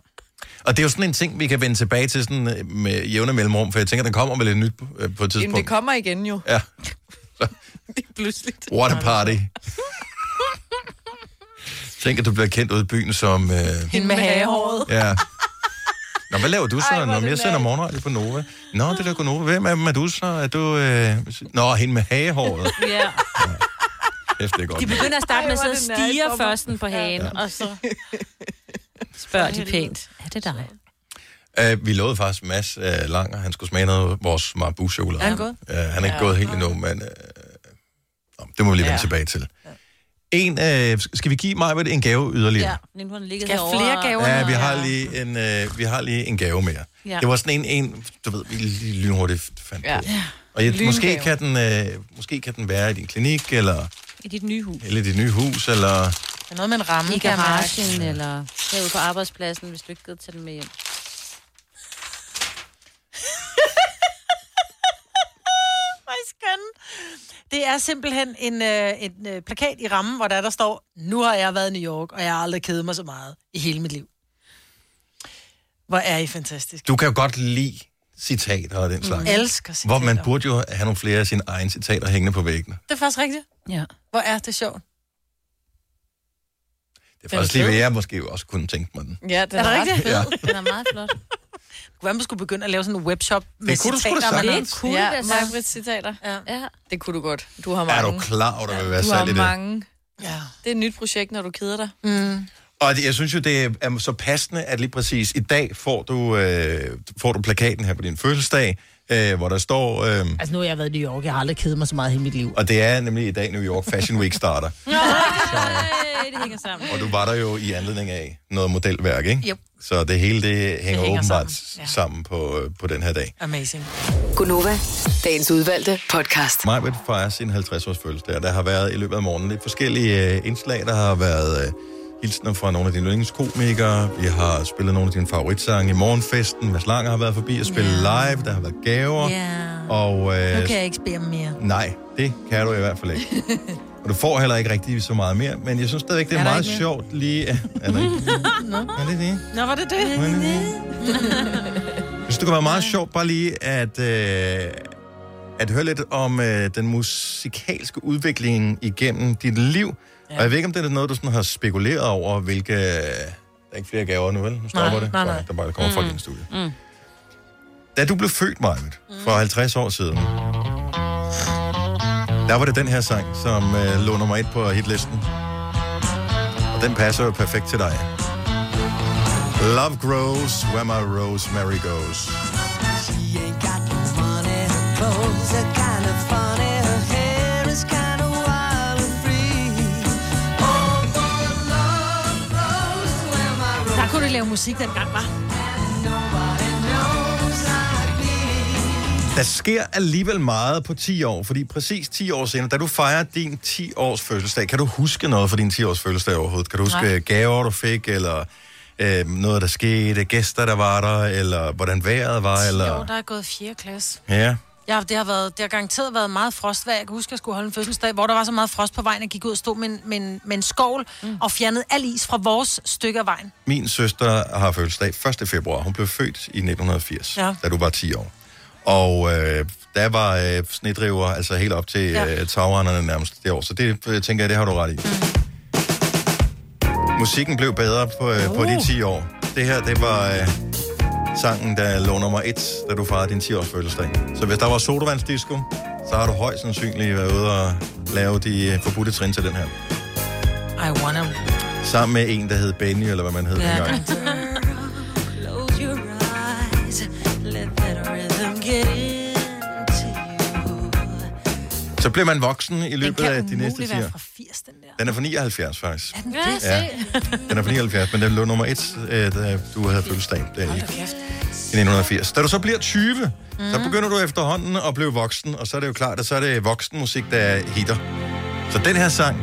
[SPEAKER 1] Og det er jo sådan en ting, vi kan vende tilbage til sådan, øh, med jævne mellemrum, for jeg tænker, den kommer vel et nyt på, øh, på et
[SPEAKER 9] Jamen, det
[SPEAKER 1] tidspunkt.
[SPEAKER 9] kommer igen jo.
[SPEAKER 1] Ja,
[SPEAKER 9] Pludselig.
[SPEAKER 1] what a party. Tænk, at du bliver kendt ude i byen som... Øh,
[SPEAKER 2] Hende med hagehåret.
[SPEAKER 1] ja. Nå, hvad laver du så? Ej, Nå, men jeg sender morgenradio på Nova. Nå, det der på Nova. Hvem er, dem er du så? Er du... Øh... Nå, hende med hagehåret.
[SPEAKER 4] Ja.
[SPEAKER 1] Kæft, det er godt.
[SPEAKER 4] De begynder at starte
[SPEAKER 9] Ej,
[SPEAKER 4] med at
[SPEAKER 9] hvor er
[SPEAKER 4] sidde og
[SPEAKER 9] det nært for
[SPEAKER 4] stige
[SPEAKER 9] mig.
[SPEAKER 4] først den på hagen,
[SPEAKER 1] Ja.
[SPEAKER 4] og så spørger de pænt, er det dig?
[SPEAKER 1] Uh, vi lovede faktisk Mads uh, Langer, han skulle smage noget af vores marabu-chokolade.
[SPEAKER 4] Er han gået?
[SPEAKER 1] Uh, han er ikke
[SPEAKER 4] Ja.
[SPEAKER 1] ja. gået helt endnu, men uh, det må vi lige vende
[SPEAKER 4] Ja.
[SPEAKER 1] tilbage til. En, uh, skal vi give mig en gave yderligere?
[SPEAKER 4] Ja, nu har den ligget
[SPEAKER 2] Skal jeg
[SPEAKER 4] herovre.
[SPEAKER 2] flere gaver?
[SPEAKER 1] Ja, vi har lige en, øh, vi har lige en gave mere.
[SPEAKER 4] Ja.
[SPEAKER 1] Ja. Det var sådan en, en du ved, vi lige lynhurtigt fandt
[SPEAKER 4] Ja.
[SPEAKER 1] ja. på. Og jeg,
[SPEAKER 4] Lyngave.
[SPEAKER 1] måske, kan den, øh, måske kan den være i din klinik, eller,
[SPEAKER 4] I dit nye hus.
[SPEAKER 1] eller i dit nye hus, eller...
[SPEAKER 2] Det er noget med en ramme,
[SPEAKER 4] I
[SPEAKER 2] kan jeg mærke.
[SPEAKER 4] garagen, eller herude på arbejdspladsen, hvis du ikke gider tage den med hjem.
[SPEAKER 2] Hvor er I skønne. Det er simpelthen en, øh, en øh, plakat i rammen, hvor der, der står, nu har jeg været i New York, og jeg har aldrig kedet mig så meget i hele mit liv. Hvor er I fantastisk.
[SPEAKER 1] Du kan jo godt lide citater og den
[SPEAKER 2] Mm.
[SPEAKER 1] slags.
[SPEAKER 2] Elsker citater.
[SPEAKER 1] Hvor man burde jo have nogle flere af sine egne citater hængende på væggene.
[SPEAKER 2] Det er faktisk rigtigt.
[SPEAKER 4] Ja.
[SPEAKER 2] Hvor er det sjovt.
[SPEAKER 1] Det
[SPEAKER 2] Den
[SPEAKER 1] er
[SPEAKER 2] er
[SPEAKER 1] faktisk lige,
[SPEAKER 2] fed.
[SPEAKER 1] hvad jeg måske også kunne tænke mig den.
[SPEAKER 9] Ja, den er,
[SPEAKER 2] det
[SPEAKER 9] ret
[SPEAKER 2] rigtigt?
[SPEAKER 1] fed.
[SPEAKER 4] Den er meget flot.
[SPEAKER 2] Hvordan man skulle begynde at lave sådan en webshop med
[SPEAKER 1] kunne du sgu da
[SPEAKER 2] citater. man-
[SPEAKER 1] sagtens. Det kunne
[SPEAKER 9] ja,
[SPEAKER 2] det,
[SPEAKER 9] Maja citater.
[SPEAKER 2] Ja.
[SPEAKER 4] ja.
[SPEAKER 9] Det kunne du godt. Du har mange.
[SPEAKER 1] Er du klar over, der vil være
[SPEAKER 9] du har
[SPEAKER 1] salg i det?
[SPEAKER 9] mange.
[SPEAKER 2] Ja.
[SPEAKER 9] Det er et nyt projekt, når du keder dig.
[SPEAKER 2] Mm.
[SPEAKER 1] Og det- jeg synes jo, det er så passende, at lige præcis i dag får du, øh, får du plakaten her på din fødselsdag, øh, hvor der står... Øh,
[SPEAKER 12] Altså, nu har jeg været i New York. Jeg har aldrig kedet mig så meget i hele mit liv.
[SPEAKER 1] og det er nemlig i dag, New York Fashion Week starter.
[SPEAKER 4] Nej, det hænger sammen.
[SPEAKER 1] Og du var der jo i anledning af noget modelværk, ikke?
[SPEAKER 4] Jo.
[SPEAKER 1] Så det hele, det hænger, det
[SPEAKER 4] hænger
[SPEAKER 1] hænger åbenbart
[SPEAKER 4] sammen,
[SPEAKER 1] sammen,
[SPEAKER 4] ja.
[SPEAKER 1] ja. sammen på, øh, på den her dag.
[SPEAKER 2] Amazing.
[SPEAKER 18] Gunova, dagens udvalgte podcast.
[SPEAKER 1] Majbet fejrer sin 50-års fødselsdag, og der har været i løbet af morgenen lidt forskellige øh, indslag. Der har været øh, hilsner fra nogle af dine yndlingskomikere. Vi har spillet nogle af dine favoritsange i morgenfesten. Mads Langer har været forbi og spillet yeah. live. Der har været gaver.
[SPEAKER 2] Ja.
[SPEAKER 1] Og, øh,
[SPEAKER 2] Nu kan jeg ikke spille mere.
[SPEAKER 1] Nej, det kan du i hvert fald ikke. og du får heller ikke rigtig så meget mere, men jeg synes stadigvæk, det er,
[SPEAKER 2] Er der
[SPEAKER 1] meget
[SPEAKER 2] ikke mere?
[SPEAKER 1] sjovt lige... at- Er der ikke?
[SPEAKER 2] Nå.
[SPEAKER 1] Er det det?
[SPEAKER 2] Nå, var det det?
[SPEAKER 1] Jeg synes, det kunne være meget sjovt bare lige at, øh, at høre lidt om øh, den musikalske udvikling igennem dit liv. Ja. Og jeg ved ikke, om det er noget, du sådan har spekuleret over, hvilke... øh, Der er ikke flere gaver nu, vel? Nu stopper
[SPEAKER 5] Nej,
[SPEAKER 1] det.
[SPEAKER 5] nej, nej.
[SPEAKER 1] Der, bare, der kommer folk ind i studiet.
[SPEAKER 5] Mm.
[SPEAKER 1] Da du blev født, Marvitt, for 50 år siden, der var det den her sang, som øh, lå nummer et på hitlisten. Og den passer jo perfekt til dig. Love grows where my rosemary goes.
[SPEAKER 3] She ain't got no money. Her clothes are kind of funny. Her hair is kind of wild and free. Oh, for love grows where my
[SPEAKER 11] Der kunne du lave musik dengang, var.
[SPEAKER 3] nobody knows like me.
[SPEAKER 1] Der sker alligevel meget på 10 år, fordi præcis 10 år senere, da du fejrer din 10-års fødselsdag, kan du huske noget fra din 10-års fødselsdag overhovedet? Kan du huske
[SPEAKER 20] Nej.
[SPEAKER 1] Nej. gaver, du fik, eller øh, noget, der skete, gæster, der var der, eller hvordan vejret var,
[SPEAKER 2] Jo,
[SPEAKER 1] eller...
[SPEAKER 2] der er gået 4. klasse.
[SPEAKER 1] Ja.
[SPEAKER 2] Ja, det har, været, det har garanteret været meget frostvær. Jeg kan huske, at jeg skulle holde en fødselsdag, hvor der var så meget frost på vejen, at jeg gik ud og stod med en, med en, med en skovl mm. og fjernede al is fra vores stykke af vejen.
[SPEAKER 1] Min søster har fødselsdag 1. februar. Hun blev født i 1980,
[SPEAKER 2] Ja.
[SPEAKER 1] ja. da du var 10 år. Og øh, der var øh, snedriver altså helt op til
[SPEAKER 2] Ja.
[SPEAKER 1] ja. øh, tagrenderne nærmest det år. Så det øh, tænker jeg, det har du ret i. Musikken blev bedre på, øh, på de 10 år. Det her, det var øh, sangen, der lå nummer 1, da du fejrede din 10-års fødselsdag. Så hvis der var sodavandsdisco, så har du højst sandsynligt været ude og lave de øh, forbudte trin til den her.
[SPEAKER 2] I wanna...
[SPEAKER 1] Sammen med en, der hed Benny, eller hvad man hed
[SPEAKER 3] Yeah.
[SPEAKER 1] dengang.
[SPEAKER 3] Close your eyes. Let that rhythm get in.
[SPEAKER 1] Så blev man voksen i løbet af de næste 10
[SPEAKER 2] være
[SPEAKER 1] år.
[SPEAKER 2] fra 80, den der.
[SPEAKER 1] Den er fra 79, faktisk.
[SPEAKER 2] Er den
[SPEAKER 1] Ja,
[SPEAKER 2] det?
[SPEAKER 1] Den er fra 79, men den lå nummer 1, da du havde fødselsdag der i
[SPEAKER 2] Hold da kæft.
[SPEAKER 1] 1980. Da du så bliver 20, mm. så
[SPEAKER 2] Mhm.
[SPEAKER 1] begynder du efterhånden at blive voksen, og så er det jo klart, at så er det voksenmusik, der hitter. Så den her sang,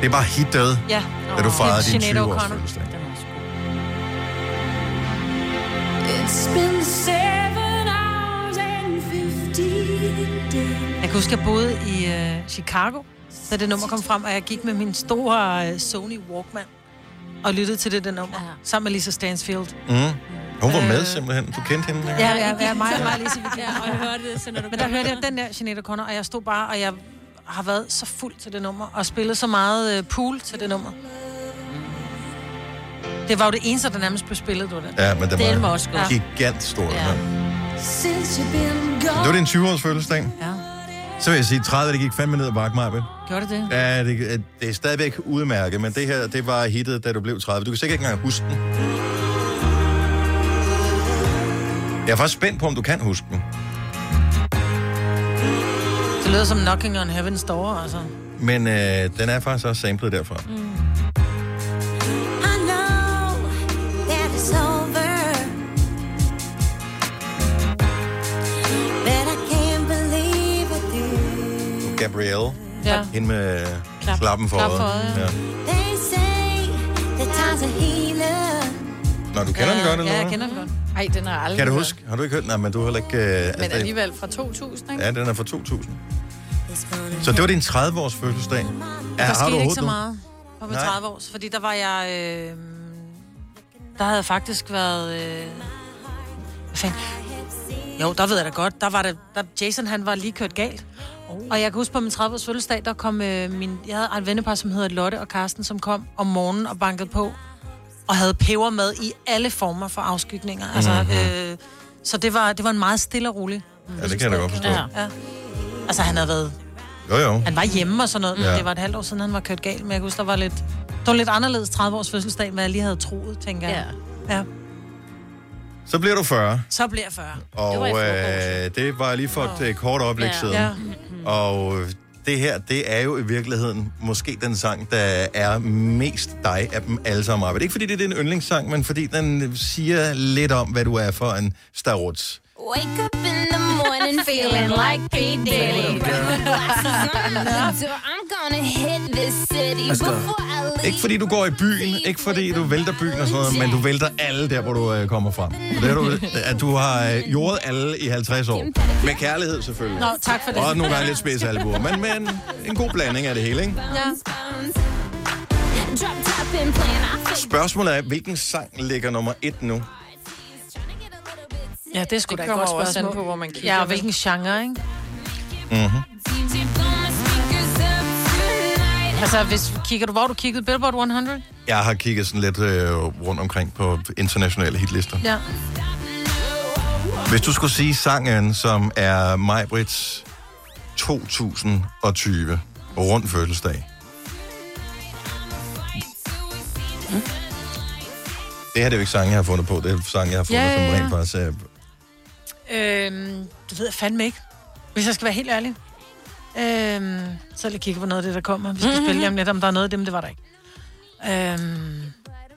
[SPEAKER 1] det er bare hittet,
[SPEAKER 2] Ja.
[SPEAKER 1] da du
[SPEAKER 2] Åh.
[SPEAKER 1] fejrede din
[SPEAKER 2] Sinead
[SPEAKER 1] 20-års
[SPEAKER 2] O'Connor.
[SPEAKER 1] fødselsdag.
[SPEAKER 3] It's been seven hours and 15 days.
[SPEAKER 2] Jeg kan huske, jeg boede i øh, Chicago, da det nummer kom frem, og jeg gik med min store øh, Sony Walkman og lyttede til det der nummer, sammen med Lisa Stansfield.
[SPEAKER 1] Mm. Hun var med simpelthen. Du kendte hende? ikke?
[SPEAKER 2] Ja, ja, ja, mig og mig og Lise, vi
[SPEAKER 4] Ja, og jeg hørte det, så når du
[SPEAKER 2] Men der hørte jeg den der Jeanette O'Connor, og jeg stod bare, og jeg har været så fuld til det nummer, og spillet så meget øh, pool til det nummer. Det var jo det eneste, der nærmest blev spillet, du den.
[SPEAKER 1] Ja, men den var,
[SPEAKER 2] den
[SPEAKER 1] var
[SPEAKER 2] også god.
[SPEAKER 1] gigant stor. Ja.
[SPEAKER 3] Since you've been
[SPEAKER 1] Det var
[SPEAKER 3] gone.
[SPEAKER 1] din 20-års fødselsdag.
[SPEAKER 2] Ja.
[SPEAKER 1] Så vil jeg sige, 30, det gik fandme ned ad bakke, Maja.
[SPEAKER 2] Gjorde det det?
[SPEAKER 1] Ja, det, øh, det er stadigvæk udmærket, men det her, det var hittet, da du blev 30. Du kan sikkert ikke engang huske den. Jeg er faktisk spændt på, om du kan huske den.
[SPEAKER 2] Det lyder som Knocking on Heaven's Door, altså.
[SPEAKER 1] Men øh, den er faktisk også samlet derfra.
[SPEAKER 3] I know that it's over. But I can't believe it.
[SPEAKER 1] Gabrielle.
[SPEAKER 3] Ja.
[SPEAKER 1] Hende med
[SPEAKER 3] Klap.
[SPEAKER 1] Klap. klappen for
[SPEAKER 3] Klap for
[SPEAKER 1] øjet. Ja.
[SPEAKER 3] øjet. They say that time's a healer.
[SPEAKER 1] Nå, du kender den godt, eller
[SPEAKER 9] Ja, jeg
[SPEAKER 1] hvad?
[SPEAKER 9] kender den godt. Ej, den har jeg aldrig
[SPEAKER 1] Kan du
[SPEAKER 9] hørt.
[SPEAKER 1] huske? Har du ikke hørt den? Nej, men du har heller ikke... Øh, altså,
[SPEAKER 9] Men
[SPEAKER 1] det-
[SPEAKER 9] alligevel fra 2000, ikke?
[SPEAKER 1] Ja, den er fra 2000. Så det var din 30-års fødselsdag.
[SPEAKER 2] Ja, der
[SPEAKER 1] har du
[SPEAKER 2] skete ikke så
[SPEAKER 1] overhovedet noget?
[SPEAKER 2] meget på min
[SPEAKER 1] Nej.
[SPEAKER 2] 30 års, fordi der var jeg... Øh, der havde jeg faktisk været... Øh, hvad fanden? Jo, der ved jeg da godt. Der var det, der, Jason, han var lige kørt galt. Og jeg kan huske på min 30 års fødselsdag, der kom øh, min... Jeg havde en vennepar, som hedder Lotte og Karsten, som kom om morgenen og bankede på. Og havde peber med i alle former for afskygninger. Altså,
[SPEAKER 1] Mhm.
[SPEAKER 2] øh, så det var, det var en meget stille og rolig.
[SPEAKER 1] Ja, det kan jeg da godt forstå.
[SPEAKER 2] Ja. ja. Altså, han havde været
[SPEAKER 1] Jo, jo.
[SPEAKER 2] han var hjemme og sådan noget, men
[SPEAKER 1] Ja.
[SPEAKER 2] det var et halvt år siden, han var kørt galt. Men jeg kan huske, der var lidt, det var lidt anderledes 30 års fødselsdag, end hvad jeg lige havde troet, tænker jeg. Ja. ja.
[SPEAKER 1] Så bliver du 40.
[SPEAKER 2] Så bliver jeg 40.
[SPEAKER 1] Og det var, øh, det var lige for et øh, kort øjeblik
[SPEAKER 2] Ja.
[SPEAKER 1] siden.
[SPEAKER 2] Ja.
[SPEAKER 1] Og øh, det her, det er jo i virkeligheden måske den sang, der er mest dig af dem alle sammen. Arbejde. Ikke fordi det er din yndlingssang, men fordi den siger lidt om, hvad du er for en staruts.
[SPEAKER 3] Wake up in the morning feeling like P. Diddy. So I'm gonna hit this city
[SPEAKER 1] Altså,
[SPEAKER 3] before I leave.
[SPEAKER 1] Ikke fordi du går i byen, ikke fordi du vælter byen og sådan noget, men du vælter alle der, hvor du øh, kommer fra. Og det er du, at du har øh, jordet alle i 50 år. Med kærlighed selvfølgelig.
[SPEAKER 2] Nå, tak for det.
[SPEAKER 1] Og nogle gange lidt spidsalbuer, men, men en god blanding af det hele, ikke?
[SPEAKER 3] Ja. Drop top and plan. I fake
[SPEAKER 1] Spørgsmålet er, hvilken sang ligger nummer et nu?
[SPEAKER 2] Ja, det er sgu da et
[SPEAKER 9] kommer
[SPEAKER 2] godt
[SPEAKER 9] jo også an
[SPEAKER 2] spørgsmål.
[SPEAKER 9] på, hvor man kigger,
[SPEAKER 2] Ja, og
[SPEAKER 9] vel?
[SPEAKER 2] hvilken genre, ikke?
[SPEAKER 1] Mm-hmm.
[SPEAKER 3] DJ blow my speakers up tonight.
[SPEAKER 2] Altså, hvis, kigger du, hvor du kiggede Billboard 100?
[SPEAKER 1] Jeg har kigget sådan lidt øh, rundt omkring på internationale hitlister.
[SPEAKER 2] Ja.
[SPEAKER 1] Hvis du skulle sige sangen, som er Majbrits 2020 rundt
[SPEAKER 2] Mm.
[SPEAKER 1] fødselsdag, Det her det er jo ikke sange, jeg har fundet på. Det er sange, jeg har fundet,
[SPEAKER 2] Ja,
[SPEAKER 1] ja,
[SPEAKER 2] ja,
[SPEAKER 1] ja.
[SPEAKER 2] ja.
[SPEAKER 1] som rent faktisk er...
[SPEAKER 2] Øhm, det ved jeg fandme ikke. Hvis jeg skal være helt ærlig. Øhm, så lige kigge på noget af det, der kommer. Vi skal mm-hmm. spille lige om lidt, om der er noget af dem, det var der ikke. Øhm,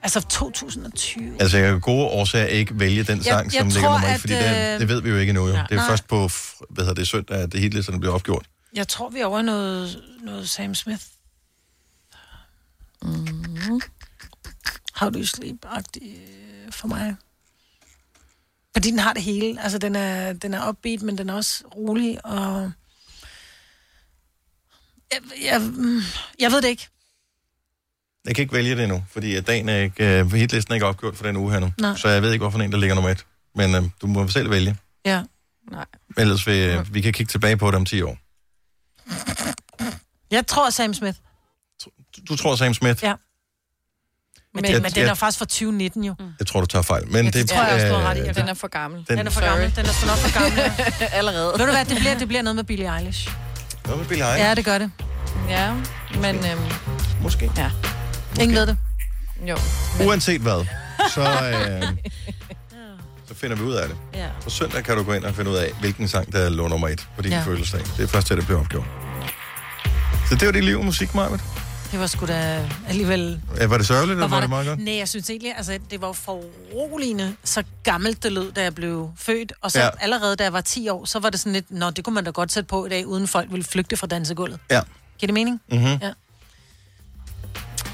[SPEAKER 2] altså 2020.
[SPEAKER 1] Altså, jeg kan af gode årsager ikke vælge den
[SPEAKER 2] Jeg-
[SPEAKER 1] sang,
[SPEAKER 2] jeg
[SPEAKER 1] som ligger
[SPEAKER 2] tror,
[SPEAKER 1] nummer et,
[SPEAKER 2] at,
[SPEAKER 1] fordi det, er-
[SPEAKER 2] øh,
[SPEAKER 1] det ved vi jo ikke endnu. Jo. Det er
[SPEAKER 2] Nej.
[SPEAKER 1] jo først på f- hvad hedder det, søndag, at hitlisterne bliver opgjort.
[SPEAKER 2] Jeg tror, vi er over i noget, noget Sam Smith. Mm. How do you sleep-agtig øh, for mig. Fordi den har det hele. Altså, den er, den er upbeat, men den er også rolig, og... Jeg, jeg, mm, jeg ved det ikke.
[SPEAKER 1] Jeg kan ikke vælge det endnu, fordi at dagen er ikke, uh, hitlisten er ikke opgjort for den uge her nu.
[SPEAKER 2] Nej.
[SPEAKER 1] Så jeg ved ikke, hvorfor en, der ligger nummer et. Men uh, du må selv vælge.
[SPEAKER 2] Ja. Nej.
[SPEAKER 1] Ellers vil, uh, vi kan kigge tilbage på det om 10 år.
[SPEAKER 2] Jeg tror Sam Smith.
[SPEAKER 1] Du tror Sam Smith?
[SPEAKER 2] Ja. Men,
[SPEAKER 1] Jeg-
[SPEAKER 2] men, men den
[SPEAKER 1] jeg-
[SPEAKER 2] er faktisk fra 2019 jo. Mm.
[SPEAKER 1] Jeg tror, du tager fejl. Men
[SPEAKER 2] Ja, det tror jeg også, du har ret i.
[SPEAKER 1] øh,
[SPEAKER 2] Jeg
[SPEAKER 9] Den er for gammel.
[SPEAKER 1] Den-
[SPEAKER 2] Den, den er for gammel.
[SPEAKER 9] Sorry.
[SPEAKER 2] Den er for nok for gammel.
[SPEAKER 9] Allerede.
[SPEAKER 2] Ved du hvad, det bliver, det bliver noget med Billie Eilish.
[SPEAKER 1] Noget med Billie Eilish?
[SPEAKER 2] Ja, det gør det.
[SPEAKER 9] Ja, men... Øhm,
[SPEAKER 1] Måske.
[SPEAKER 9] Ja.
[SPEAKER 2] Ingen ved det.
[SPEAKER 9] Jo.
[SPEAKER 1] Uanset hvad, så, øh, så finder vi ud af det.
[SPEAKER 9] Ja.
[SPEAKER 1] På søndag kan du gå ind og finde ud af, hvilken sang, der lå nummer et på din
[SPEAKER 2] Ja.
[SPEAKER 1] ja. fødselsdag. Det er først til, at det bliver opgjort. Så det var dit liv med musik, Marvind.
[SPEAKER 2] Det var sgu da alligevel...
[SPEAKER 1] Var det sørgeligt, eller
[SPEAKER 2] Hvor
[SPEAKER 1] var det meget godt?
[SPEAKER 2] Nej, jeg synes egentlig, altså, det var jo foruroligende, så gammelt det lød, da jeg blev født. Og så
[SPEAKER 1] Ja.
[SPEAKER 2] ja. allerede, da jeg var 10 år, så var det sådan lidt, nå, det kunne man da godt sætte på i dag, uden folk ville flygte fra dansegulvet.
[SPEAKER 1] Ja.
[SPEAKER 2] Giver det mening?
[SPEAKER 1] Mhm.
[SPEAKER 2] Ja.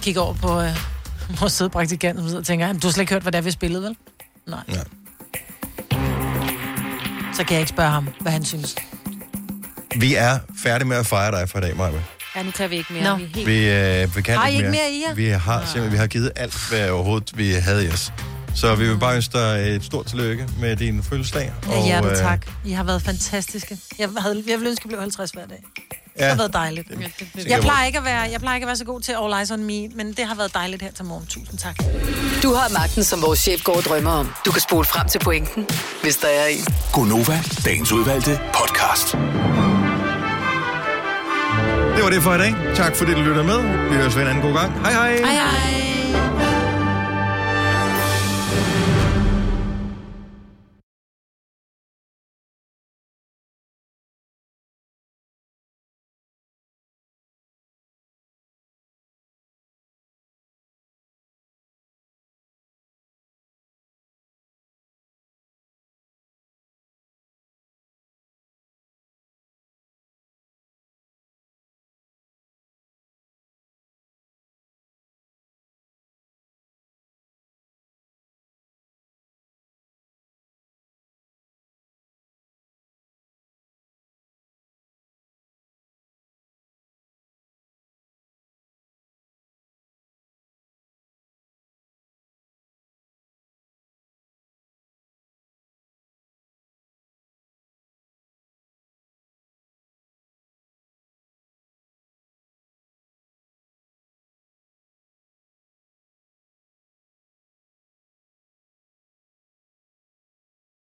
[SPEAKER 2] Kig over på øh, vores søde praktikant og så videre, tænker, du har slet ikke hørt, hvad det er, vi spillede, vel? Nej.
[SPEAKER 1] Nej.
[SPEAKER 2] Så kan jeg ikke spørge ham, hvad han synes.
[SPEAKER 1] Vi er færdige med at fejre dig for i dag, Maja.
[SPEAKER 4] Ja, nu kan vi ikke mere.
[SPEAKER 2] Nå.
[SPEAKER 4] Vi er helt...
[SPEAKER 1] Vi, øh, vi kan
[SPEAKER 4] Har I ikke mere i jer?
[SPEAKER 1] Vi har simpelthen vi har givet alt, hvad overhovedet vi havde i os. Så vi vil bare ønske dig et stort tillykke med din fødselsdag.
[SPEAKER 2] Af
[SPEAKER 1] øh,
[SPEAKER 2] hjertet tak. I har været fantastiske. Jeg, havde, jeg ville ønske, at jeg blev 50 hver dag. Det har været dejligt. Jeg plejer, ikke at være, jeg plejer ikke at være så god til All Eyes On Me, men det har været dejligt her til morgen. Tusind tak.
[SPEAKER 18] Du har magten, som vores chef går og drømmer om. Du kan spole frem til pointen, hvis der er en.
[SPEAKER 5] Gonova, dagens udvalgte podcast.
[SPEAKER 1] Det var det for i dag. Tak fordi du lytter med. Vi høres ved en anden god gang. Hej hej.
[SPEAKER 5] Hej, hej.